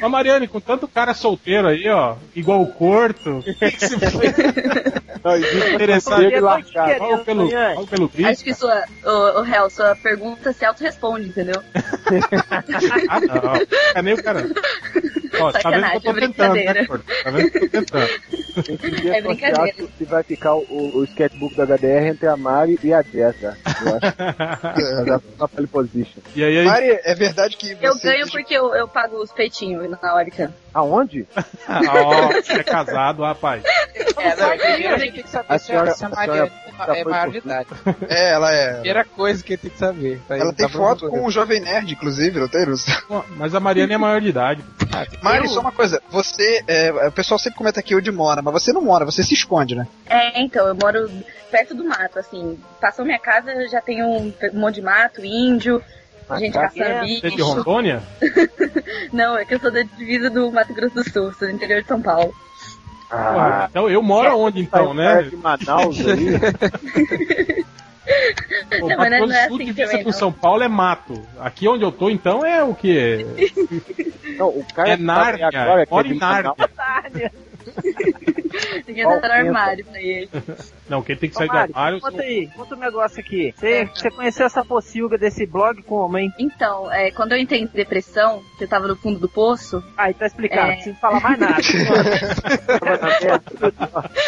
Speaker 2: Mas Mariane, com tanto cara solteiro aí, ó, igual o Corto, o que que se foi? é Interessante.
Speaker 23: é Eu tô
Speaker 2: Olha o
Speaker 23: querendo,
Speaker 2: pelo,
Speaker 23: Mariane.
Speaker 2: olha o pelo Creed.
Speaker 23: Acho que tá sua, o, réu, sua pergunta se auto-responde, entendeu?
Speaker 2: Ah, não. É nem o cara. Ó, tá vendo que eu
Speaker 23: Sacanagem,
Speaker 2: tô tentando, né,
Speaker 23: É brincadeira.
Speaker 2: Corto? Tá vendo que eu tô tentando.
Speaker 3: Eu queria
Speaker 23: É brincadeira.
Speaker 3: sortear se- se vai ficar o, o sketchbook do HDR entre a Mari e a Jessa. Eu acho. Na tá pole position.
Speaker 2: E aí,
Speaker 7: Mari, é verdade que
Speaker 23: Eu
Speaker 7: você
Speaker 23: ganho porque eu, eu pago os peitinhos na hora que...
Speaker 3: Aonde?
Speaker 2: Ah, ó, você é casado, rapaz.
Speaker 4: É, não, primeiro a gente tem que saber
Speaker 3: A
Speaker 4: se
Speaker 3: senhora-
Speaker 4: a, se a
Speaker 3: a
Speaker 4: Mariana
Speaker 3: senhora
Speaker 4: é
Speaker 3: foi
Speaker 4: maior de
Speaker 3: por-
Speaker 4: idade.
Speaker 7: É, ela é.
Speaker 4: Primeira coisa que tem que saber. Tá aí,
Speaker 7: Ela tem
Speaker 4: tá
Speaker 7: foto
Speaker 4: procurando.
Speaker 7: com o Jovem Nerd, inclusive, não tem?
Speaker 2: Mas a Mariana é maior de idade.
Speaker 4: Ah,
Speaker 7: Mari, só uma coisa. Você. é, o pessoal sempre comenta aqui onde mora, mas você não mora, você se esconde, né?
Speaker 23: É, então, eu moro perto do mato, assim. Passou minha casa, eu já tem um monte de mato, índio, gente caçando
Speaker 2: Você é de
Speaker 23: bicho.
Speaker 2: Rondônia?
Speaker 23: Não, é que eu sou da divisa do Mato Grosso do Sul, sou do interior de São Paulo.
Speaker 3: Ah,
Speaker 2: Porra, então eu moro onde então, né?
Speaker 3: tá perto de Manaus aí.
Speaker 2: Pô,
Speaker 23: Não, mas
Speaker 2: Mato
Speaker 23: não é- não é
Speaker 2: Grosso do Sul
Speaker 23: assim
Speaker 2: que vista
Speaker 23: também,
Speaker 2: pro
Speaker 23: não.
Speaker 2: São Paulo é mato. Aqui onde eu tô, então, é o quê?
Speaker 3: Não, o cara
Speaker 2: é
Speaker 3: que tá aí
Speaker 2: Nárnia.
Speaker 3: agora, que
Speaker 2: mora
Speaker 3: é
Speaker 2: em
Speaker 3: de
Speaker 2: Nárnia.
Speaker 23: Tinha
Speaker 1: Qual
Speaker 23: que entrar
Speaker 1: pensa?
Speaker 23: no armário pra ele.
Speaker 2: Não, quem tem que sair
Speaker 1: Ô, Mário,
Speaker 2: do armário...
Speaker 1: Conta aí, conta um negócio aqui. Você, você conheceu essa pocilga desse blog como, hein?
Speaker 23: Então, é, quando eu entrei em depressão, que eu tava no fundo do poço. é,
Speaker 1: Ah, então explicado, não precisa falar mais nada.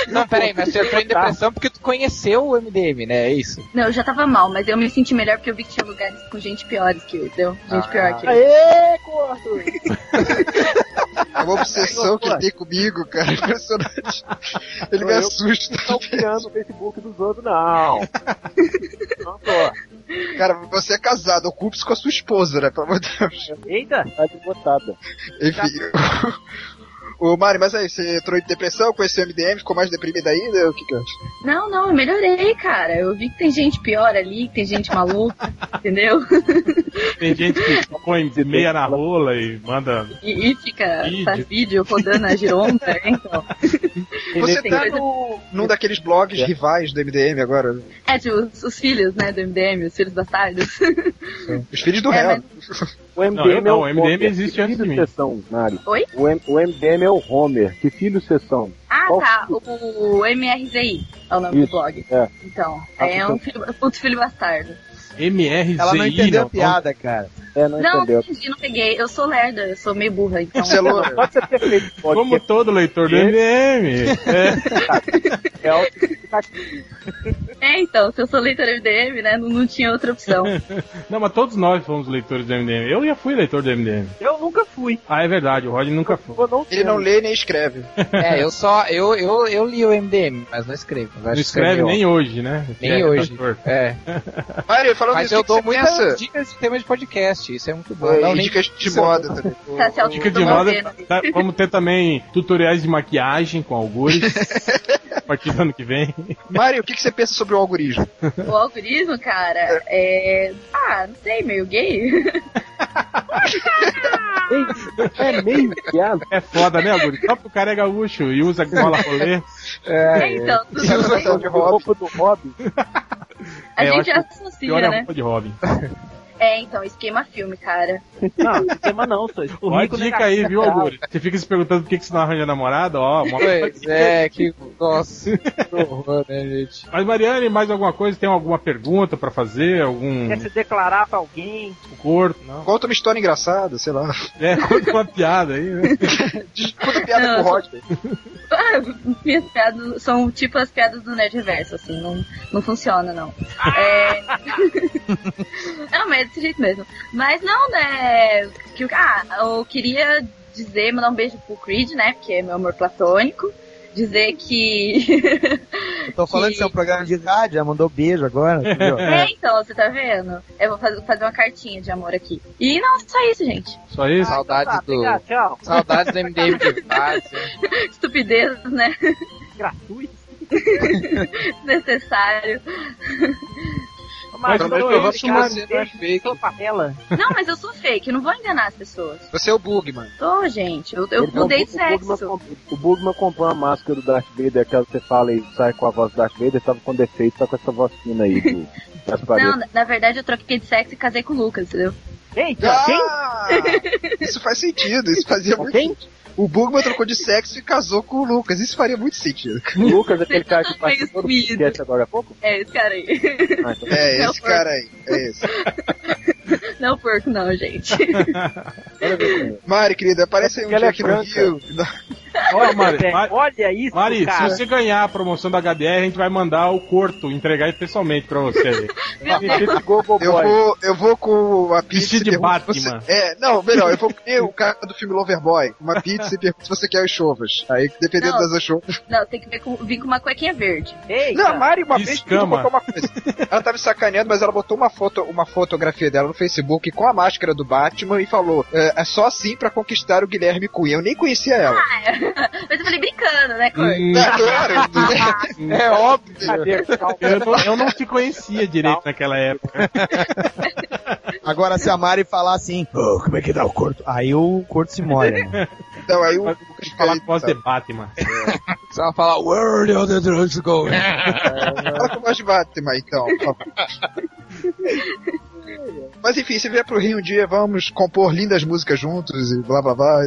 Speaker 4: Não, peraí, mas você entrou em depressão porque tu conheceu o MDM, né? É isso.
Speaker 23: Não, eu já tava mal, mas eu me senti melhor porque eu vi que tinha lugares com gente piores que eu, entendeu? Gente
Speaker 4: Ah.
Speaker 23: pior que eu.
Speaker 3: Aê, corto!
Speaker 7: É uma obsessão que ele tem comigo, cara. é Impressionante. Ele me
Speaker 3: Eu-
Speaker 7: assusta.
Speaker 3: Não criando o Facebook dos outros, não. Não tô.
Speaker 7: Cara, você é casado, ocupe-se com a sua esposa, né? Pelo amor de Deus.
Speaker 1: Eita!
Speaker 3: Tá desbotada.
Speaker 7: Enfim. Ô, Mari, mas aí, você entrou em depressão, conheceu o MDM, ficou mais deprimida ainda? O que que é?
Speaker 23: Não, não, eu melhorei, cara. Eu vi que tem gente pior ali, que tem gente maluca, entendeu?
Speaker 2: Tem gente que põe meia na rola e manda...
Speaker 23: E, e fica
Speaker 2: Vídeo.
Speaker 23: faz vídeo rodando a giromba, né? então.
Speaker 7: Você
Speaker 23: Tem
Speaker 7: tá
Speaker 23: coisa-
Speaker 7: no, num daqueles blogs rivais do MDM agora?
Speaker 23: É, tipo, os, os filhos, né, do MDM, os filhos bastardos.
Speaker 7: Os filhos do
Speaker 23: É,
Speaker 3: né?
Speaker 7: réu.
Speaker 3: O MDM
Speaker 2: Não, eu não,
Speaker 3: é
Speaker 2: o MDM
Speaker 3: Homer.
Speaker 2: existe
Speaker 3: Que
Speaker 2: antes de
Speaker 3: filho
Speaker 2: mim.
Speaker 3: Sessão, Mário.
Speaker 23: Oi?
Speaker 3: O, M o MDM é o Homer. Que filho sessão?
Speaker 23: Ah,
Speaker 3: Qual
Speaker 23: tá, o, MRZI é o nome do
Speaker 3: Isso,
Speaker 23: blog.
Speaker 3: é.
Speaker 23: Então,
Speaker 3: Ah,
Speaker 23: é
Speaker 3: então.
Speaker 23: um filho, puto filho bastardo.
Speaker 2: MRZI,
Speaker 21: Ela não entendeu a
Speaker 2: não.
Speaker 21: piada, cara.
Speaker 3: É,
Speaker 23: Não, não entendi, não peguei. Eu sou lerda, eu sou meio burra, então.
Speaker 3: é Pode ser perfeito. Pode
Speaker 2: Como todo leitor do MDM. É.
Speaker 3: ser real.
Speaker 23: É, então, se eu sou leitora MDM, né, não, não tinha outra opção.
Speaker 2: Não, mas todos nós fomos leitores do MDM. Eu já fui leitor do MDM.
Speaker 1: Eu nunca fui.
Speaker 2: Ah, é verdade, o Rod nunca foi.
Speaker 7: Ele não lê nem escreve.
Speaker 4: É, eu só. Eu, eu, eu li o MDM, mas não escrevo. Mas
Speaker 2: Não
Speaker 4: acho que é
Speaker 2: escreve
Speaker 4: escrevi
Speaker 2: nem hoje, né?
Speaker 4: Nem
Speaker 2: É,
Speaker 4: hoje.
Speaker 2: doutor.
Speaker 4: É.
Speaker 7: Mário, falando
Speaker 4: Mas
Speaker 7: nisso,
Speaker 4: eu
Speaker 7: o que que
Speaker 4: dou
Speaker 7: você
Speaker 4: muitas
Speaker 7: pensa?
Speaker 4: dicas de tema de podcast, isso é muito bom.
Speaker 7: Oi,
Speaker 4: Não,
Speaker 7: e
Speaker 4: nem-
Speaker 7: dicas de
Speaker 4: isso é-
Speaker 7: moda também.
Speaker 23: um Tá se
Speaker 2: Dica de tá,
Speaker 23: autopromovendo.
Speaker 2: moda. tá? vamos ter também tutoriais de maquiagem com algures. partir do ano que vem.
Speaker 7: Mário, o que, que você pensa sobre o algoritmo?
Speaker 23: O algoritmo, cara, é. Ah, não sei, meio gay.
Speaker 2: É meio piado. É foda, né, Guri? Só porque o cara é gaúcho e usa gola rolê.
Speaker 23: É, então, tudo E usa bem. essa de
Speaker 2: roupa do Robin.
Speaker 23: A
Speaker 2: É, eu
Speaker 23: gente
Speaker 2: acho que
Speaker 23: associa,
Speaker 2: pior é a
Speaker 23: né?
Speaker 2: roupa de Robin.
Speaker 23: É, então, esquema filme, cara.
Speaker 1: Não, esquema não, só
Speaker 2: Ó a
Speaker 1: né,
Speaker 2: dica aí, viu, Augusto? Você fica se perguntando por que que você não arranja namorada, ó. uma-
Speaker 4: Pois é, que. Nossa, que horror, né, gente?
Speaker 2: Mas, Mariane, mais alguma coisa? Tem alguma pergunta pra fazer? Algum
Speaker 1: Quer se declarar pra alguém?
Speaker 2: corpo?
Speaker 7: Conta uma história engraçada, sei lá.
Speaker 2: É, conta uma piada aí, né?
Speaker 7: Conta piada
Speaker 23: Não,
Speaker 7: com o Rodney.
Speaker 23: Ah, minhas piadas são tipo as piadas do Nerd Reverso, assim, não, não funciona, não. É... não, mas é desse jeito mesmo. Mas não, né. Que, o- ah, eu queria dizer, mandar um beijo pro Creed, né? Porque é meu amor platônico. Dizer que.
Speaker 21: Eu tô falando que seu programa de rádio, já mandou beijo agora, entendeu?
Speaker 23: é, então, você tá vendo? Eu vou faz- fazer uma cartinha de amor aqui. E não, só isso, gente.
Speaker 2: Só isso?
Speaker 4: Saudades
Speaker 23: tá,
Speaker 4: do.
Speaker 23: obrigado, tchau.
Speaker 4: Saudades do MDM de base.
Speaker 23: Estupidez, né?
Speaker 1: Gratuito.
Speaker 23: Necessário.
Speaker 1: Mas
Speaker 7: Mas eu vou assumir você, não é
Speaker 1: papela.
Speaker 23: Não, mas eu sou fake, eu não vou enganar as pessoas.
Speaker 7: Você é o bug, mano.
Speaker 23: Tô, gente. Eu, eu
Speaker 7: um
Speaker 3: Então,
Speaker 23: mudei de
Speaker 3: o Bugman
Speaker 23: sexo.
Speaker 3: O Bugman comprou uma máscara do Darth Vader, aquela que você fala e sai com a voz do Darth Vader, tava com defeito, tá com essa voz fina aí do, das
Speaker 23: Não,
Speaker 3: paredes.
Speaker 23: na- na verdade eu troquei de sexo e casei com o Lucas, entendeu?
Speaker 1: Eita,
Speaker 7: Ah! Isso faz sentido, isso fazia muito sentido. O Bugman trocou de sexo e casou com o Lucas, isso faria muito sentido.
Speaker 3: O Lucas, é aquele cara que
Speaker 23: participou
Speaker 3: do podcast agora há pouco?
Speaker 23: É esse cara aí.
Speaker 3: Ah, então-
Speaker 7: É,
Speaker 23: Não,
Speaker 7: esse
Speaker 23: porco.
Speaker 7: cara aí, é esse.
Speaker 23: Não, porco, não, gente.
Speaker 7: Mari, querida, aparece aí um
Speaker 2: Ela
Speaker 7: dia
Speaker 2: é
Speaker 7: aqui no
Speaker 2: franca.
Speaker 7: Rio.
Speaker 2: Olha, Mari,
Speaker 1: velho,
Speaker 2: Mari,
Speaker 1: olha isso,
Speaker 2: Mari,
Speaker 1: cara.
Speaker 2: se você ganhar a promoção da HDR, a gente vai mandar o corto entregar pessoalmente pra você. aí.
Speaker 3: Vestido de Gogo
Speaker 7: Eu
Speaker 2: Boy.
Speaker 7: vou, eu vou com a pizza
Speaker 2: Vestido
Speaker 7: e
Speaker 2: de
Speaker 7: pergunto se
Speaker 2: Batman.
Speaker 7: Você... É, não, melhor, eu vou comer o cara do filme Loverboy, uma pizza e pergunto se você quer as chuvas. Aí, dependendo
Speaker 23: Não.
Speaker 7: das anchovas.
Speaker 23: Não, tem que vir com, vir com uma cuequinha verde.
Speaker 1: Eita.
Speaker 7: Não, a Mari uma vez
Speaker 2: Escama.
Speaker 7: botou uma coisa. Ela tava sacaneando, mas ela botou uma foto, uma fotografia dela no Facebook com a máscara do Batman e falou: é, é só assim pra conquistar o Guilherme Cunha. Eu nem conhecia ela.
Speaker 23: Ah, é. Mas eu falei brincando, né, Cor?
Speaker 2: Hum.
Speaker 7: É, claro.
Speaker 2: É
Speaker 7: óbvio.
Speaker 2: Eu não, eu não te conhecia direito naquela época.
Speaker 21: Agora, se a Mari falar assim, "Ô, como é que dá o corto? Aí o corto se molha. né?
Speaker 7: Então, aí o É.
Speaker 2: Mas tem que falar com voz de Batman.
Speaker 4: Só ela fala, Where are the drugs go?
Speaker 7: É, Fala com voz de Batman, então, por favor. Mas enfim, se vier pro Rio um dia, vamos compor lindas músicas juntos e blá blá blá.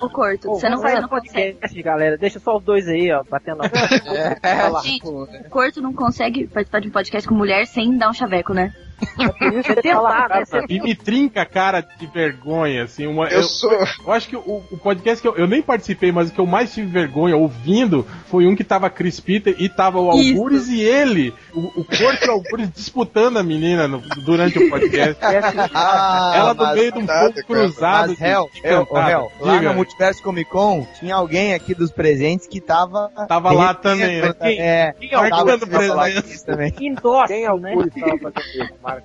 Speaker 23: O corto.
Speaker 1: Pô,
Speaker 23: você não
Speaker 1: vamos
Speaker 23: faz
Speaker 1: lá
Speaker 23: no
Speaker 1: no
Speaker 23: consegue.
Speaker 1: podcast, galera. Deixa só os dois aí, ó, batendo.
Speaker 4: É, lá,
Speaker 23: Gente,
Speaker 4: pô, né?
Speaker 23: o corto não consegue participar de um podcast com mulher sem dar um chaveco, né?
Speaker 1: Você
Speaker 23: Ah,
Speaker 1: tentar, né? Você
Speaker 2: E me trinca a cara de vergonha, assim. Uma,
Speaker 7: Eu sou.
Speaker 2: eu acho que o, o podcast que eu, eu nem participei, mas o que eu mais tive vergonha ouvindo foi um que tava Chris Peter e tava o
Speaker 23: Isso.
Speaker 2: Algures e ele, o, o corpo e o Algures disputando a menina no- durante o podcast.
Speaker 21: É, Ah,
Speaker 2: Ela no
Speaker 21: mas-
Speaker 2: meio de um
Speaker 7: nada,
Speaker 2: fogo
Speaker 7: cara.
Speaker 2: cruzado.
Speaker 21: Mas, Hel,
Speaker 2: de- de
Speaker 21: Hel, ô,
Speaker 2: cantada.
Speaker 21: Hel, lá
Speaker 2: Diga.
Speaker 21: na Multiverso Comic Con, tinha alguém aqui dos presentes que tava...
Speaker 2: Tava lá também, né?
Speaker 21: Quem? É,
Speaker 1: Quem é o
Speaker 21: tava, tava,
Speaker 2: Marcando
Speaker 21: lá
Speaker 2: presença.
Speaker 21: isso também.
Speaker 1: endossa,
Speaker 4: é
Speaker 1: né?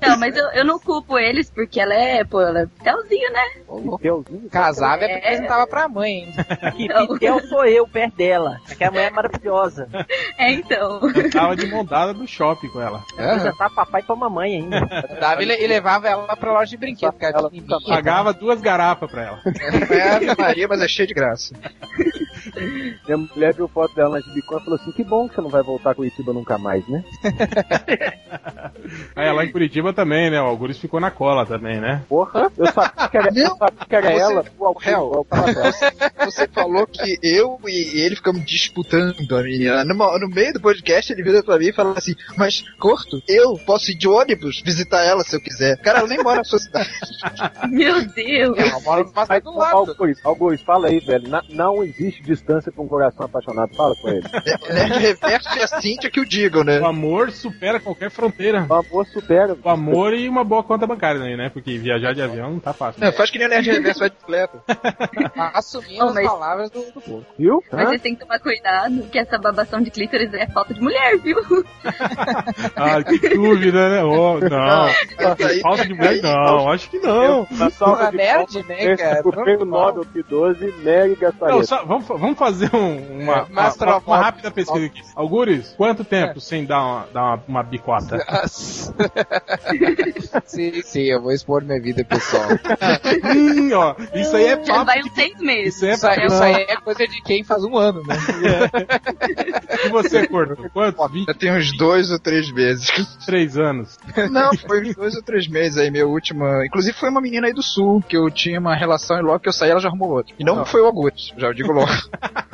Speaker 23: Não, mas eu, eu não culpo eles porque ela é, pô, ela é Telzinho, né?
Speaker 4: Casava e
Speaker 23: É.
Speaker 4: apresentava pra mãe, hein?
Speaker 1: Que
Speaker 23: Não.
Speaker 1: Pitel sou eu, perto dela. Aquela mulher é maravilhosa.
Speaker 23: É, então.
Speaker 2: Eu tava de mondada no shopping com ela.
Speaker 1: Já tá papai pra mamãe ainda.
Speaker 4: Dava É? e, le- e levava ela pra loja de brinquedo, cara. de mimimi.
Speaker 2: Pagava duas garrafas pra ela.
Speaker 7: É Ave Maria, mas é cheio de graça.
Speaker 3: Minha mulher viu foto dela na Gibicon e falou assim: que bom que você não vai voltar com o Itiba nunca mais, né?
Speaker 2: É, lá em Curitiba também, né? O Algures ficou na cola também, né?
Speaker 3: Porra, eu
Speaker 7: é
Speaker 3: sabia que era, eu sabia que era
Speaker 7: Você-
Speaker 3: ela, tá o Alceu,
Speaker 7: Hel.
Speaker 3: o Alceu.
Speaker 7: Você falou que eu e ele ficamos disputando a menina. Numa- No, meio do podcast, ele vira pra mim e fala assim: Mas, Corto, eu posso ir de ônibus visitar ela se eu quiser. Cara, ela nem mora na sua cidade.
Speaker 23: Meu Deus.
Speaker 7: É,
Speaker 4: Ela mora no passado do lado.
Speaker 3: Algures, Algures, fala aí, velho. Na- não existe distância pra um coração apaixonado. Fala com ele.
Speaker 7: Nerd Reverso e a Cíntia que o digam, né?
Speaker 2: O amor supera qualquer fronteira.
Speaker 3: O amor supera.
Speaker 2: O amor e uma boa conta bancária aí, né? Porque viajar de avião não tá fácil.
Speaker 7: Não, É, faz que nem o Nerd Reverso vai de bicicleta.
Speaker 4: Assumindo
Speaker 23: Não,
Speaker 4: as
Speaker 23: mas-
Speaker 4: palavras do, do povo.
Speaker 3: Viu?
Speaker 23: Mas
Speaker 3: Hã?
Speaker 23: vocês têm que tomar cuidado, que essa babação de clítoris é falta de mulher, viu?
Speaker 2: Ah, que dúvida, né? Oh, não.
Speaker 7: Essa É, aí-
Speaker 2: Falta de mulher, não. Acho que não.
Speaker 3: Na
Speaker 7: Tá
Speaker 4: Uma
Speaker 3: salva de
Speaker 4: nerd, né, cara?
Speaker 3: o prêmio Nobel P12, Mary
Speaker 2: Não,
Speaker 3: Gaspareta.
Speaker 2: só- vamos, vamos vamos fazer um-
Speaker 4: É,
Speaker 2: uma, uma, uma, uma rápida pesquisa aqui. Algures, quanto
Speaker 4: É.
Speaker 2: tempo sem dar uma, dar uma, uma bicota?
Speaker 4: sim, sim, eu vou expor minha vida pessoal.
Speaker 2: Hum, ó, isso aí é papo.
Speaker 23: Vai uns seis meses.
Speaker 4: Isso, aí- isso aí é coisa de quem faz um ano, né?
Speaker 2: E você, Corto? Quanto?
Speaker 7: Já tem uns dois ou três meses.
Speaker 2: Três anos.
Speaker 7: Não, foi uns dois ou três meses aí, meu último. Inclusive foi uma menina aí do sul, que eu tinha uma relação e logo que eu saí ela já arrumou outro. E não, foi o Augusto, já digo logo.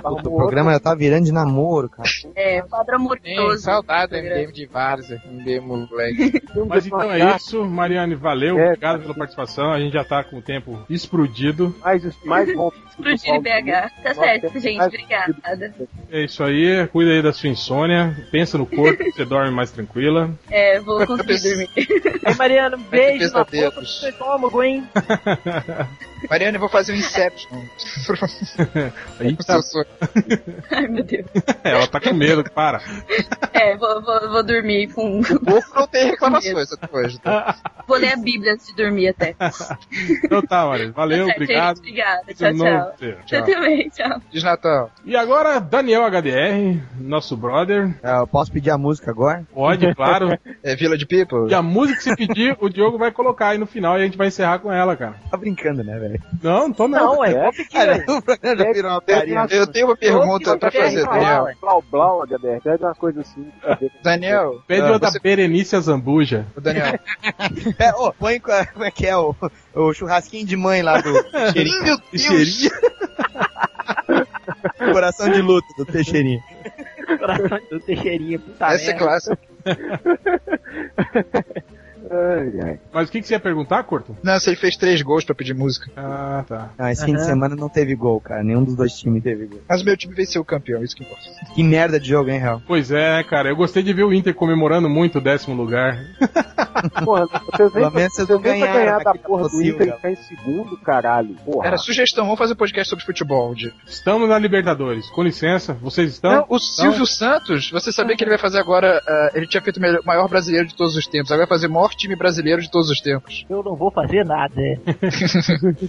Speaker 21: O programa já tá virando de namoro, cara.
Speaker 23: É, padrão
Speaker 4: Sim,
Speaker 23: amoroso.
Speaker 4: saudade MDM de Várzea, MDM moleque.
Speaker 2: Mas então é isso, Mariane, valeu,
Speaker 21: É,
Speaker 2: obrigado pela participação. A gente já tá com o tempo explodido.
Speaker 3: Mais, mais
Speaker 21: um.
Speaker 3: bom.
Speaker 23: Explodiu em BH. Tá certo,
Speaker 4: um
Speaker 23: gente. Obrigada.
Speaker 2: É isso aí, cuida aí da sua insônia, pensa no corpo, você dorme mais tranquila.
Speaker 23: É, vou conseguir dormir.
Speaker 1: Aí, Mariana, um beijo na boca do
Speaker 7: pesadelos.
Speaker 1: seu estômago, hein?
Speaker 7: Mariana, eu vou fazer um Inception.
Speaker 2: Eita.
Speaker 23: Ai, meu Deus.
Speaker 2: Ela tá com medo, para.
Speaker 23: É, vou, vou, vou dormir com.
Speaker 7: não tem reclamações até hoje.
Speaker 23: Vou ler a Bíblia antes de dormir até.
Speaker 2: Então tá, Mariane, valeu,
Speaker 23: Tá certo,
Speaker 2: obrigado.
Speaker 23: gente. Obrigada.
Speaker 2: Seu
Speaker 23: Tchau,
Speaker 2: nome,
Speaker 23: tchau.
Speaker 2: seu.
Speaker 23: Eu também, tchau.
Speaker 7: Desnatal.
Speaker 2: E agora, Daniel HDR, nosso brother.
Speaker 21: É, eu posso pedir a música agora?
Speaker 2: Pode, claro.
Speaker 7: É Vila de People?
Speaker 2: E a música que você pedir, o Diogo vai colocar aí no final e a gente vai encerrar com ela, cara.
Speaker 21: Tá brincando, né, velho?
Speaker 2: Não, tô não.
Speaker 1: Não, é, pode que-
Speaker 21: já virou uma
Speaker 7: Eu, eu tenho uma pergunta pra fazer, Daniel.
Speaker 3: Blau, blau, HDR. Pede umas coisas assim.
Speaker 7: Daniel.
Speaker 2: Pede
Speaker 7: Ah,
Speaker 2: uma da
Speaker 7: você-
Speaker 2: Berenice Zambuja.
Speaker 7: Daniel.
Speaker 21: É, ô, põe co- como é que é o, o churrasquinho de mãe lá do Teixeirinho.
Speaker 7: Meu
Speaker 2: Deus. Teixeirinho.
Speaker 21: Coração de luto do Teixeirinho.
Speaker 1: Coração do Teixeirinha, puta
Speaker 4: é
Speaker 1: merda.
Speaker 2: Mas o que, que você ia perguntar, Corto?
Speaker 7: Não, se ele fez três gols pra pedir música.
Speaker 2: Ah, tá.
Speaker 21: Não, esse fim de
Speaker 7: Aham.
Speaker 21: semana não teve gol, cara. Nenhum dos dois times teve gol.
Speaker 7: Mas o meu time venceu o campeão, isso que importa.
Speaker 21: Que merda de jogo, hein, Real?
Speaker 2: Pois é, cara. Eu gostei de ver o Inter comemorando muito o décimo lugar.
Speaker 3: Porra, vocês
Speaker 21: Pelo
Speaker 3: nem pra,
Speaker 21: menos vocês
Speaker 3: vocês
Speaker 21: não
Speaker 3: nem pra
Speaker 21: ganharam
Speaker 3: ganhar da
Speaker 21: daquele
Speaker 3: porra do
Speaker 7: assim,
Speaker 21: possível,
Speaker 3: Inter e
Speaker 21: cara.
Speaker 3: ficar em segundo, caralho. Porra.
Speaker 7: Era sugestão, vamos fazer um podcast sobre futebol. De...
Speaker 2: Estamos na Libertadores. Com licença, vocês estão? Então-
Speaker 7: Não, o Silvio Santos, você sabia que ele vai fazer agora. ah, ele tinha feito o melhor- maior brasileiro de todos os tempos, agora vai fazer o maior time brasileiro de todos os tempos.
Speaker 1: Eu não vou fazer nada.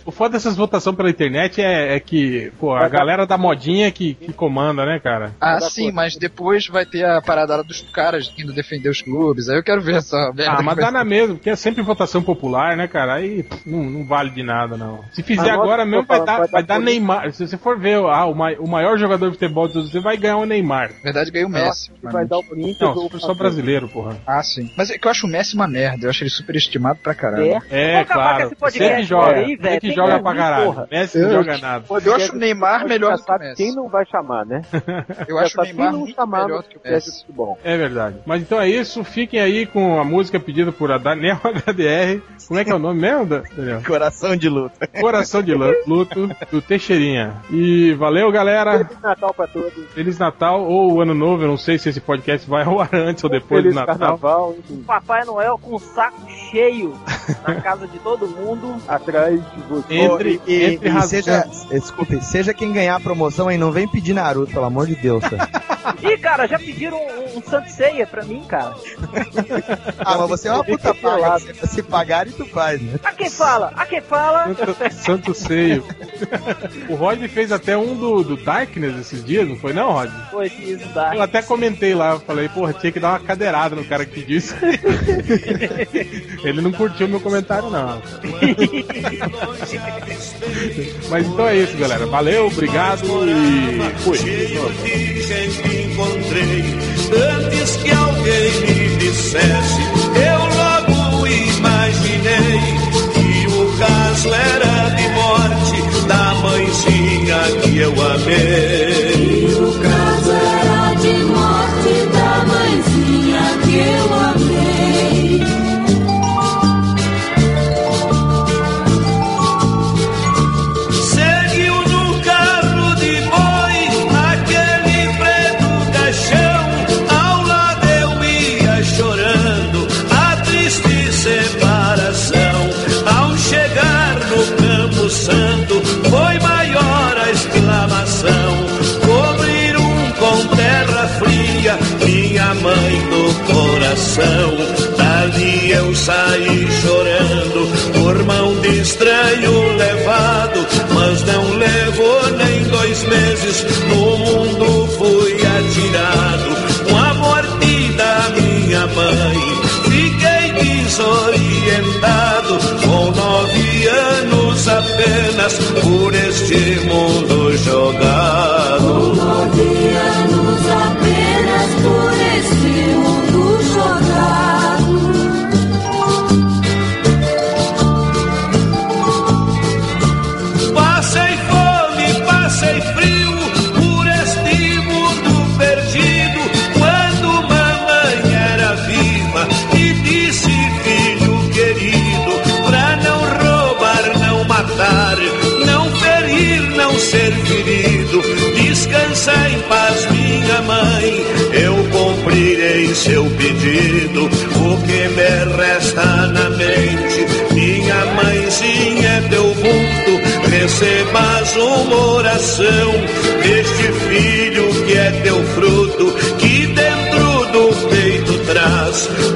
Speaker 2: O foda dessas votações pela internet é, é que, pô, a galera da modinha que, que comanda, né, cara?
Speaker 7: Ah, sim, mas depois vai ter a parada dos caras indo defender os clubes. Aí eu quero ver essa merda.
Speaker 2: Ah, mas
Speaker 7: que
Speaker 2: dá
Speaker 7: vai-
Speaker 2: na mesma, porque é sempre votação popular, né, cara? Aí pff, não, não vale de nada, não. Se fizer
Speaker 3: Agora
Speaker 2: agora
Speaker 3: que
Speaker 2: mesmo,
Speaker 3: eu
Speaker 2: vai
Speaker 3: falo,
Speaker 2: dar,
Speaker 3: vai dar
Speaker 2: vai dar
Speaker 3: por-
Speaker 2: Neymar. Se você for ver ah, o, mai- o maior jogador de futebol de todos os tempos, vai ganhar o Neymar.
Speaker 7: Na verdade, ganhou o
Speaker 2: É,
Speaker 7: Messi.
Speaker 3: que vai dar o Corinthians
Speaker 2: Não,
Speaker 3: ou
Speaker 2: se
Speaker 3: o
Speaker 2: for só brasileiro, porra.
Speaker 7: Ah, sim. Mas é que eu acho o Messi uma merda. Eu acho ele superestimado pra caralho.
Speaker 2: É, claro. Você que joga, você que joga pra caralho. Messi não
Speaker 7: Eu-
Speaker 2: joga nada.
Speaker 7: Eu acho o Neymar melhor do que o
Speaker 3: sabe
Speaker 7: Messi.
Speaker 3: quem não vai chamar, né?
Speaker 7: Eu acho o
Speaker 3: sabe
Speaker 7: Neymar
Speaker 3: quem não
Speaker 7: muito
Speaker 3: chamar
Speaker 7: melhor
Speaker 3: no
Speaker 7: do que o
Speaker 3: podcast
Speaker 7: Messi.
Speaker 3: de futebol.
Speaker 2: É verdade. Mas então é isso. Fiquem aí com a música pedida por a Daniel HDR. Como é que é o nome mesmo, Dan- Daniel?
Speaker 21: Coração de luta.
Speaker 2: Coração de Lu- Luto, do Teixeirinha. E valeu, galera.
Speaker 3: Feliz Natal pra todos.
Speaker 2: Feliz Natal ou Ano Novo. Eu não sei se esse podcast vai ao ar antes ou depois
Speaker 3: Feliz
Speaker 2: do Natal.
Speaker 3: Carnaval. enfim.
Speaker 1: Papai Noel com o saco cheio na casa de todo mundo.
Speaker 3: Atrás de você.
Speaker 2: Entre-
Speaker 21: Ô, e,
Speaker 2: entre
Speaker 21: e
Speaker 2: razão-
Speaker 21: seja, desculpe, seja quem ganhar a promoção aí, não vem pedir Naruto, pelo amor de Deus, cara.
Speaker 1: Ih, cara, já pediram um, um Santo Ceia pra mim, cara.
Speaker 21: Ah, mas você é uma puta paga. Se, se pagar e tu faz, né?
Speaker 1: A quem fala? A quem fala?
Speaker 2: Santo, Santo Seio. o Rod fez até um do, do Darkness esses dias, não foi não, Rod?
Speaker 1: Foi isso, dá.
Speaker 2: Eu até comentei lá, eu falei, porra, tinha que dar uma cadeirada no cara que pediu isso. Ele não curtiu meu comentário, não. Mas então é isso, galera. Valeu, obrigado e fui.
Speaker 12: Virgem me encontrei antes que alguém me dissesse. Eu logo imaginei que o caso era de morte da mãezinha que eu amei. E o caso
Speaker 24: era de morte da mãezinha que eu amei.
Speaker 12: Seguiu no carro de boi aquele preto caixão. Ao lado eu ia chorando a triste separação. um penas por este mundo jogado.
Speaker 25: Rodopianos apenas por este mundo jogado.
Speaker 12: Passei fome, passei frio por este mundo perdido. Quando mamãe era viva e disse, filho um querido, pra não roubar, não matar, não ferir, não ser ferido. Descansa em paz, minha mãe. Eu cumprirei seu pedido. O que me resta na mente, minha mãezinha é teu mundo. Recebas uma oração deste filho que é teu fruto, que dentro do peito traz